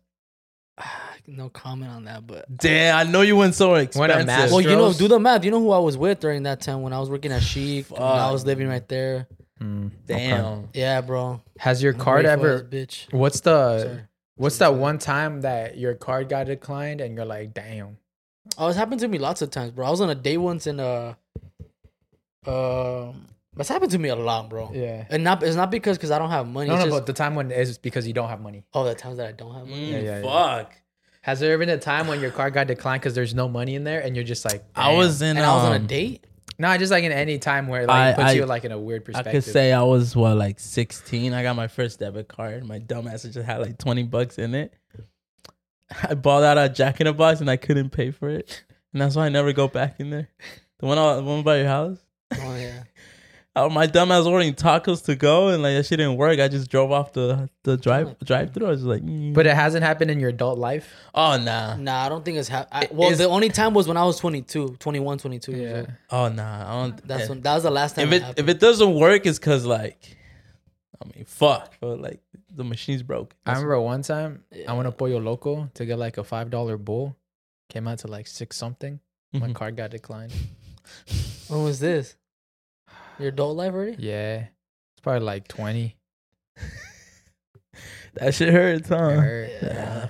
S3: Ah, No comment on that, but.
S1: Damn, I know you went somewhere
S2: Went on
S1: expensive.
S2: Masters.
S3: Well, you know,
S2: Astros?
S3: do the math. You know who I was with during that time when I was working at Chic. When I was living right there.
S2: Mm,
S1: Damn.
S2: okay.
S3: Yeah, bro.
S2: Has your
S3: I'm
S2: card
S3: grateful
S2: ever?
S3: as bitch?
S2: What's the
S3: Sorry.
S2: What's
S3: Sorry,
S2: that
S3: sorry.
S2: one time that your card got declined and you're like, damn?
S3: Oh, it's happened to me lots of times, bro. I was on a date once and uh, um, that's happened to me a lot, bro.
S2: Yeah.
S3: And not it's not because because I don't have money.
S2: No,
S3: it's
S2: no,
S3: just
S2: but the time when it's because you don't have money.
S3: all the times that I don't have money.
S1: Mm,
S2: Yeah, yeah, yeah.
S1: fuck.
S2: Has there ever been a time when your card got declined because there's no money in there and you're just like,
S1: I
S2: damn?
S1: was in.
S3: And I was on a
S2: Mm.
S1: um,
S2: <laughs>
S3: date.
S2: no, just like in any time where like
S1: I-
S2: it puts
S1: I-
S2: you like in a weird
S1: I
S2: perspective.
S1: could say I was what like 16. I got my first debit card. My dumbass just had like 20 bucks in it. I bought out a Jack in a Box and I couldn't pay for it, and that's why I never go back in there. The one, I, the one by your house.
S3: Oh yeah.
S1: Oh, my dumbass ordering tacos to go, and like that shit didn't work. I just drove off the the drive drive through. I was like, mm.
S2: but it hasn't happened in your adult life.
S1: oh nah,
S3: Nah, I don't think it's happened.
S2: It
S3: Well,
S2: is-
S3: the only time was when I was 22, 21, 22 years old.
S1: oh nah. I don't.
S3: That's
S1: eh.
S3: when that was the last time.
S1: if
S3: it
S1: it if
S3: happened.
S1: it doesn't work, it's cause like, I mean, fuck, but like the machine's broke.
S2: I remember one time I
S3: Yeah.
S2: went to Pollo Loco to get like a five dollar bowl, came out to like six something. My
S1: Mhm.
S2: card got declined.
S3: when was this? Your adult life already?
S2: Yeah, it's probably like twenty.
S1: That shit hurts, huh?
S2: It hurt.
S1: Yeah,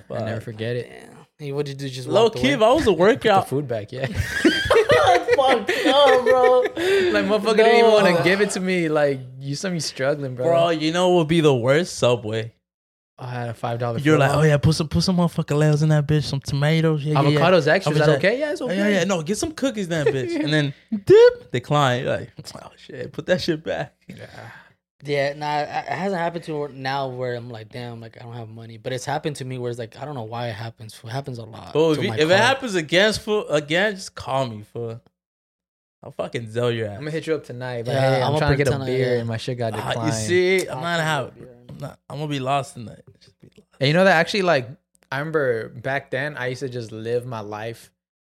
S2: I never
S1: Ah, fuck.
S2: forget it.
S3: Damn. Hey, what did you do? Just
S1: Low
S3: walked
S1: key, <laughs>
S3: away?
S1: if I was a
S2: Get the
S1: workout,
S2: food back, yeah.
S3: Fuck no, bro.
S2: like motherfucker didn't even want
S3: No.
S2: to give it to me. Like you saw me struggling, bro.
S1: bro, you know what would be the worst Subway?
S2: I had a five dollar.
S1: You're like, oh yeah, put some put some motherfucking layers in that bitch, some tomatoes, yeah, yeah, yeah.
S2: avocados extra. Is
S1: I
S2: that
S1: was like,
S2: okay? Yeah, it's
S1: Oh,
S2: okay.
S1: Yeah, yeah, no, get some cookies, in that bitch, and then dip decline. You're like, <laughs> oh shit, put that shit back.
S3: Yeah, nah, it it hasn't happened to me now where I'm like, damn, like I don't have money. But it's happened to me where it's like I don't know why it happens. It happens a lot.
S1: But if,
S3: to
S1: you-
S3: my
S1: if it
S3: car.
S1: happens again, for again, just call me for. I'll fucking zell your
S2: I'm
S1: ass.
S2: gonna hit you up tonight. But
S3: Yeah,
S2: hey, I'm,
S3: I'ma
S2: trying to get a
S3: pretend I-
S2: beer,
S3: yeah.
S2: and my shit got
S1: Ah,
S2: declined.
S1: you see, I'm
S3: I'll
S1: not
S3: give you a
S1: have.
S3: beer.
S1: I'm, not, I'm gonna be lost tonight. <laughs> Just be lost.
S2: And you know that actually, like, I remember back then, I used to just live my life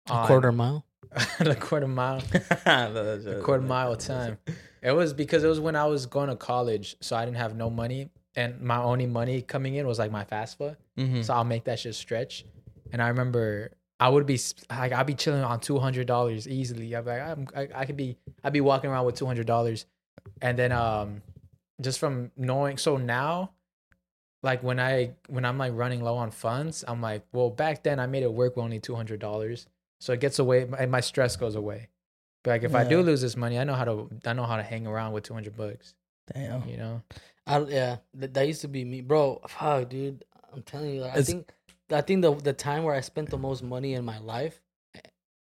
S2: on
S3: a quarter mile.
S2: <laughs> a quarter mile,
S1: a
S2: a quarter mile time. It was because it was when I was going to college, so I didn't have no money, and my only money coming in was like my FAFSA.
S1: hmm
S2: so I'll make that shit stretch. And I remember I would be sp- like I'd be chilling on two hundred dollars easily. I'd be like I'm, I, I could be I'd be walking around with two hundred dollars, and then um just from knowing so now, like when I when I'm like running low on funds, I'm like well back then I made it work with only two hundred dollars, so it gets away my- and my stress goes away. But like if I do
S1: Yeah.
S2: lose this money, I know how to I know how to hang around with two hundred bucks.
S1: Damn.
S2: You know,
S3: I, yeah, that, that used to be me, bro. Fuck, dude. I'm telling you, like, I
S1: It's-
S3: think I think the the time where I spent the most money in my life,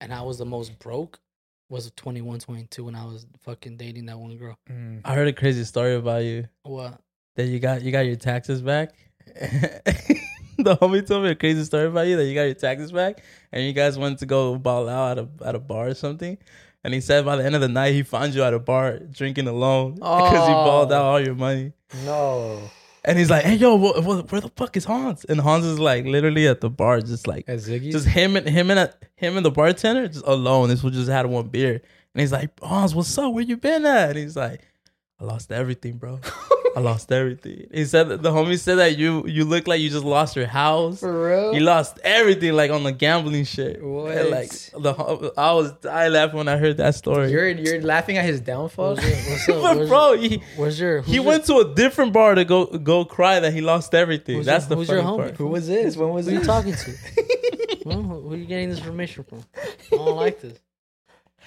S3: and I was the most broke, was 21, 22 when I was fucking dating that one girl.
S2: Mm.
S1: I heard a crazy story about you
S3: What?
S1: that you got you got your taxes back. <laughs> the homie told me a crazy story about you that you got your taxes back and you guys went to go ball out at a, at a bar or something. And he said by the end of the night, he found you at a bar drinking alone <laughs> because you balled out all your money.
S2: No.
S1: And he's like, hey, yo, wh- wh- where the fuck is Hans? And Hans is like literally at the bar, just like,
S2: At Ziggy's?
S1: just him and him and a, him and the bartender just alone. This was just had one beer. And he's like, Hans, what's up? Where you been at? And he's like, I lost everything, bro. I lost everything. He said that the homie said that you you look like you just lost your house.
S2: For real?
S1: You lost everything, like on the gambling shit. And,
S2: What?
S1: like the hom- I was I laughed when I heard that story.
S2: You're you're laughing at his downfall.
S3: What's your-
S1: but
S3: what's up?
S1: <laughs>
S3: Where's
S1: bro,
S3: your-
S1: he,
S3: where's your? who's
S1: he
S3: your-
S1: went to a different bar to go go cry that he lost everything.
S3: Who's
S1: That's
S3: your-
S1: the
S3: who's
S1: funny
S3: your homie?
S1: part.
S2: <laughs> Who was this? When was
S3: Who are <laughs> you
S2: this?
S3: talking to? <laughs> Hmm? Who, who are you getting this information from? I don't like this.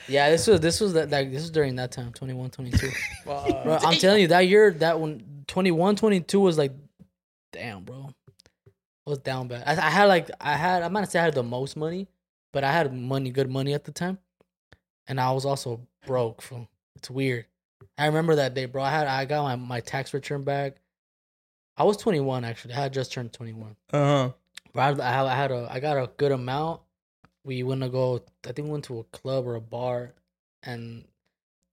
S3: Yeah, this was this was that like this was during that time, 21, <laughs> 22. Bro, I'm telling you, that year, that one, 21, 22 was like, damn, bro, I was down bad. I, I had like I had I'm not gonna say I had the most money, but I had money, good money at the time, and I was also broke. From it's weird. I remember that day, bro. I had I got my, my tax return back. I was 21 actually. I had just turned 21.
S1: Uh-huh.
S3: But I, I had- I had a I got a good amount. We went to go. I think we went to a club or a bar, and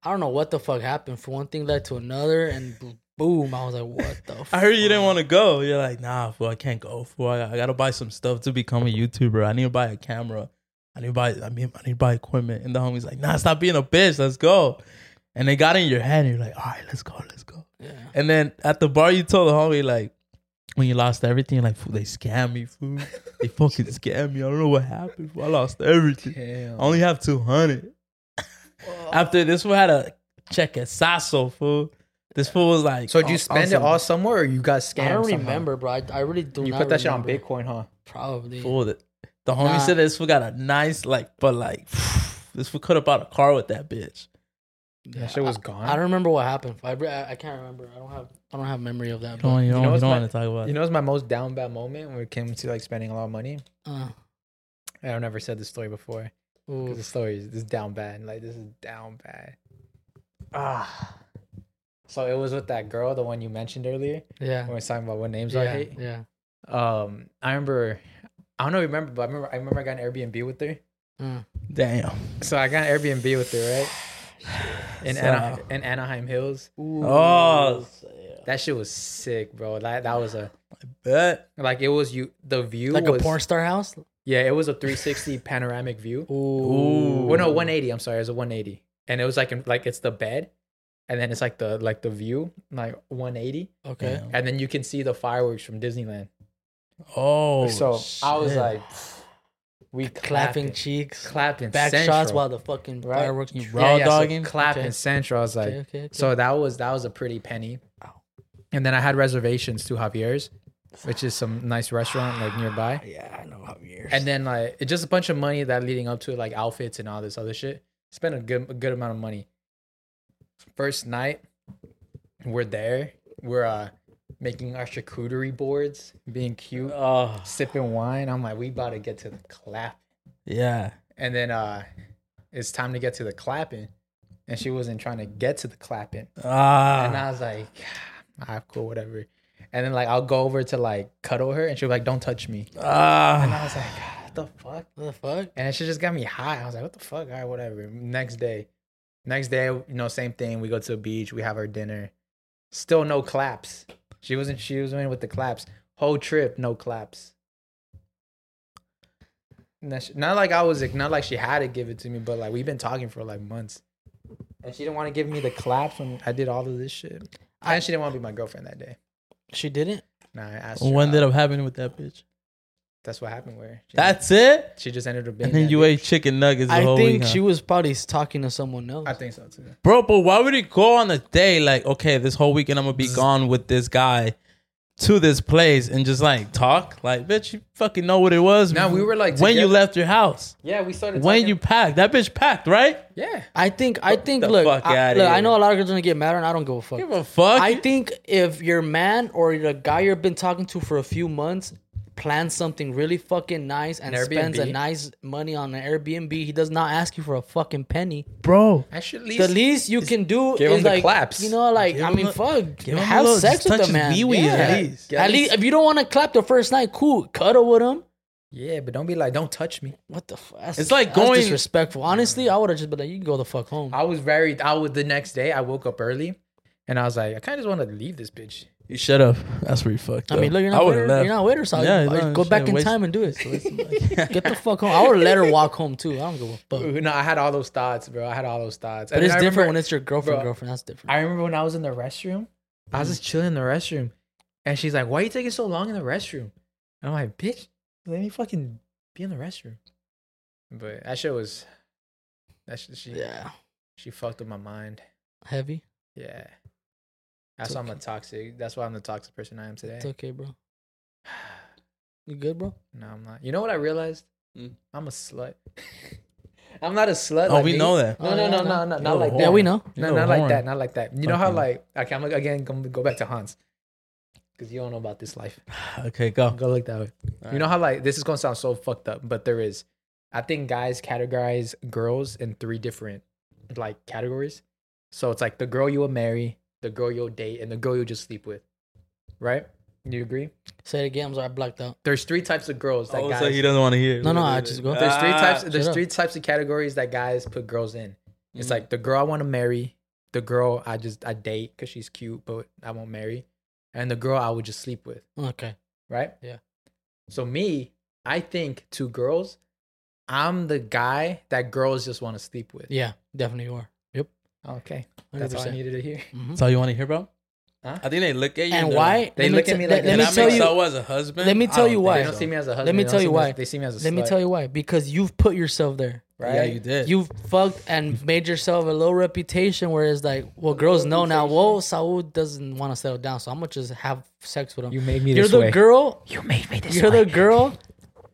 S3: I don't know what the fuck happened. For one thing led to another, and b- boom! I was like, "What the?"
S2: <laughs>
S1: I heard you didn't want to go. You're like, nah, fool, I can't go. Fool, I, I gotta buy some stuff to become a YouTuber. I need to buy a camera. I need to buy. I mean, I need to buy equipment. And the homie's like, nah, stop being a bitch. Let's go. And they got in your head. And you're like, all right, let's go, let's go.
S3: Yeah.
S1: And then at the bar, you told the homie like, when you lost everything, you're like, fool, they scammed me, fool. They fucking scammed me. I don't know what happened. Fool. I lost everything.
S2: Damn.
S1: I only have 200. After this, we had a check at Sasso, fool. This fool was like, "Oh,
S2: So did
S1: on-
S2: you spend it
S1: on some-
S2: all somewhere, or you got scammed?
S3: I don't
S2: somehow?
S3: remember, bro. I, I really do.
S2: You
S3: not
S2: put that shit on
S3: remember.
S2: Bitcoin, huh?
S3: Probably.
S1: Fool, the, the homie
S3: Nah.
S1: said this fool got a nice, like, but like, <sighs> this fool could have bought a car with that bitch.
S3: Yeah,
S2: That shit was gone.
S3: I don't remember what happened. I, re- I I can't remember. I don't have I don't have memory of that. But,
S1: you
S2: don't- know you what's don't my- wanna
S1: talk about
S2: you know, it's my most down bad moment when it came to like spending a lot of money.
S3: uh,
S2: I've never said this story before. 'cause
S3: ooh.
S2: The story is this is down bad. Like this is down bad. Ah. So it was with that girl, the one you mentioned earlier.
S3: yeah,
S2: When we was talking about what names I
S3: yeah,
S2: hate.
S3: yeah.
S2: Um, I remember. I don't know, remember, but I remember. I remember I got an Airbnb with her.
S3: Mm.
S1: Damn.
S2: So I got an Airbnb with her, right? In,
S1: So-
S2: Anahe- in Anaheim Hills.
S1: Oh,
S2: That shit was sick, bro. That that was a
S1: but
S2: like it was you the view
S3: Like
S2: was,
S3: a porn star house.
S2: Yeah, it was a
S3: <laughs>
S2: 360 panoramic view.
S3: Ooh.
S2: Well, no, 180. I'm sorry, it was a 180, and it was like in, like it's the bed, and then it's like the like the view like 180,
S3: Okay.
S1: Damn.
S2: and then you can see the fireworks from Disneyland.
S1: Oh,
S2: so I was
S1: shit.
S2: like, we
S3: Clapping
S2: clapping,
S3: cheeks.
S2: clapping
S3: back
S2: central.
S3: shots while the fucking
S2: right?
S3: fireworks
S1: You
S2: yeah,
S1: raw
S2: yeah, so
S1: dogging?
S2: clapping
S3: Okay.
S2: central. I was like,
S3: Okay, okay, okay.
S2: So that was that was a pretty penny.
S3: Ow.
S2: And then I had reservations to Javier's, which is some nice restaurant like nearby.
S3: yeah, I know how years.
S2: And then like it's just a bunch of money that leading up to like outfits and all this other shit. Spent a good a good amount of money. First night, we're there. We're uh making our charcuterie boards, being cute,
S1: oh,
S2: sipping wine. I'm like, we about to get to the clap.
S1: yeah.
S2: And then uh it's time to get to the clapping. And she wasn't trying to get to the clapping. And
S1: Ah,
S2: I was like, ah, cool, whatever. And then like I'll go over to like cuddle her, and she'll be like, "Don't touch me." And I
S1: ah.
S2: was like, "Ah, "What the fuck?"
S3: what the fuck?
S2: And she just got me high. I was like, "What the fuck?" All right, whatever. Next day, next day, you know, same thing. We go to the beach. We have our dinner. Still no claps. She wasn't. She was in with the claps. Whole trip, no claps. And that sh- Not like I was like, not like she had to give it to me, but like we've been talking for like months, and she didn't want to give me the claps when I did all of this shit.
S3: I-
S2: and she didn't want to be my girlfriend that day.
S3: She didn't.
S2: Nah, I asked her.
S1: What ended
S2: out.
S1: up happening with that bitch?
S2: That's what happened. Where she,
S1: That's it.
S2: she just ended up being.
S1: And then
S2: that
S1: you
S2: bitch.
S1: ate chicken nuggets. The
S3: I
S1: whole
S3: think
S1: week,
S3: she
S1: huh?
S3: was probably talking to someone else.
S2: I think so too.
S1: bro. But why would he go on a day like, okay, this whole weekend I'm gonna be gone with this guy to this place and just like talk? Like, bitch, you fucking know what it was.
S2: No, we were, like,
S1: when you
S2: together.
S1: left your house,
S2: Yeah, we started.
S1: when
S2: talking-
S1: you packed. That bitch packed, right?
S2: yeah,
S3: I think. I think.
S1: the
S3: Look,
S1: fuck
S3: I,
S1: outta
S3: look I
S1: here.
S3: know a lot of girls are gonna get mad, and I don't give a fuck.
S1: Give a fuck.
S3: I think if your man or the guy you've been talking to for a few months plans something really fucking nice and
S2: An
S3: spends a
S2: Airbnb?
S3: nice money on an Airbnb, he does not ask you for a fucking penny.
S1: bro.
S2: I should
S3: The least you can do
S2: give
S3: is
S2: him the
S3: like
S2: claps.
S3: you know, like
S1: Give
S3: I
S1: him
S3: mean,
S1: a-
S3: fuck,
S1: give him a
S3: have
S1: little-
S3: sex
S1: just
S3: with
S1: touch
S3: the
S1: his
S3: man.
S1: wee-wee at
S3: Yeah.
S1: least.
S3: At least if you don't want to clap the first night, cool, cuddle with him.
S2: Yeah, but don't be like, don't touch me.
S3: What the fuck?
S1: It's like
S3: that's
S1: going-
S3: disrespectful. Honestly, I would have just been like, you can go the fuck home.
S2: I was very. I was the next day. I woke up early, and I was like, I kind of just want to leave this bitch.
S1: You shut up. That's where you fucked
S3: I
S1: up.
S3: mean, look, you're
S1: I
S3: not
S1: would've
S3: with her.
S1: left.
S3: You're not with her, so
S1: Yeah,
S3: I-
S1: no,
S3: I- go
S1: shit,
S3: back in
S1: waste-
S3: time and do it.
S1: <laughs>
S3: Get the fuck home. I would let her walk home too. I don't give a fuck.
S2: Ooh, No, I had all those thoughts, bro. I had all those thoughts.
S3: But
S2: And
S3: it's
S2: I
S3: different when
S2: remember-
S3: it's your girlfriend.
S2: Bro.
S3: Girlfriend, that's different.
S2: I remember when I was in the restroom. I
S3: Mm.
S2: was just chilling in the restroom, and she's like, "Why are you taking so long in the restroom?" And I'm like, "Bitch, let me fucking be in the restroom." But that shit was. That shit, she
S3: Yeah,
S2: she fucked with my mind.
S3: heavy.
S2: Yeah. That's why I'm a
S3: okay.
S2: toxic. That's why I'm the toxic person I am today.
S3: It's okay, bro. You good, bro?
S2: No, I'm not. You know what I realized?
S1: Mm.
S2: I'm a slut. <laughs> I'm not a slut.
S1: Oh,
S2: like
S1: we
S2: they-
S1: know that.
S2: No, no, no, no,
S1: Oh,
S2: no, not
S1: You're a
S2: like that.
S3: Yeah, we know.
S1: You
S2: No,
S1: little
S2: not like
S1: whore.
S2: that. Not like that. You know how
S1: Fuck you.
S2: like okay, I'm again gonna go back to Hans because you don't know about this life.
S1: Okay, go.
S2: Go look that way. You know how like this is gonna sound so fucked up, but there is. I think guys categorize girls in three different like categories. So it's like the girl you will marry, the girl you'll date, and the girl you'll just sleep with. Right? You agree?
S3: Say it again. I'm sorry, I blacked out.
S2: There's three types of girls that
S1: Oh,
S2: guys.
S1: so he doesn't want to hear. Ah.
S3: No, no, I just go-
S2: there's three types.
S3: shut
S2: There's
S3: up.
S2: three types of categories that guys put girls in. It's
S1: Mm.
S2: like the girl I want to marry, the girl I just I date because she's cute, but I won't marry, and the girl I would just sleep with.
S3: Okay.
S2: Right?
S3: Yeah.
S2: So me, I think to girls, I'm the guy that girls just want to sleep with.
S3: Yeah, definitely you are. Yep.
S2: Okay. That's all I
S3: 100%.
S2: needed to hear.
S3: Mhm.
S1: That's all you want to hear, bro?
S2: Huh?
S1: I think they look at you.
S3: And
S1: they're
S3: why?
S2: They look
S3: t-
S2: at me like
S3: let,
S2: that.
S1: and
S3: me
S1: I
S2: That
S3: tell
S1: make
S3: you.
S1: so as a husband.
S3: let me
S1: I
S3: tell
S1: don't
S3: you
S1: think
S3: why.
S2: They
S1: so.
S2: don't see me as a husband.
S3: me
S2: they don't
S3: tell
S2: see
S3: you
S2: as-
S3: why.
S2: They see me as a
S3: Let me
S2: slut,
S3: tell you why. Because you've put yourself there.
S2: Right?
S1: Yeah, you did.
S3: You've fucked and made yourself a low reputation. Where it's like, well, girls know now. Whoa, Saul doesn't want to settle down, so I'm gonna just have sex with him.
S2: You made me
S3: You're
S2: this
S3: the
S2: way.
S3: girl.
S2: You made me this
S3: You're the girl.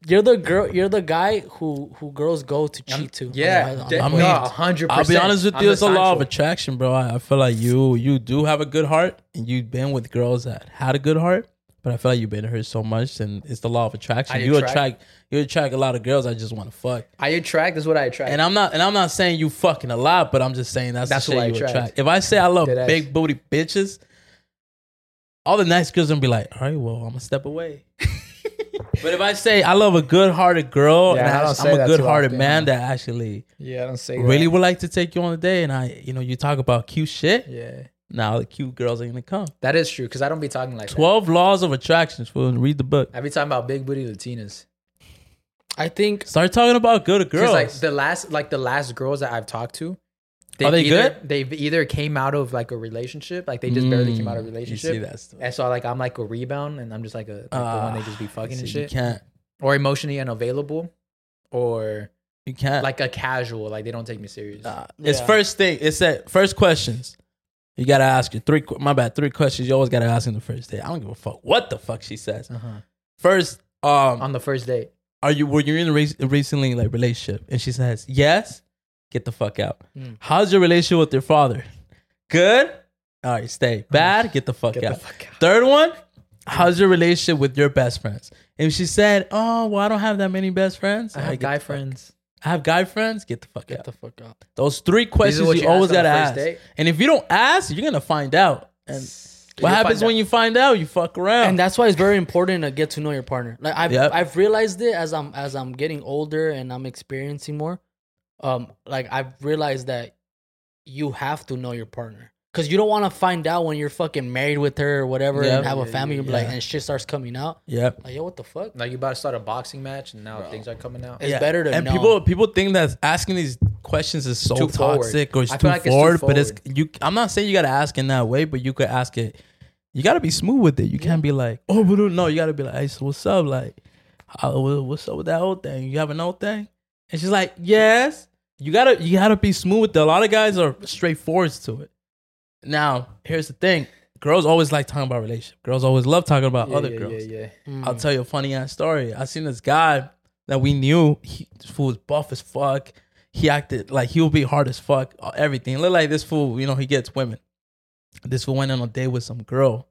S3: You're the girl. You're the guy who who girls go to cheat to. on the-
S2: Yeah,
S3: on the-
S2: de-
S1: I'm
S2: no,
S1: heated.
S2: 100%.
S1: I'll be honest with
S2: I'm
S1: you,
S2: the
S1: it's a law of
S2: Sancho.
S1: attraction, bro. I, I feel like you you do have a good heart, and you've been with girls that had a good heart. But I feel like you've been hurt so much, and it's the law of attraction.
S2: I
S1: you
S2: attract-
S1: attract, you attract a lot of girls. I just want to fuck,
S2: I attract. That's what I attract.
S1: and I'm not and I'm not saying you fucking a lot, but I'm just saying that's,
S2: That's
S1: the
S2: what
S1: shit
S2: I
S1: you
S2: attract.
S1: attract. If I say I love
S2: Deadass.
S1: big booty bitches, all the nice girls gonna be like, all right, well, I'm gonna step
S2: <laughs>
S1: away. but if I say I love a good hearted girl,
S2: Yeah,
S1: and
S2: I
S1: I
S2: don't say
S1: I'm
S2: that
S1: a
S2: too
S1: good hearted
S2: often,
S1: man
S2: huh?
S1: that actually
S2: yeah, I don't say
S1: really would like to take you on a day and I you know you talk about cute shit
S2: Yeah,
S1: now the cute girls are gonna come
S2: that is true. Cause I don't be talking like
S1: 12 laws of attractions fool read the book
S2: That. I be talking about big booty Latinas.
S3: I think
S1: start talking about good
S2: 'Cause,
S1: girls
S2: like the last, like the last girls that I've talked to,
S1: Are they
S2: either, They've either came out of like a relationship, like they just barely came out of a
S1: Mm,
S2: relationship.
S1: you see that stuff.
S2: And so like I'm like a rebound, and I'm just like a like the one they just be
S1: Ah,
S2: fucking
S1: see,
S2: and
S1: you
S2: shit,
S1: can't
S2: or emotionally unavailable, or
S1: you can't like
S2: like a casual, like they don't take me serious.
S1: it's
S3: Yeah.
S1: first thing it's that first questions you gotta ask your three que- my bad three questions you always gotta ask in the first day I don't give a fuck what the fuck she says
S2: Uh-huh.
S1: first um
S2: On the first date,
S1: are you were you in a rec- recently like relationship and she says yes get the fuck out
S2: Hmm.
S3: Mm.
S1: how's your relationship with your father good all right stay bad get the fuck
S2: get
S1: out
S2: the Hmm. fuck out.
S1: third one how's your relationship with your best friends and she said oh well i don't have that many best friends
S2: I
S1: All right,
S2: have
S1: get
S2: guy
S1: the fuck-
S2: friends.
S1: i have guy friends get the fuck
S3: get
S1: out
S3: the fuck out.
S1: those three questions
S2: what
S1: you,
S2: you
S1: always
S2: ask on
S1: gotta
S2: the first
S1: ask
S2: date?
S1: and if you don't ask you're gonna find out and what
S2: You'll
S1: happens
S2: find
S1: when
S2: out.
S1: you find out you fuck around
S3: And that's why it's very important to get to know your partner. Like I've
S1: Yep.
S3: I've realized it as I'm as I'm getting older and I'm experiencing more. Um, like I've realized that you have to know your partner because you don't want to find out when you're fucking married with her or whatever
S1: Yeah.
S3: and have
S2: Yeah,
S3: a family.
S2: yeah,
S3: you'll be like,
S1: yeah.
S3: and shit starts coming out.
S1: yep
S3: Like yo, what the fuck?
S2: Like you about to start a boxing match, and now things are coming out.
S3: It's better to
S1: and
S3: know.
S1: people people think that asking these questions is so
S2: Too forward.
S1: toxic or it's
S2: I
S1: too,
S2: feel like it's too
S1: forward, but it's you i'm not saying you gotta ask in that way but you could ask it you gotta be smooth with it you can't be like oh but no you gotta be like hey so what's up like how, wha- what's up with that old thing you have an old thing and she's like yes you gotta you gotta be smooth with it a lot of guys are straightforward to it now here's the thing girls always like talking about relationship girls always love talking about
S2: Yeah,
S1: other
S2: yeah,
S1: girls
S2: Yeah, yeah.
S3: Mm.
S1: I'll tell you a funny ass story. I seen this guy that we knew. He, this fool was buff as fuck. He acted like he would be hard as fuck. uh, Everything look like this fool. You know he gets women. This fool went on a date with some girl.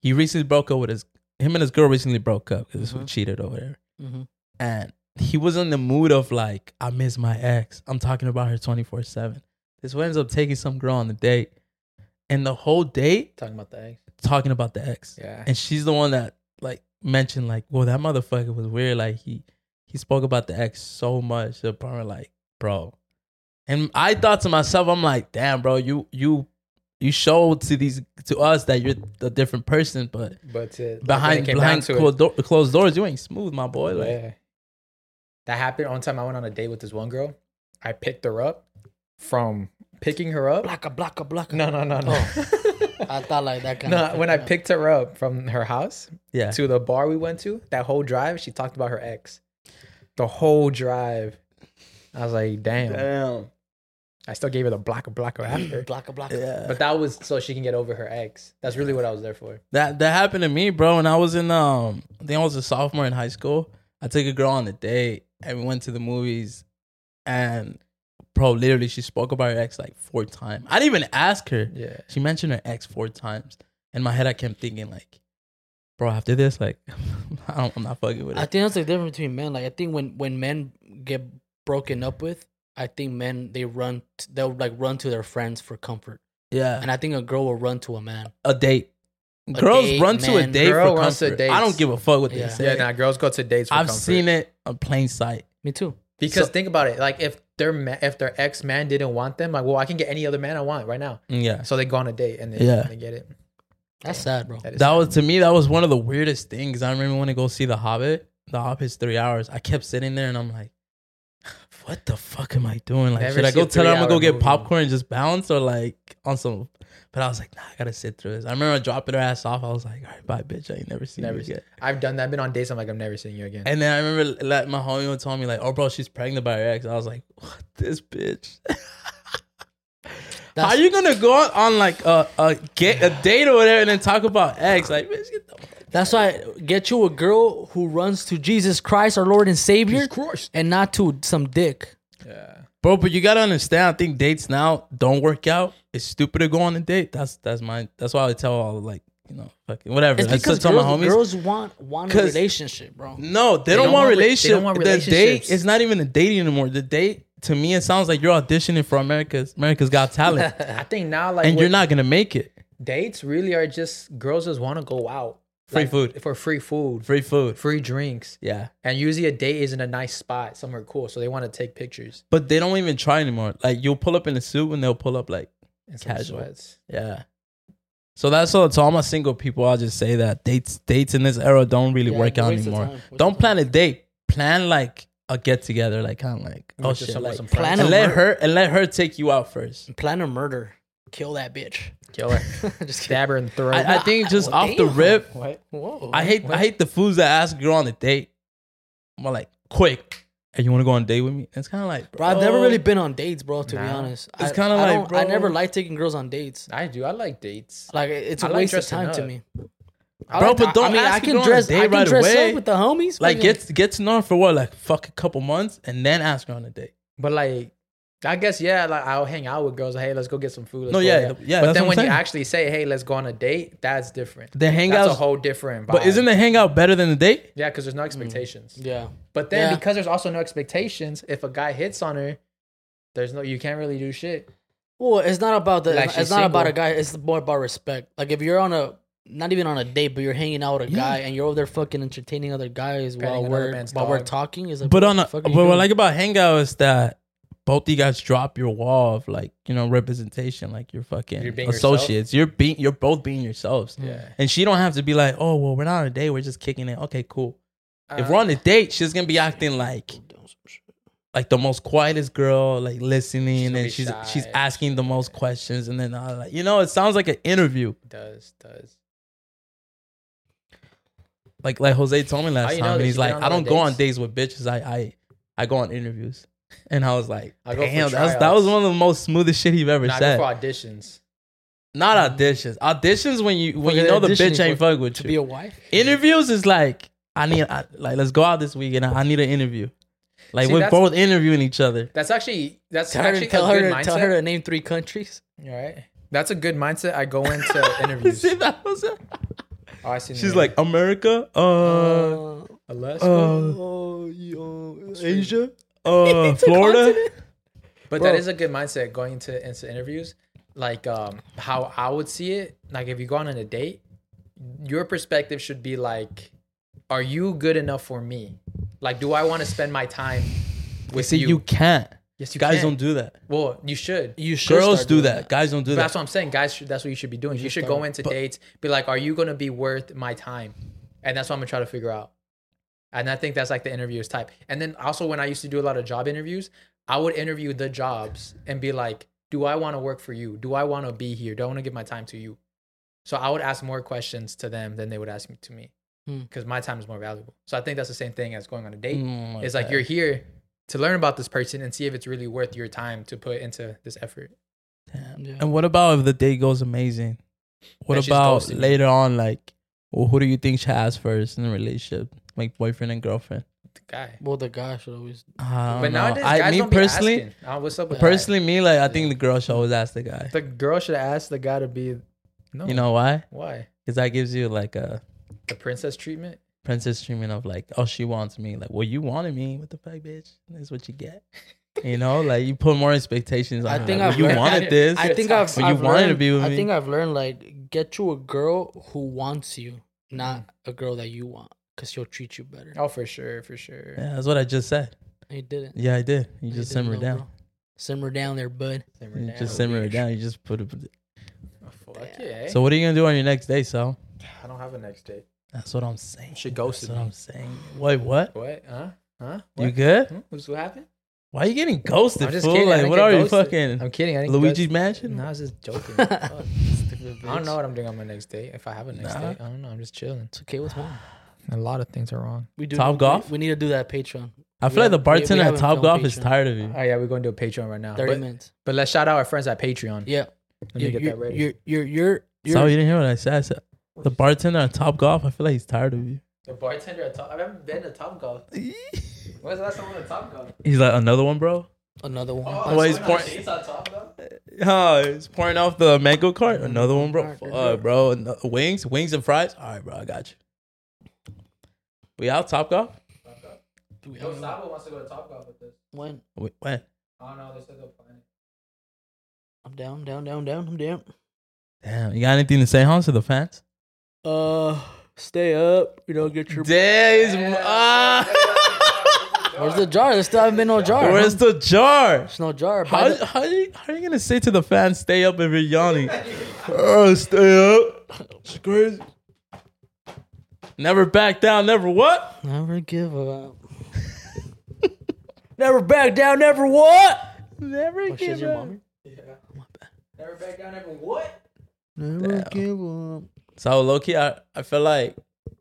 S1: He recently broke up with his him and his girl recently broke up because
S3: Mhm.
S1: we cheated or whatever.
S3: Mhm.
S1: And he was in the mood of like, I miss my ex. I'm talking about her 24 seven. This one ends up taking some girl on the date, and the whole date
S2: Talking about the eggs.
S1: talking about the ex.
S2: Yeah.
S1: And she's the one that like mentioned like, well, that motherfucker was weird. Like he he spoke about the ex so much to the point where like, bro. And I thought to myself, I'm like, damn, bro, you you you showed to these to us that you're a different person, but
S2: <laughs> But to, like, when
S1: behind
S2: it came
S1: behind
S2: down to it,
S1: closed, door, closed doors, you ain't smooth, my boy. Like,
S2: Yeah. That happened one time I went on a date with this one girl. I picked her up from picking her up.
S3: Blacka, blacka,
S2: <laughs>
S3: blacka.
S2: No, no, no, no. <laughs>
S3: I thought like that kind
S2: no,
S3: of.
S2: when I picked her up from her house
S1: yeah.
S2: to the bar we went to, that whole drive, she talked about her ex. The whole drive. I was like, damn.
S1: Damn.
S2: I still gave her the block of block after.
S3: <clears throat> blacka, blacka.
S1: Yeah.
S2: But that was so she can get over her ex. That's really what I was there for.
S1: That that happened to me, bro. When I was in um, I think I was a sophomore in high school. I took a girl on a date, and we went to the movies. And bro, literally, she spoke about her ex like four times. I didn't even ask her.
S2: Yeah.
S1: She mentioned her ex four times. In my head, I kept thinking like, bro, after this, like, <laughs> I don't, I'm not fucking with
S3: I
S1: it.
S3: think that's the difference between men. Like I think when when men get broken up with, I think men they run t- they'll like run to their friends for comfort,
S1: Yeah,
S3: and I think a girl will run to a man.
S1: a date. Girls
S3: date,
S1: run to a
S3: man.
S1: date
S2: Girl
S1: for
S2: wants to
S1: comfort.
S2: date.
S1: I don't give a fuck what
S3: Yeah.
S1: they say.
S2: Yeah, now girls go to dates for
S1: I've
S2: comfort.
S1: seen it on plain sight.
S3: Me too.
S2: Because
S1: So-
S2: think about it, like if their ma- if their ex man didn't want them, like well, I can get any other man I want right now.
S1: Yeah.
S2: So they go on a date and they,
S1: Yeah.
S2: and they get it.
S3: That's sad, bro.
S2: That is
S1: That was to me. That was one of the weirdest things. I remember when I go see The Hobbit. The Hobbit's three hours. I kept sitting there and I'm like, <sighs> "What the fuck am I doing? Like,
S2: Never
S1: should I
S2: see
S1: go
S2: a
S1: tell her I'm gonna go
S2: three-hour
S1: get
S2: movie.
S1: popcorn and just bounce or like on some?" But I was like, "Nah, I gotta sit through this." I remember dropping her ass off. I was like, "All right, bye, bitch. I ain't never seen
S2: Never
S1: you
S2: seen-
S1: again."
S2: I've done that. I've been on dates. I'm like, I'm never seeing you again.
S1: And then I remember like my homie would tell me like, "Oh, bro, she's pregnant by her ex." I was like, "What this bitch?" How
S3: That's-
S1: you gonna go out on like a a, get, a date or whatever and then talk about ex? Like, bitch, get the
S3: That's why get you a girl who runs to Jesus Christ, our Lord and Savior,
S2: course.
S3: and not to some dick.
S2: Yeah.
S1: Bro, but you gotta understand. I think dates now don't work out. It's stupid to go on a date. That's that's my. That's why I tell all like you know fucking whatever.
S3: It's
S1: I still
S3: because
S1: tell my
S3: girls,
S1: homies.
S3: girls want want a
S1: 'Cause-
S3: relationship, bro.
S1: no, they, don't, want
S2: don't want re- they
S1: relationship.
S2: don't want
S1: the date
S2: relationships.
S1: is not even a date anymore. The date to me, it sounds like you're auditioning for America's America's Got Talent,
S2: I think now, <laughs> like,
S1: and
S2: what-
S1: you're not gonna make it.
S2: dates really are just girls just want to go out.
S1: Free
S2: Like,
S1: food.
S2: For free food,
S1: Free food.
S2: free drinks.
S1: Yeah,
S2: And usually a date is in a nice spot, somewhere cool. So they want to take pictures
S1: but they don't even try anymore. Like you'll pull up in a suit, and they'll pull up like
S2: and some
S1: Casual.
S2: sweats.
S1: yeah. So that's all. To all my single people, I'll just say that dates dates in this era don't really
S3: Yeah,
S1: work out
S3: waste of
S1: anymore.
S3: time, waste of
S1: Don't
S3: time.
S1: plan a date. Plan like a get together, like kind of like oh
S2: With just
S1: shit,
S2: some-
S1: like,
S2: some
S3: plan
S2: friends.
S1: and
S3: a
S1: let
S3: murder.
S1: her and let her take you out first.
S3: Plan a murder, kill that bitch. <laughs>
S2: Kill her.
S3: Just kidding.
S2: Stab her in the throat.
S1: I, I think just
S3: Well,
S1: off the
S3: damn.
S1: rip,
S2: what?
S3: Whoa.
S1: I hate I hate the fools that ask a girl on a date. I'm like quick, hey, you want to go on a date with me? It's kind of like
S3: Bro, I've never
S1: bro,
S3: really been on dates, bro. To be
S2: Oh. Nah.
S3: honest,
S1: It's
S3: I-
S1: kinda
S3: I
S1: like,
S3: don't- I never
S1: bro.
S3: like taking girls on dates.
S2: I do. I like dates.
S3: Like it- it's a
S2: I like
S3: waste of
S2: dressing
S3: time to
S2: up.
S3: me,
S2: I
S1: Bro,
S2: like
S1: but
S2: to-
S1: don't
S3: I mean,
S1: ask
S3: I
S1: a
S3: can
S1: girl on a
S3: dress.
S1: date
S3: I can
S1: right
S3: dress
S1: away.
S3: up with the homies.
S1: like
S3: fucking-
S1: get get to know her for what like fuck a couple months and then ask her on a date.
S2: But like, I guess yeah, like I'll hang out with girls. Hey, let's go get some food. let's
S1: No,
S2: go,
S1: yeah, yeah,
S2: But
S1: that's
S2: then
S1: what I'm
S2: when
S1: saying.
S2: you actually say, hey, let's go on a date, that's different.
S1: The
S2: That's a
S1: hangouts,
S2: whole different. Vibe.
S1: but isn't Hmm. the hangout better than the date?
S2: Yeah, because there's no expectations.
S3: yeah.
S2: But then
S3: Yeah.
S2: because there's also no expectations, if a guy hits on her, there's no you can't really do shit.
S3: Well, it's not about the.
S2: Like,
S3: it's
S2: she's
S3: not about a
S2: single.
S3: guy. It's more about respect. Like if you're on a, not even on a date, but you're hanging out with a guy and you're over there fucking entertaining other guys
S2: Petting
S3: while
S2: another
S3: we're while
S2: man's
S3: we're
S2: dog.
S3: talking. Is like,
S1: But
S3: what
S1: on
S3: the
S1: a,
S3: fuck
S1: but
S3: are you
S1: what I
S3: doing?
S1: like about Hangout is that both you guys drop your wall of like you know representation, like your fucking
S2: You're being
S1: associates. You're being you're both being yourselves,
S2: Yeah.
S1: and she don't have to be like, oh well, we're not on a date, we're just kicking it. Okay, cool. if we're on
S2: Uh,
S1: a date, she's gonna be acting like like the most quietest girl, like
S2: She's
S1: listening,
S2: gonna
S1: and
S2: be
S1: she's
S2: shy.
S1: she's asking the most questions, and then uh, like you know, it sounds like an interview,
S2: does does.
S1: like like Jose told me last
S2: you know
S1: time, and
S2: that
S1: he's
S2: you get
S1: like,
S2: on
S1: I
S2: other
S1: don't go on dates
S2: dates?
S1: with bitches, I I I go on interviews, <laughs> and I was like,
S2: I go for
S1: damn, that's, that was
S2: tryouts.
S1: one of the most smoothest shit he've ever
S2: Not
S1: said.
S2: for auditions.
S1: Not auditions, auditions when you when
S3: Fucking
S1: you know the
S3: auditioning
S1: bitch ain't
S3: for-
S1: fuck with
S3: to
S1: you.
S3: be a wife.
S1: interviews is like I need I, like let's go out this weekend. I, I need an interview. Like
S2: See,
S1: we're
S2: that's-
S1: both interviewing each other.
S2: That's actually that's
S3: Tell her,
S2: actually
S3: to- tell
S2: a
S3: her,
S2: good
S3: to-
S2: mindset.
S3: tell her to name
S1: <laughs>
S3: three countries.
S2: All right. That's a good mindset. I go into interviews.
S1: See, that was it.
S2: Oh, I see.
S1: She's like America, uh,
S2: Oh,
S3: Uh,
S2: Alaska.
S1: uh, Asia, uh,
S3: <laughs> It's a
S1: Florida.
S3: continent.
S2: But
S3: Bro.
S2: that is a good mindset going into into interviews. Like um how I would see it, like if you go on a date, your perspective should be like, are you good enough for me? Like, do I want to spend my time with
S1: See, you,
S2: you?
S1: can't.
S2: Yes, you
S1: Guys
S2: can.
S1: don't do that.
S2: Well, you should.
S3: You should
S1: Girls
S3: start
S1: do
S3: doing
S1: that. Guys don't do
S2: But that's
S1: that.
S2: what I'm saying, guys. Should, that's what you should be doing. You,
S3: should
S2: should
S3: start-
S2: go into dates, be like, "Are you gonna be worth my time?" And that's what I'm gonna try to figure out. And I think that's like the interviewer's type. And then also, when I used to do a lot of job interviews, I would interview the jobs and be like, "Do I want to work for you? Do I want to be here? Do I want to give my time to you?" So I would ask more questions to them than they would ask me to me
S3: Hmm.
S2: because my time is more valuable. So I think that's the same thing as going on a date.
S1: Mm,
S2: It's like
S1: that.
S2: you're here to learn about this person and see if it's really worth your time to put into this effort.
S1: Damn.
S3: Yeah.
S1: And what about if the date goes amazing? What
S2: Then she's
S1: about
S2: ghosting you.
S1: later on? Like, well, who do you think she has first in the relationship, like boyfriend and girlfriend?
S2: The guy.
S3: Well, the guy should always.
S1: I don't
S2: But
S1: know.
S2: nowadays,
S1: I,
S2: guys
S1: me
S2: don't be
S1: personally,
S2: asking. Uh, what's up with that?
S1: personally, me like I think the girl should always ask the guy.
S2: The girl should ask the guy to be. No,
S1: You know why?
S2: why
S1: Because that gives you like a
S2: the princess treatment?
S1: princess treatment of like, oh, she wants me. Like, well, you wanted me. What the fuck, bitch? That's what you
S2: <laughs>
S1: get. You know, like you put more expectations. On
S3: I
S1: her.
S3: think
S1: Like,
S3: I've
S1: you
S3: learned-
S1: wanted this.
S3: I think I've.
S1: Well, you
S3: I've
S1: wanted to
S3: learned-
S1: be with
S3: I
S1: me.
S3: think I've learned like get you a girl who wants you,
S1: Mm-hmm.
S3: not a girl that you want, because she'll treat you better.
S2: Oh, for sure, for sure.
S1: yeah, that's what I just said.
S3: And you didn't.
S1: Yeah, I did. You
S3: You
S1: just
S3: didn't
S1: simmer
S3: know,
S1: down.
S3: bro. Simmer down there, bud.
S2: Simmer
S1: You
S2: down,
S1: just simmer it
S2: bitch.
S1: down. You just put it.
S2: Oh, fuck yeah.
S1: So
S2: So
S1: what are you gonna do on your next day, Sal?
S2: I don't have a next date.
S1: That's what I'm saying.
S2: She ghosted
S1: That's what
S2: me.
S1: I'm saying. Wait, what?
S2: What? Huh? Huh?
S1: You
S2: What?
S1: good?
S2: Hmm? What's what happened?
S1: Why are you getting ghosted, fool?
S2: I
S1: Like,
S2: didn't
S1: what
S2: get
S1: are you
S2: ghosted.
S1: fucking
S2: I'm kidding. I didn't get
S1: Luigi's
S2: ghosted.
S1: Mansion?
S2: No, I was
S1: <laughs>
S2: just
S3: <laughs>
S2: joking. Fuck.
S3: Stupid
S2: I don't know
S3: bitch.
S2: what I'm doing on my next date. If I have a next
S1: Nah.
S2: date, I don't know. I'm just chilling.
S3: It's okay. What's wrong?
S2: A lot of things are wrong.
S3: We do.
S1: Top
S3: we-
S1: golf?
S3: We, need to do that Patreon.
S1: I
S3: We
S1: feel like the
S3: have- we- we
S1: bartender at
S3: haven't
S1: Top
S3: found
S1: Golf is
S3: Patreon.
S1: tired of you.
S2: Oh yeah, we're going to do a Patreon right now.
S3: Thirty
S2: But,
S3: minutes.
S2: but let's shout out our friends at Patreon.
S3: Yeah.
S2: Let me get that ready.
S3: You're you're you're. you're,
S1: Sal, you didn't hear what I said. I said the bartender at Top Golf. I feel like he's tired of you.
S2: The bartender at Top. I haven't been to Top Golf. When's the last time I went to Top Golf?
S1: He's like another one, bro.
S3: another one.
S1: Oh, he's pouring- Oh, he's pouring off the mango cart. Another one, bro.
S3: Alright,
S1: Fuck, bro. Ano- Wings, wings and fries. All right, bro. I got you. We out Top Golf.
S3: Do we have another
S2: wants to go to Top Golf with us.
S3: one?
S1: Wait, when?
S2: I don't know. They said they'll plan it.
S3: I'm down, down, down, down. I'm down.
S1: Damn, you got anything to say, Hans, to the fans?
S3: Uh, stay up. You know, get your.
S1: Damn, he's- ah.
S3: Where's the jar? There still haven't been no jar.
S1: Where's
S3: huh?
S1: the jar?
S3: There's no jar. Buy
S1: How,
S3: the-
S1: how, are you, how are you gonna say to the fans, stay up if you're yawning? oh, stay up. It's crazy. Never back down, never what?
S3: Never give up. never back down. Never what?
S1: Never
S3: Oh, she's your mommy.
S2: Never back down. Never what?
S3: Never give up.
S1: So Loki, I, I feel like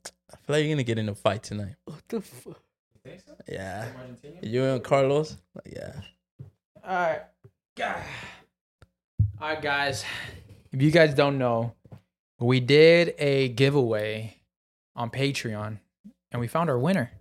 S1: I feel like you're gonna get in a fight tonight.
S3: What the fuck?
S1: Yeah. You and Carlos? Like, yeah.
S2: All right. Gah. All right, guys. If you guys don't know, we did a giveaway on Patreon, and we found our winner.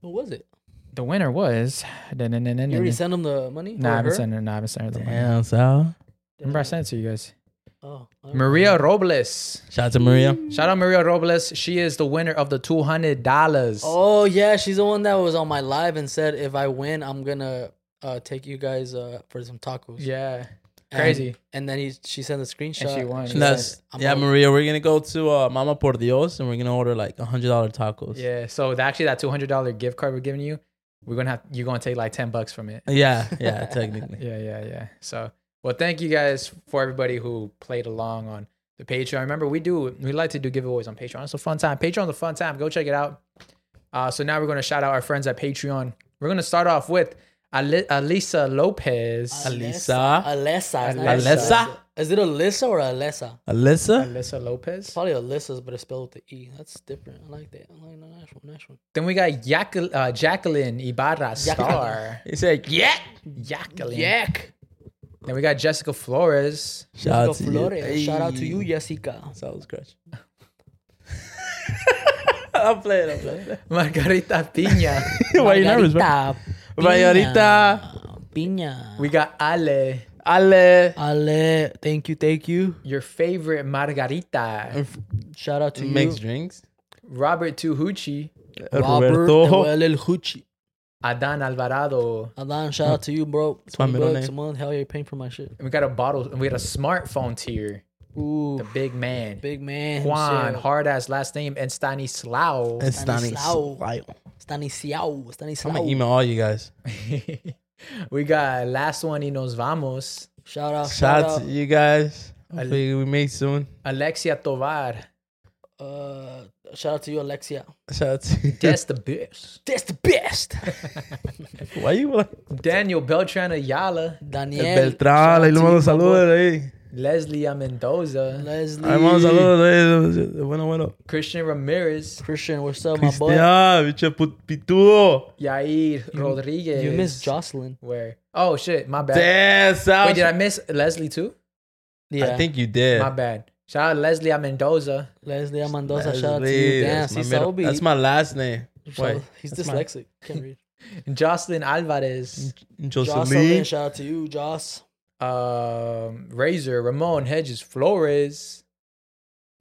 S3: What was it?
S2: The winner was.
S3: You already sent him the money?
S2: Nah, I
S3: Or
S2: haven't
S3: her?
S2: sent her. Nah, I haven't sent her the winner.
S1: Damn, Sal.
S2: Remember, I sent it to you guys.
S3: Oh, I don't
S2: Maria Robles.
S1: Shout out to Maria.
S2: Shout out Maria Robles. She is the winner of the two hundred dollars.
S3: Oh yeah, she's the one that was on my live and said if I win, I'm gonna uh, take you guys uh, for some tacos.
S2: yeah,
S3: And-
S2: crazy.
S3: And then he she sent a screenshot.
S2: she won.
S1: And that's
S3: I'm
S1: yeah,
S3: out.
S1: Maria. We're gonna go to uh, Mama Por Dios and we're gonna order like hundred dollar tacos.
S2: Yeah. So th- actually, that two hundred dollar gift card we're giving you, we're gonna have you're gonna take like ten bucks from it.
S1: yeah, yeah. <laughs> Technically,
S2: Yeah, yeah, yeah. So well, thank you guys for everybody who played along on the Patreon. Remember, we do we like to do giveaways on Patreon. It's a fun time. Patreon's a fun time. Go check it out. Uh, so now we're gonna shout out our friends at Patreon. We're gonna start off with Ali- Alisa Lopez.
S1: Alisa.
S3: Alessa. it's not
S2: Alessa.
S3: Alessa. Is it Alyssa or Alessa?
S1: Alyssa.
S2: Alisa Lopez.
S3: It's probably Alyssa's, but it's spelled with the E. That's different. I like that. I like the nice one. Nice one.
S2: Then we got Jack- uh, Jacqueline Ibarra Star.
S1: He said, "Yeah."
S2: Jacqueline.
S3: Yak.
S2: Then we got Jessica Flores. <laughs>
S1: Shout out to
S3: Jessica Flores.
S1: you.
S3: Shout out to you,
S1: Hey.
S3: Jessica.
S1: Sounds crutch. I'm playing. I'm playing.
S2: Margarita
S3: <laughs>
S2: Pina.
S1: <laughs> Why you nervous, bro? Margarita.
S3: Piña.
S2: we got Ale,
S1: Ale.
S3: Ale. Thank you. Thank you.
S2: your favorite Margarita.
S3: Shout out to you.
S1: Makes drinks.
S2: Robert Tuhuchi,
S1: Roberto.
S3: Joel El Huchi.
S2: Adan Alvarado.
S3: Adan, shout out to you, bro.
S1: my
S3: 20
S1: middle
S3: bucks
S1: name.
S3: a month. Hell yeah, you're paying for my shit.
S2: And we got a bottle. and We got a smartphone tier.
S3: Ooh,
S2: The big man.
S3: big man.
S2: Juan,
S3: himself.
S2: hard ass last name, and Stanislao. <laughs>
S1: And
S3: Stanislao.
S1: Stanislao.
S3: Stanislao.
S1: I'm gonna
S3: Stanislao.
S1: email all you guys.
S2: we got last one y nos vamos.
S3: Shout out.
S1: Shout
S3: Uh, Shout
S1: out to
S3: out.
S1: you guys. Hopefully we meet soon.
S2: Alexia Tovar.
S3: Uh, shout out to you, Alexia.
S1: Shout out to you.
S2: That's the
S3: <laughs>
S2: best.
S3: That's the best.
S1: <laughs> Why you like
S2: Daniel Beltran Ayala.
S3: Daniel.
S1: Beltrán? Ahí le mando saludos ahí.
S2: Leslie Amendoza.
S1: Ahí mando
S3: Leslie.
S1: saludos ahí. Bueno, bueno.
S2: Christian Ramirez.
S3: Christian, what's up, my boy?
S1: Cristian, bicho put- pitudo.
S2: Yair Rodriguez.
S3: You missed E Jocelyn.
S2: Where? Oh, shit. My bad.
S1: Damn,
S2: Wait,
S1: Sal.
S2: did I miss Leslie too?
S3: Yeah.
S1: I think you did.
S2: My bad. Shout out Leslie Amendoza.
S3: Leslie Amandosa.
S1: Leslie,
S3: Shout out to you. Damn,
S1: that's, my
S3: see,
S1: middle-
S3: Saobi.
S1: that's my last name. Wait,
S3: He's
S1: that's my-
S3: dyslexic. Can't read.
S2: Jocelyn Alvarez.
S1: Jocelyn.
S3: Jocelyn, shout out to you, Joss.
S2: Um, Razor. Ramon Hedges Flores.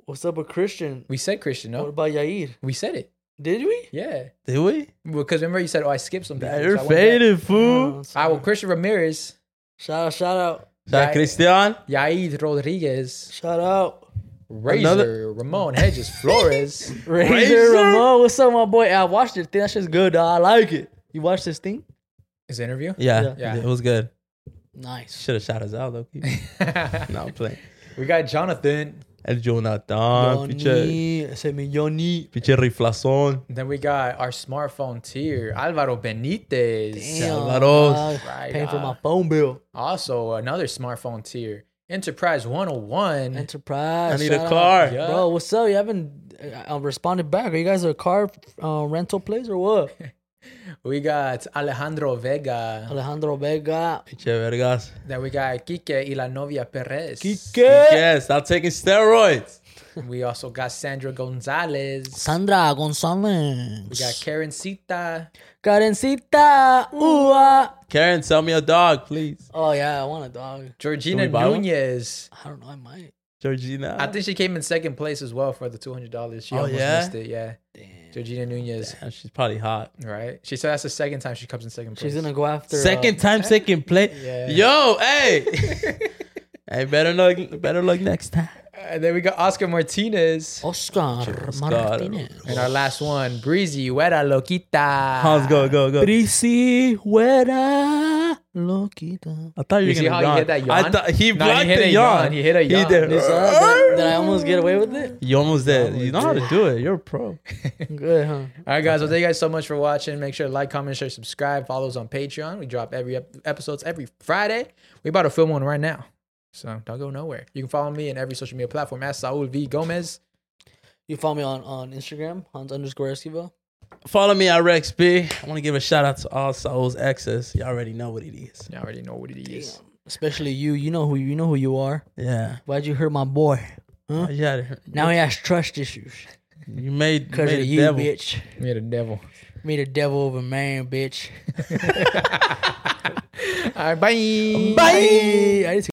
S3: What's up with Christian?
S2: We said Christian,
S3: What
S2: no?
S3: about Yair?
S2: We said it.
S3: Did we?
S2: Yeah.
S1: Did we?
S2: Because remember you said, oh, I skipped some people.
S1: You're
S2: so I went back.
S1: faded,
S3: Oh,
S1: fool.
S2: Ah,
S3: sorry.
S2: well, Christian Ramirez.
S3: Shout out, shout out,
S1: Shout out Cristian.
S2: Yair Rodriguez,
S3: shout out.
S2: Razor,
S1: Another-
S2: Ramon Hedges,
S3: <laughs>
S2: Flores.
S3: Razor,
S1: Razor?
S3: Ramon, what's up, my boy? I watched your thing. That shit's good. dawg. I like it. You watched this thing?
S2: His interview.
S1: Yeah,
S2: Yeah.
S1: it was good.
S3: Nice.
S1: Should have shot us out though. <laughs>
S2: <laughs>
S1: no, I'm playing.
S2: we got Jonathan.
S1: El Jonathan, pinche,
S3: Yoni, ese mi Yoni.
S1: pinche riflazón.
S2: Then we got our smartphone tier, Alvaro Benitez.
S3: Damn,
S1: Alvaro's.
S3: dawg.
S2: Right
S3: Paying for
S2: on.
S3: my
S1: ah.
S3: phone bill.
S2: Also, another smartphone tier, Enterprise 101.
S3: Enterprise.
S1: I need a
S3: shout out.
S1: car.
S2: Yeah.
S3: Bro, what's up? You haven't uh, uh, responded back. Are you guys a car uh, rental place or what? <laughs>
S2: we got Alejandro Vega.
S3: Alejandro Vega.
S1: Pinche vergas.
S2: Then we got Kike y la novia Perez.
S1: Yes, stop taking steroids.
S2: We also got Sandra Gonzalez.
S3: Sandra
S2: we got
S3: Gonzalez.
S2: Karen Sita.
S3: Karencita. Ooh. ah.
S1: Karen, sell me a dog, please.
S3: Oh, yeah, I want a dog.
S2: Georgina
S1: Can we buy one?
S2: Nunez.
S3: I don't know. I might. Uh,
S1: Georgina.
S2: I think she came in second place as well for the two hundred dollars. She
S1: Oh,
S2: almost
S1: yeah?
S2: missed it. Yeah, Georgina Nunez.
S1: Damn, she's probably hot.
S2: Right? She said that's the second time she comes in second place.
S3: She's going to go after. uh,
S1: Second time, second play.
S2: Yeah.
S1: Yo, hey. <laughs> hey, better luck, better luck next time.
S2: And then we got Oscar Martinez.
S3: Oscar
S1: Oscar.
S3: Martinez.
S2: And our last one, Breezy Huera Loquita.
S1: Hans, go, go, go.
S3: Prisi, huera, loquita.
S1: I thought you,
S2: You
S1: were
S2: see
S1: gonna
S2: how he
S1: yawn.
S2: hit that
S1: I
S2: yawn?
S1: thought he
S2: No, he
S1: blocked
S2: hit
S1: the
S2: a
S1: yawn.
S2: yawn. He hit a yawn.
S1: did.
S3: Did I, did I almost get away with it?
S1: You almost did. You know how to do it. You're a pro.
S3: Good, huh?
S2: <laughs> All right, guys. Well, thank you guys so much for watching. Make sure to like, comment, share, subscribe. Follow us on Patreon. We drop every ep- episodes every Friday. We about to film one right now. So don't go nowhere. You can follow me in every social media platform at Saul V Gomez.
S3: You follow me on, on Instagram, Hans underscore Esquivel.
S1: Follow me at Rex B. I want to give a shout out to all Souls exes. You already know what it is.
S2: You already know what it is.
S3: Especially you. You know who you know who you are.
S1: Yeah.
S3: Why'd you hurt my boy? Huh?
S1: Yeah.
S3: Now he has trust issues.
S1: You made, you
S3: Because
S1: made
S3: of
S1: a
S3: you,
S1: devil.
S3: bitch.
S2: Me the devil. <laughs>
S3: Me the devil of a man, bitch.
S2: All right, bye.
S3: Bye. I just